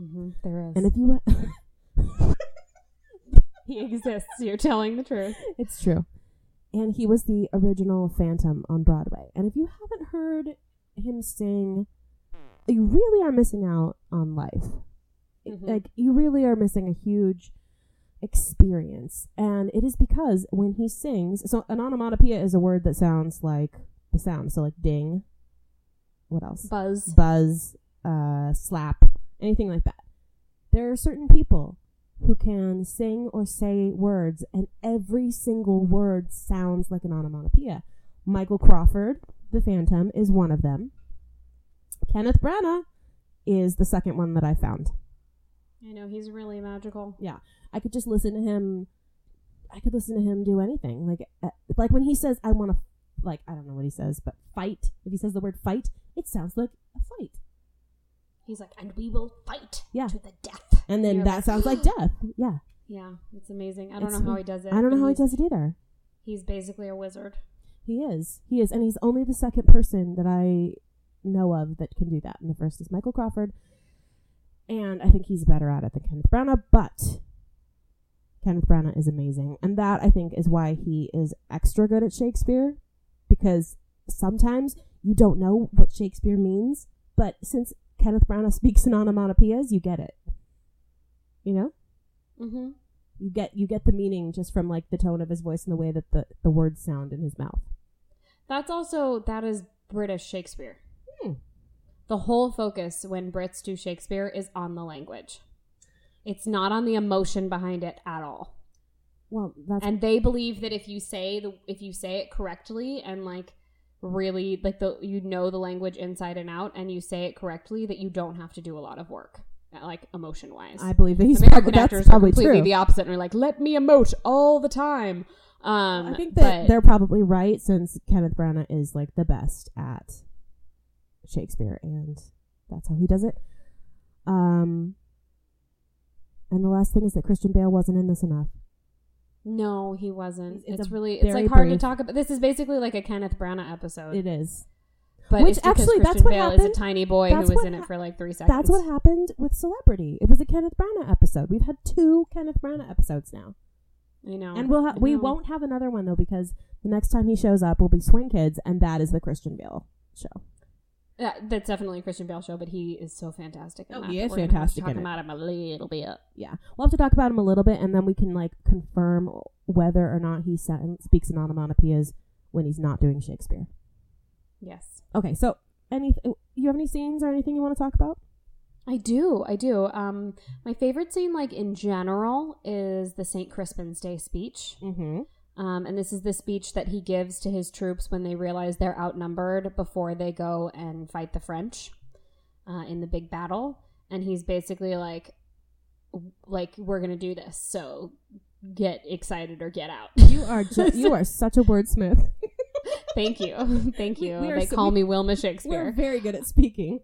[SPEAKER 1] Mm-hmm, there is.
[SPEAKER 2] and if you,
[SPEAKER 1] he exists. You're telling the truth.
[SPEAKER 2] it's true, and he was the original Phantom on Broadway. And if you haven't heard him sing, you really are missing out on life. It-
[SPEAKER 1] Mhm.
[SPEAKER 2] like you really are missing a huge experience and it is because when he sings so an onomatopoeia is a word that sounds like the sound so like ding what else
[SPEAKER 1] Buzz.
[SPEAKER 2] buzz uh slap anything like that there are certain people who can sing or say words and every single word sounds like an onomatopoeia michael crawford the phantom is one of them kenneth branagh is the second one that i found
[SPEAKER 1] I know he's really magical.
[SPEAKER 2] yeah i could just listen to him i could listen to him do anything like uh, like when he says i want to like i don't know what he says but fight if he says the word fight it sounds like a fight
[SPEAKER 1] He's like, and we will fight
[SPEAKER 2] Yeah.
[SPEAKER 1] to the death.
[SPEAKER 2] and then
[SPEAKER 1] You're
[SPEAKER 2] that
[SPEAKER 1] like,
[SPEAKER 2] sounds like death yeah
[SPEAKER 1] Yeah, it's amazing. I don't
[SPEAKER 2] It's-
[SPEAKER 1] know how he does it.
[SPEAKER 2] i don't know
[SPEAKER 1] but
[SPEAKER 2] how he
[SPEAKER 1] he's-
[SPEAKER 2] does it either
[SPEAKER 1] He's basically a wizard.
[SPEAKER 2] he is he is and he's only the second person that i know of that can do that and the first is michael crawford and i think he's better at it than kenneth branagh but Kenneth Branagh is amazing. And that, I think, is why he is extra good at Shakespeare because sometimes you don't know what Shakespeare means, but since Kenneth Branagh speaks in onomatopoeias, you get it. You know?
[SPEAKER 1] Mm-hmm.
[SPEAKER 2] You get you get the meaning just from like the tone of his voice and the way that the, the words sound in his mouth.
[SPEAKER 1] That's also that is British Shakespeare.
[SPEAKER 2] Hmm.
[SPEAKER 1] The whole focus when Brits do Shakespeare is on the language. It's not on the emotion behind it at all.
[SPEAKER 2] Well, that's
[SPEAKER 1] And they believe that if you say the if you say it correctly and like really like the you know the language inside and out and you say it correctly that you don't have to do a lot of work uh, like emotion wise.
[SPEAKER 2] I believe that he's
[SPEAKER 1] American
[SPEAKER 2] probably, that's
[SPEAKER 1] actors are
[SPEAKER 2] probably
[SPEAKER 1] completely
[SPEAKER 2] true.
[SPEAKER 1] the opposite and are like, let me emote all the time. Um,
[SPEAKER 2] I think that
[SPEAKER 1] but-
[SPEAKER 2] they're probably right since Kenneth Branagh is like the best at Shakespeare and that's how he does it. Um and the last thing is that Christian Bale wasn't in this enough.
[SPEAKER 1] No, he wasn't.
[SPEAKER 2] It's
[SPEAKER 1] It's,
[SPEAKER 2] a
[SPEAKER 1] really it's
[SPEAKER 2] very
[SPEAKER 1] like hard to
[SPEAKER 2] brief-
[SPEAKER 1] talk about. This is basically like a Kenneth Branagh episode,
[SPEAKER 2] It is.
[SPEAKER 1] but
[SPEAKER 2] Which
[SPEAKER 1] it's because
[SPEAKER 2] actually, that's
[SPEAKER 1] Christian
[SPEAKER 2] what
[SPEAKER 1] Bale
[SPEAKER 2] happened.
[SPEAKER 1] is a tiny boy
[SPEAKER 2] That's
[SPEAKER 1] who was
[SPEAKER 2] what
[SPEAKER 1] in it
[SPEAKER 2] hap-
[SPEAKER 1] for like three seconds.
[SPEAKER 2] That's what happened with Celebrity. It was a Kenneth Branagh episode. We've had two Kenneth Branagh episodes now.
[SPEAKER 1] I know.
[SPEAKER 2] and we'll ha-
[SPEAKER 1] I
[SPEAKER 2] we
[SPEAKER 1] know.
[SPEAKER 2] won't have another one though because the next time he shows up will be Swing Kids and that is the Christian Bale show.
[SPEAKER 1] Yeah, that's definitely a Christian Bale show, but he is so fantastic. in
[SPEAKER 2] Oh,
[SPEAKER 1] that.
[SPEAKER 2] he is
[SPEAKER 1] We're gonna have to
[SPEAKER 2] fantastic
[SPEAKER 1] Talk
[SPEAKER 2] in it.
[SPEAKER 1] about him a little bit.
[SPEAKER 2] yeah we'll have to talk about him a little bit and then we can like confirm whether or not he sen- speaks in onomatopoeias when he's not doing shakespeare
[SPEAKER 1] Yes,
[SPEAKER 2] okay so any uh, you have any scenes or anything you want to talk about
[SPEAKER 1] I do. I do. Um, my favorite scene, like in general, is the Saint Crispin's Day speech.
[SPEAKER 2] mm-hmm
[SPEAKER 1] Um, and this is the speech that he gives to his troops when they realize they're outnumbered before they go and fight the French uh, in the big battle. And he's basically like, w- like we're gonna do this, so get excited or get out.
[SPEAKER 2] you are ju- you are such a wordsmith
[SPEAKER 1] Thank you, thank you.
[SPEAKER 2] We are
[SPEAKER 1] they
[SPEAKER 2] so-
[SPEAKER 1] call me Wilma
[SPEAKER 2] we're
[SPEAKER 1] Shakespeare.
[SPEAKER 2] very good at speaking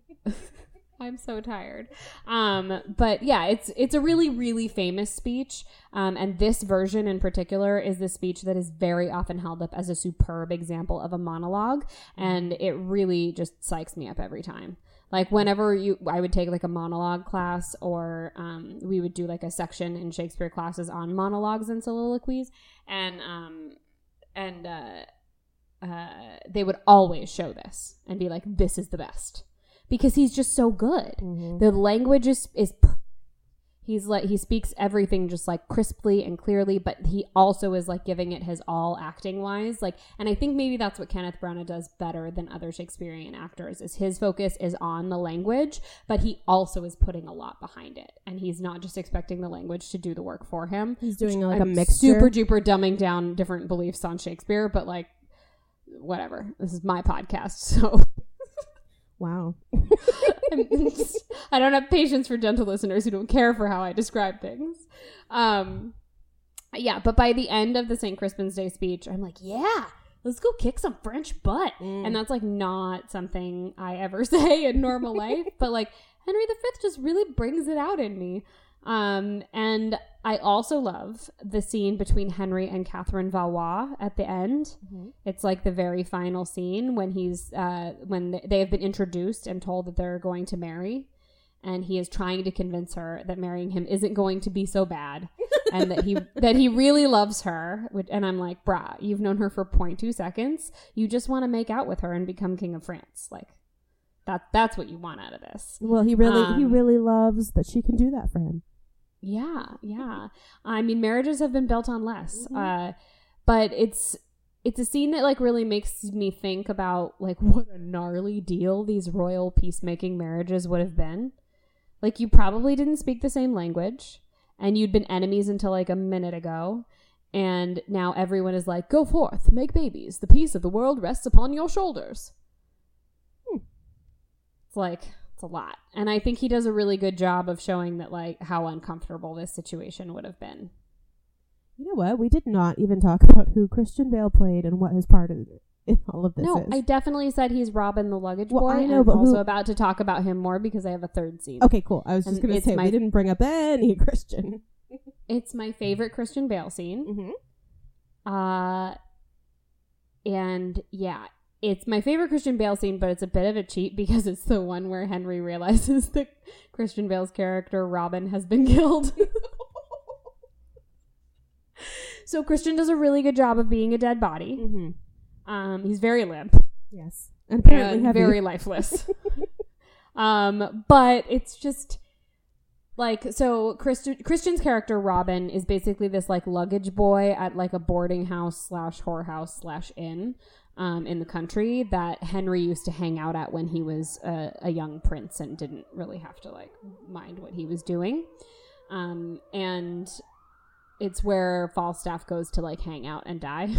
[SPEAKER 1] I'm so tired. Um, but yeah, it's it's a really really famous speech, um, and this version in particular is the speech that is very often held up as a superb example of a monologue, and it really just psychs me up every time. Like whenever you, I would take like a monologue class, or um, we would do like a section in Shakespeare classes on monologues and soliloquies, and um, and uh, uh, they would always show this and be like, "This
[SPEAKER 2] Mm-hmm.
[SPEAKER 1] is the best," because he's just so good. The language is is. per- He's like he speaks everything just like crisply and clearly, but he also is like giving it his all acting wise. Like, and I think maybe that's what Kenneth Branagh does better than other Shakespearean actors is his focus is on the language, but he also is putting a lot behind it, and he's not just expecting the language to do the work for him.
[SPEAKER 2] He's doing like
[SPEAKER 1] I'm
[SPEAKER 2] a mixture.
[SPEAKER 1] super duper dumbing down different beliefs on Shakespeare, but like whatever. This is my podcast, so
[SPEAKER 2] wow.
[SPEAKER 1] I'm just- I don't have patience for gentle listeners who don't care for how I describe things. Um, yeah, but by the end of the St. Crispin's Day speech, I'm like, yeah, let's go kick some French butt. And that's like not something I ever say in normal life, but like Henry V just really brings it out in me. Um, and I also love the scene between Henry and Catherine Valois at the end.
[SPEAKER 2] Mm-hmm.
[SPEAKER 1] It's like the very final scene when he's uh, when th- they have been introduced and told that they're going to marry, and he is trying to convince her that marrying him isn't going to be so bad, and that he that he really loves her. Which, and I'm like, brah, you've known her for 0.2 seconds. You just want to make out with her and become king of France. Like that that's what you want out of this.
[SPEAKER 2] Well, he really he
[SPEAKER 1] Um,
[SPEAKER 2] really loves that she can do that for him.
[SPEAKER 1] Yeah, yeah. I mean, marriages have been built on less, uh, but it's it's a scene that like really makes me think about like what a gnarly deal these royal peacemaking marriages would have been. Like you probably didn't speak the same language, and you'd been enemies until like a minute ago, and now everyone is like, "Go forth, make babies. The peace of the world rests upon your shoulders." it's like it's a lot and i think he does a really good job of showing that like how uncomfortable this situation would have been
[SPEAKER 2] You know what? We did not even talk about who Christian Bale played and what his part in, in all of this
[SPEAKER 1] no
[SPEAKER 2] is.
[SPEAKER 1] i definitely said he's robin the luggage
[SPEAKER 2] Well,
[SPEAKER 1] boy
[SPEAKER 2] I
[SPEAKER 1] and
[SPEAKER 2] know,
[SPEAKER 1] i'm
[SPEAKER 2] but who-
[SPEAKER 1] also about to talk about him more because i have a third scene
[SPEAKER 2] okay, cool. I was just
[SPEAKER 1] And
[SPEAKER 2] gonna
[SPEAKER 1] it's
[SPEAKER 2] say
[SPEAKER 1] my-
[SPEAKER 2] we didn't bring up any Christian.
[SPEAKER 1] it's my favorite christian bale scene
[SPEAKER 2] Mm-hmm.
[SPEAKER 1] uh and yeah it's my favorite christian bale scene but it's a bit of a cheat because it's the one where henry realizes that christian bale's character robin has been killed so christian does a really good job of being a dead body
[SPEAKER 2] Mm-hmm.
[SPEAKER 1] Um, he's very limp
[SPEAKER 2] Yes, and apparently
[SPEAKER 1] and
[SPEAKER 2] heavy.
[SPEAKER 1] very lifeless. um, but it's just like so. Christian, Christian's character Robin is basically this like luggage boy at like a boarding house slash whorehouse slash inn um, in the country that Henry used to hang out at when he was a, a young prince and didn't really have to like mind what he was doing. Um, and it's where Falstaff goes to like hang out and die.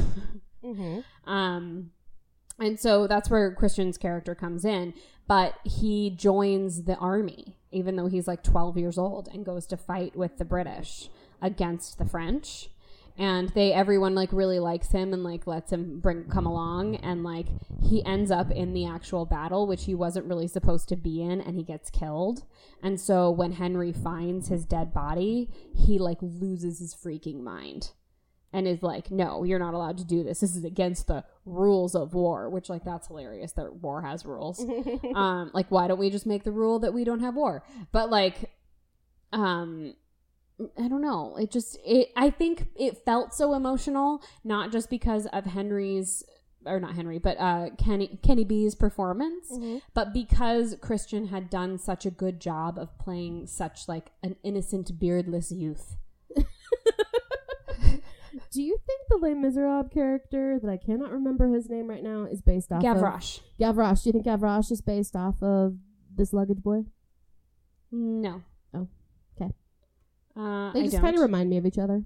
[SPEAKER 2] Mm-hmm.
[SPEAKER 1] Um, and so that's where Christian's character comes in, but he joins the army, even though he's like 12 years old, and goes to fight with the British against the French. And they, everyone like really likes him and like lets him bring come along, and like he ends up in the actual battle, which he wasn't really supposed to be in, and he gets killed. And so when Henry finds his dead body, he like loses his freaking mind and is like, no, you're not allowed to do this. This is against the rules of war, which, like, that's hilarious that war has rules.
[SPEAKER 2] Mm-hmm.
[SPEAKER 1] um, like, why don't we just make the rule that we don't have war? But, like, um, I don't know. It just, it, I think it felt so emotional, not just because of Henry's, or not Henry, but uh, Kenny, Kenny B's performance,
[SPEAKER 2] Mm.
[SPEAKER 1] but because Christian had done such a good job of playing such, like, an innocent, beardless youth.
[SPEAKER 2] Do you think the Les Miserables character that I cannot remember his name right now is based off of
[SPEAKER 1] Gavroche.
[SPEAKER 2] Gavroche? Do you think Gavroche is based off of this luggage boy?
[SPEAKER 1] No.
[SPEAKER 2] Oh, okay.
[SPEAKER 1] Uh,
[SPEAKER 2] They
[SPEAKER 1] I
[SPEAKER 2] just
[SPEAKER 1] don't.
[SPEAKER 2] kind of remind me of each other.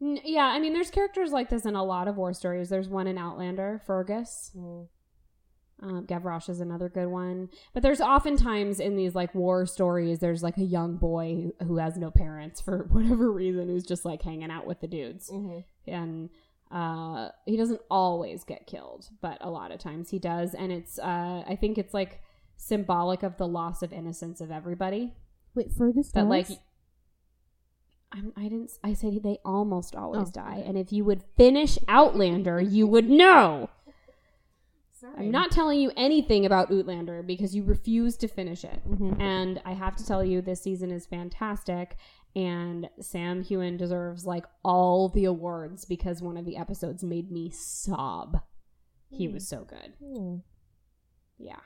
[SPEAKER 1] N- yeah, I mean, there's characters like this in a lot of war stories. There's one in Outlander, Fergus. Um, Gavroche is another good one. But there's oftentimes in these like war stories, there's like a young boy who, who has no parents for whatever reason, who's just like hanging out with the dudes. And uh, he doesn't always get killed, but a lot of times he does. And it's, uh, I think it's like symbolic of the loss of innocence of everybody.
[SPEAKER 2] Wait, Fergus.
[SPEAKER 1] But like,
[SPEAKER 2] dies?
[SPEAKER 1] I'm, I didn't. I said they almost always
[SPEAKER 2] Oh.
[SPEAKER 1] die, and if you would finish Outlander, you would know. I'm not telling you anything about Outlander because you refuse to finish it.
[SPEAKER 2] Mhm.
[SPEAKER 1] And I have to tell you, this season is fantastic, and Sam Hewen deserves like all the awards because one of the episodes made me Mm-hmm. sob. He was so good.
[SPEAKER 2] Hmm.
[SPEAKER 1] Yeah.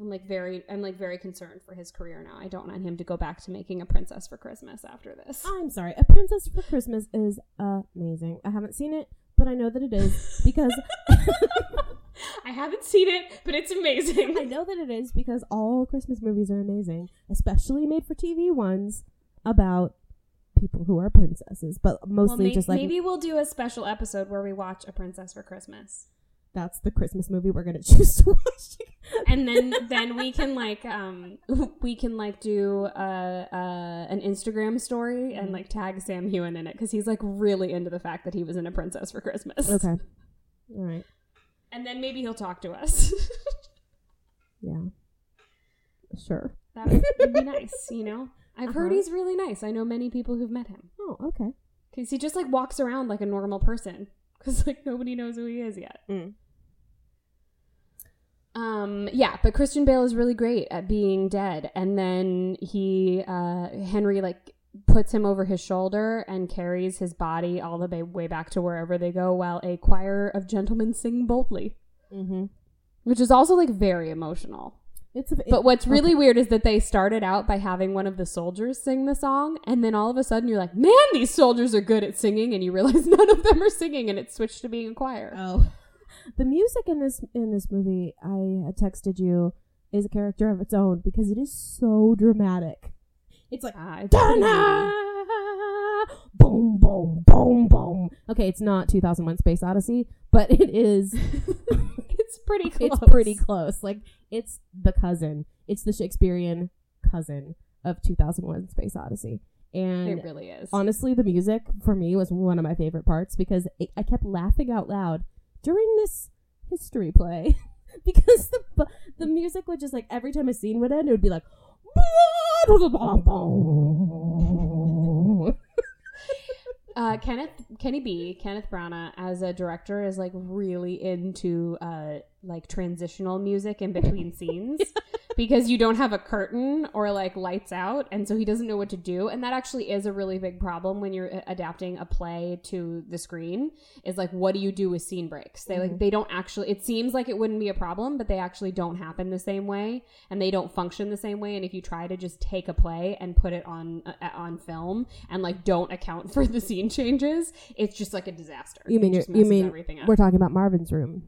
[SPEAKER 1] I'm like very I'm like very concerned for his career now. I don't want him to go back to making a princess for Christmas after this.
[SPEAKER 2] I'm sorry. A Princess for Christmas is amazing. I haven't seen it, but I know that it is because
[SPEAKER 1] I haven't seen it, but it's amazing.
[SPEAKER 2] I know that it is because all Christmas movies are amazing, especially made for TV ones about people who are princesses, but mostly
[SPEAKER 1] Well, may-
[SPEAKER 2] just like
[SPEAKER 1] maybe we'll do a special episode where we watch A Princess for Christmas,
[SPEAKER 2] that's the Christmas movie we're going to choose to watch.
[SPEAKER 1] and then then we can like um we can like do uh, uh an Instagram story
[SPEAKER 2] Mm-hmm.
[SPEAKER 1] and like tag Sam Hewen in it because he's like really into the fact that he was in A Princess for Christmas.
[SPEAKER 2] okay. All right.
[SPEAKER 1] and then maybe he'll talk to us.
[SPEAKER 2] Yeah. Sure.
[SPEAKER 1] that would would be nice, you know. I've heard
[SPEAKER 2] Uh-huh.
[SPEAKER 1] he's really nice. I know many people who've met him
[SPEAKER 2] Oh, okay.
[SPEAKER 1] because he just like walks around like a normal person because like nobody knows who he is yet.
[SPEAKER 2] Mm.
[SPEAKER 1] Um, yeah, but Christian Bale is really great at being dead, and then he uh, Henry like puts him over his shoulder and carries his body all the ba- way back to wherever they go, while a choir of gentlemen sing boldly,
[SPEAKER 2] Mm-hmm.
[SPEAKER 1] which is also like very emotional.
[SPEAKER 2] It's a,
[SPEAKER 1] But what's really
[SPEAKER 2] okay.
[SPEAKER 1] weird is that they started out by having one of the soldiers sing the song, and then all of a sudden you're like, man, these soldiers are good at singing, and you realize none of them are singing, and it switched to being a choir.
[SPEAKER 2] Oh. The music in this in this movie, I had texted you, is a character of its own because it is so dramatic. It's like
[SPEAKER 1] Ah, it's pretty meaty.
[SPEAKER 2] "Da-na!" boom, boom, boom, boom. Okay, it's not 2001: Space Odyssey, but it is.
[SPEAKER 1] it's pretty close.
[SPEAKER 2] It's pretty close. Like it's the cousin. It's the Shakespearean cousin of 2001: Space Odyssey, and
[SPEAKER 1] It really is.
[SPEAKER 2] honestly the music for me was one of my favorite parts because it, i kept laughing out loud during this history play because the bu- the music would just like every time a scene would end it would be like
[SPEAKER 1] uh, Kenneth Kenny B Kenneth Branagh as a director is like really into uh, like transitional music in between scenes because you don't have a curtain or like lights out, and so he doesn't know what to do. And that actually is a really big problem when you're uh, adapting a play to the screen. Is like, what do you do with scene breaks? They
[SPEAKER 2] Mm-hmm.
[SPEAKER 1] like they don't actually. It seems like it wouldn't be a problem, but they actually don't happen the same way, and they don't function the same way. And if you try to just take a play and put it on uh, on film and like don't account for the scene changes, it's just like a disaster.
[SPEAKER 2] You mean
[SPEAKER 1] it just
[SPEAKER 2] you're- you
[SPEAKER 1] messes
[SPEAKER 2] mean
[SPEAKER 1] everything up?
[SPEAKER 2] we're talking about marvin's room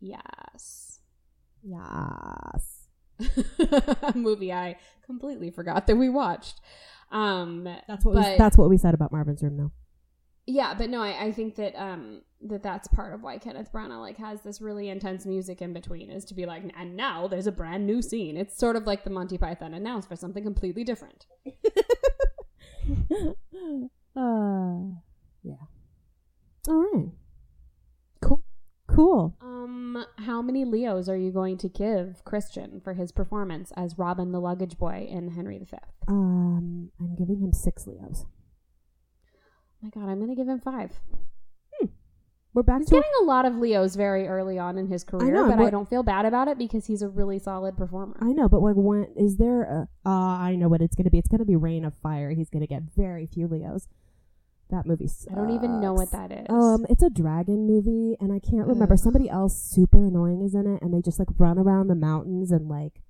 [SPEAKER 1] yes.
[SPEAKER 2] yes
[SPEAKER 1] a movie I completely forgot that we watched. Um,
[SPEAKER 2] that's what we,
[SPEAKER 1] But-
[SPEAKER 2] that's what we said about marvin's room now
[SPEAKER 1] yeah, but no, I, I think that um, that that's part of why Kenneth Branagh like has this really intense music in between is to be like, and now there's a brand new scene. It's sort of like the Monty Python announced for something completely different.
[SPEAKER 2] uh, yeah all right cool cool
[SPEAKER 1] Um, how many Leos are you going to give Christian for his performance as Robin the Luggage Boy in Henry V? Oh
[SPEAKER 2] Um, I'm giving him six Leos.
[SPEAKER 1] my God, I'm gonna give him five.
[SPEAKER 2] We're back
[SPEAKER 1] He's
[SPEAKER 2] to
[SPEAKER 1] getting a lot of Leos very early on in his career,
[SPEAKER 2] know, and
[SPEAKER 1] but I
[SPEAKER 2] what-
[SPEAKER 1] don't feel bad about it because he's a really solid performer.
[SPEAKER 2] I know, but like, when is there a? Ah, I know what it's gonna be. It's gonna be Rain of Fire. He's gonna get very few Leos. That movie.
[SPEAKER 1] I don't even know what
[SPEAKER 2] sucks.
[SPEAKER 1] that is.
[SPEAKER 2] Um, it's a dragon movie, and I can't remember.
[SPEAKER 1] Ugh.
[SPEAKER 2] Somebody else super annoying is in it, and they just like run around the mountains and like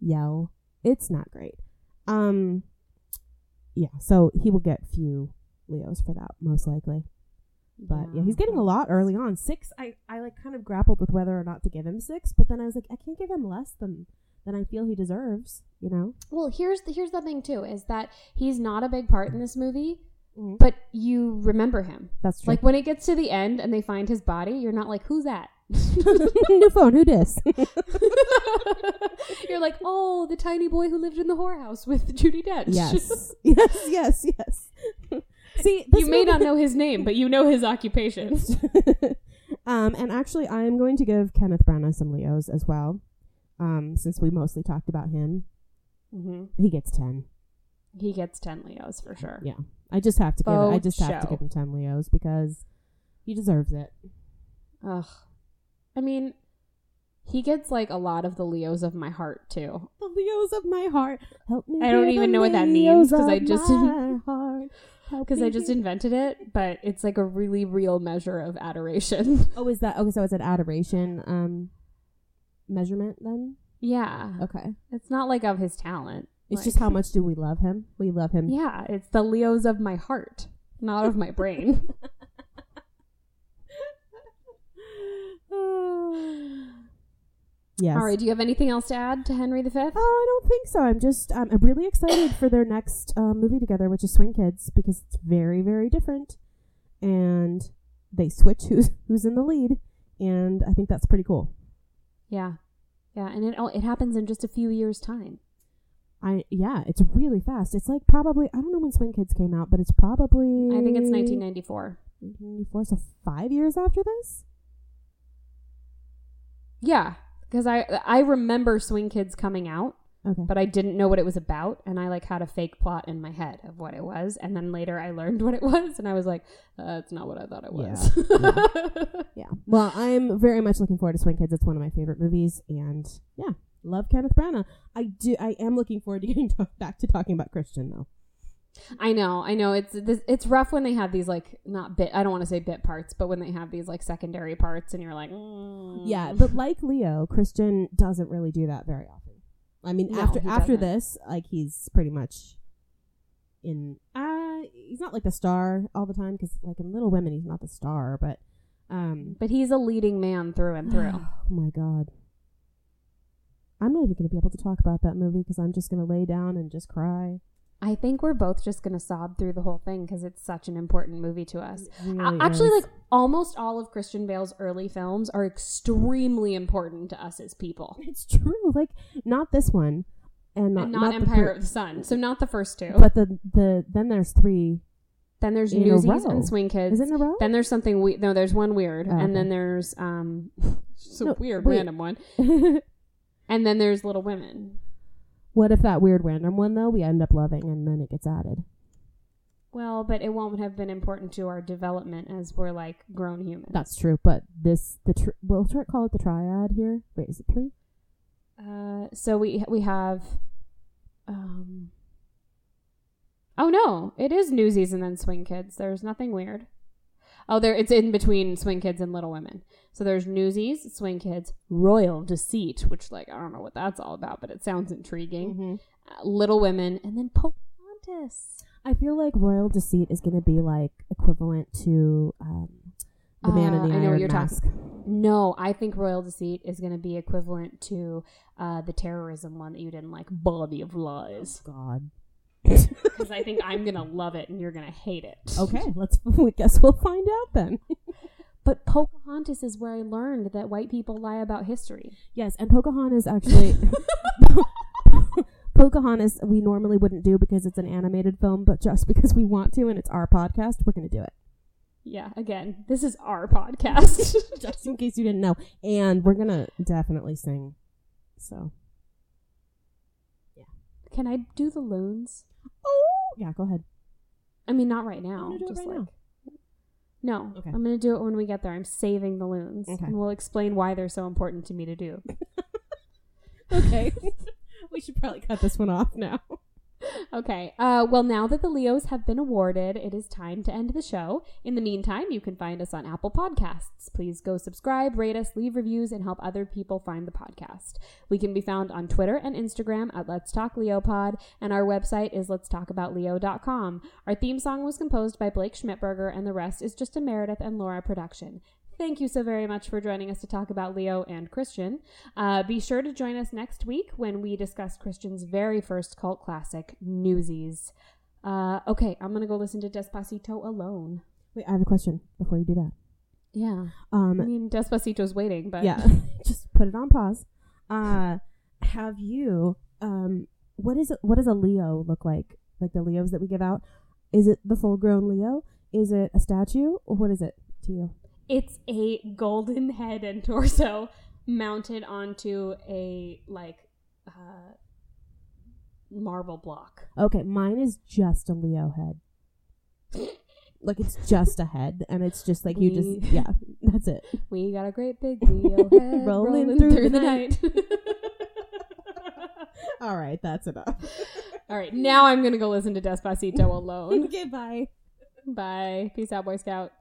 [SPEAKER 2] yell. It's not great. Um, yeah. So he will get few Leos for that, most likely. But yeah, he's getting a lot early on. Six, I, I like kind of grappled with whether or not to give him six, but then I was like, I can't give him less than than I feel he deserves. You know?
[SPEAKER 1] Well, here's the, here's the thing too is that he's not a big part in this movie,
[SPEAKER 2] Mhm.
[SPEAKER 1] but you remember him.
[SPEAKER 2] That's true.
[SPEAKER 1] Like when it gets to the end and they find his body, you're not like, "Who's that?"
[SPEAKER 2] New phone, who dis?
[SPEAKER 1] you're like, "Oh, the tiny boy who lived in the whorehouse with Judy Dench."
[SPEAKER 2] yes, yes, yes, yes. See, this
[SPEAKER 1] you may
[SPEAKER 2] movie-
[SPEAKER 1] not know his name, but you know his occupation.
[SPEAKER 2] um, and actually, I am going to give Kenneth Branagh some Leos as well, um, since we mostly talked about him.
[SPEAKER 1] hmm
[SPEAKER 2] He gets ten.
[SPEAKER 1] He gets ten Leos for sure.
[SPEAKER 2] Yeah, I just have to give. I
[SPEAKER 1] Faux
[SPEAKER 2] just have to
[SPEAKER 1] show.
[SPEAKER 2] give him ten Leos because he deserves it.
[SPEAKER 1] Ugh. I mean, he gets like a lot of the Leos of my heart too.
[SPEAKER 2] The Leos of my heart, help me.
[SPEAKER 1] I don't
[SPEAKER 2] hear
[SPEAKER 1] even
[SPEAKER 2] the
[SPEAKER 1] know what that means
[SPEAKER 2] Leos
[SPEAKER 1] 'cause I
[SPEAKER 2] of
[SPEAKER 1] just-
[SPEAKER 2] my heart. Help
[SPEAKER 1] Because
[SPEAKER 2] me
[SPEAKER 1] I just
[SPEAKER 2] hear-
[SPEAKER 1] invented it, but it's like a really real measure of adoration.
[SPEAKER 2] Oh, is that okay? So it's an adoration. Um, measurement then?
[SPEAKER 1] Yeah.
[SPEAKER 2] Okay.
[SPEAKER 1] It's not like of his talent.
[SPEAKER 2] It's
[SPEAKER 1] Like-
[SPEAKER 2] just how much do we love him? We love him.
[SPEAKER 1] Yeah, it's the Leos of my heart, not of my brain.
[SPEAKER 2] Yes.
[SPEAKER 1] All right, do you have anything else to add to Henry V?
[SPEAKER 2] Oh, I don't think so. I'm just um, I'm really excited for their next um, movie together, which is Swing Kids, because it's very very different, and they switch who's who's in the lead, and I think that's pretty cool.
[SPEAKER 1] Yeah. Yeah, and it all it happens in just a few years' time.
[SPEAKER 2] I yeah, it's really fast. It's like probably I don't know when Swing Kids came out, but it's probably
[SPEAKER 1] I think it's 1994.
[SPEAKER 2] 1994, so five years after this.
[SPEAKER 1] Yeah, because I I remember Swing Kids coming out,
[SPEAKER 2] Okay.
[SPEAKER 1] but I didn't know what it was about, and I like had a fake plot in my head of what it was, and then later I learned what it was, and I was like, that's not what I thought it was.
[SPEAKER 2] Yeah. Well, I'm very much looking forward to Swing Kids. It's one of my favorite movies, and yeah, love Kenneth Branagh. I do. I am looking forward to getting to- back to talking about Christian though.
[SPEAKER 1] I know, I know. It's this, it's rough when they have these like not bit. I don't want to say bit parts, but when they have these like secondary parts, and you're like, mm.
[SPEAKER 2] Yeah, but like Leo, Christian doesn't really do that very often. I mean,
[SPEAKER 1] No,
[SPEAKER 2] after
[SPEAKER 1] he
[SPEAKER 2] after
[SPEAKER 1] doesn't.
[SPEAKER 2] this, like he's pretty much in. Uh, he's not like the star all the time because, like in Little Women, he's not the star. But um,
[SPEAKER 1] But he's a leading man through and through.
[SPEAKER 2] Oh my god, I'm not even going to be able to talk about that movie because I'm just going to lay down and just cry.
[SPEAKER 1] I think we're both just gonna sob through the whole thing because it's such an important movie to us.
[SPEAKER 2] really
[SPEAKER 1] A- Actually,
[SPEAKER 2] is.
[SPEAKER 1] like almost all of Christian Bale's early films are extremely important to us as people,
[SPEAKER 2] It's true. Like not this one, and not,
[SPEAKER 1] and not,
[SPEAKER 2] the
[SPEAKER 1] Empire
[SPEAKER 2] fir-
[SPEAKER 1] of the Sun. So not the first two.
[SPEAKER 2] but the the then there's three.
[SPEAKER 1] then there's
[SPEAKER 2] in a
[SPEAKER 1] Newsies
[SPEAKER 2] row.
[SPEAKER 1] and Swing Kids.
[SPEAKER 2] Is it in a row?
[SPEAKER 1] Then there's something we no, there's one weird,
[SPEAKER 2] Oh, okay.
[SPEAKER 1] and then there's um, just a
[SPEAKER 2] No,
[SPEAKER 1] weird
[SPEAKER 2] wait.
[SPEAKER 1] random one, and then there's Little Women.
[SPEAKER 2] What if that weird random one though we end up loving and then it gets added?
[SPEAKER 1] Well, but it won't have been important to our development as we're like grown humans.
[SPEAKER 2] That's true, but this the tr- we'll try call it the triad here. Wait, is it three?
[SPEAKER 1] Uh, so we we have, um, oh no, it is Newsies and then Swing Kids. There's nothing weird. Oh, there it's in between Swing Kids and Little Women. So there's Newsies, Swing Kids, Royal Deceit, which like I don't know what that's all about, but it sounds intriguing. uh, Little Women, and then Pocahontas.
[SPEAKER 2] I feel like Royal Deceit is going to be like equivalent to um, the Man in
[SPEAKER 1] Uh,
[SPEAKER 2] the
[SPEAKER 1] I
[SPEAKER 2] Iron
[SPEAKER 1] know what you're talking-
[SPEAKER 2] Mask.
[SPEAKER 1] No, I think Royal Deceit is going to be equivalent to uh, the terrorism one that you didn't like, Body of Lies,
[SPEAKER 2] God.
[SPEAKER 1] because I think I'm going to love it and you're going to hate it.
[SPEAKER 2] Okay, let's. We guess we'll find out then.
[SPEAKER 1] But Pocahontas is where I learned that white people lie about history.
[SPEAKER 2] Yes, and Pocahontas actually. Pocahontas we normally wouldn't do because it's an animated film, but just because we want to and it's our podcast, we're going to do it.
[SPEAKER 1] Yeah, again, this is our podcast.
[SPEAKER 2] just in case you didn't know. And we're gonna definitely sing. So
[SPEAKER 1] Can I do the loons?
[SPEAKER 2] oh, yeah, go ahead.
[SPEAKER 1] I mean, not right now.
[SPEAKER 2] I'm gonna do it
[SPEAKER 1] just
[SPEAKER 2] right
[SPEAKER 1] like
[SPEAKER 2] now.
[SPEAKER 1] no,
[SPEAKER 2] Okay.
[SPEAKER 1] I'm going to do it when we get there. I'm saving the loons,
[SPEAKER 2] Okay.
[SPEAKER 1] and we'll explain why they're so important to me to do.
[SPEAKER 2] Okay. we should probably cut this one off now.
[SPEAKER 1] Okay. Uh, well, now that the Leos have been awarded, it is time to end the show. In the meantime, you can find us on Apple Podcasts. Please go subscribe, rate us, leave reviews, and help other people find the podcast. We can be found on Twitter and Instagram at Let's Talk Leopod, and our website is letstalkaboutleo.com. Our theme song was composed by Blake Schmidtberger, and the rest is just a Meredith and Laura production. Thank you so very much for joining us to talk about Leo and Christian. Uh, be sure to join us next week when we discuss Christian's very first cult classic, Newsies. Uh, okay, I'm going to go listen to Despacito alone.
[SPEAKER 2] Wait, I have a question before you do that.
[SPEAKER 1] Yeah. I
[SPEAKER 2] Um
[SPEAKER 1] mean, Despacito's waiting, but.
[SPEAKER 2] yeah. just put it on pause. Uh have you um what is it what does a Leo look like? Like the Leos that we give out? Is it the full grown Leo? Is it a statue? Or what is it to you?
[SPEAKER 1] It's a golden head and torso mounted onto a, like, uh, marble block.
[SPEAKER 2] Okay, mine is just a Leo head. like it's just a head, and it's just like you
[SPEAKER 1] We-
[SPEAKER 2] just yeah, that's it.
[SPEAKER 1] We got a great big Leo head rolling, through, the night.
[SPEAKER 2] All right, that's enough.
[SPEAKER 1] All right, now I'm going to go listen to Despacito alone.
[SPEAKER 2] Goodbye.
[SPEAKER 1] Bye. Peace out, Boy Scout.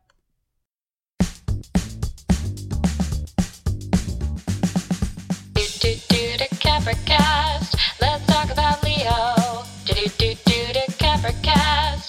[SPEAKER 3] Do Capricast. Let's talk about Leo. Do do do do to Capricast.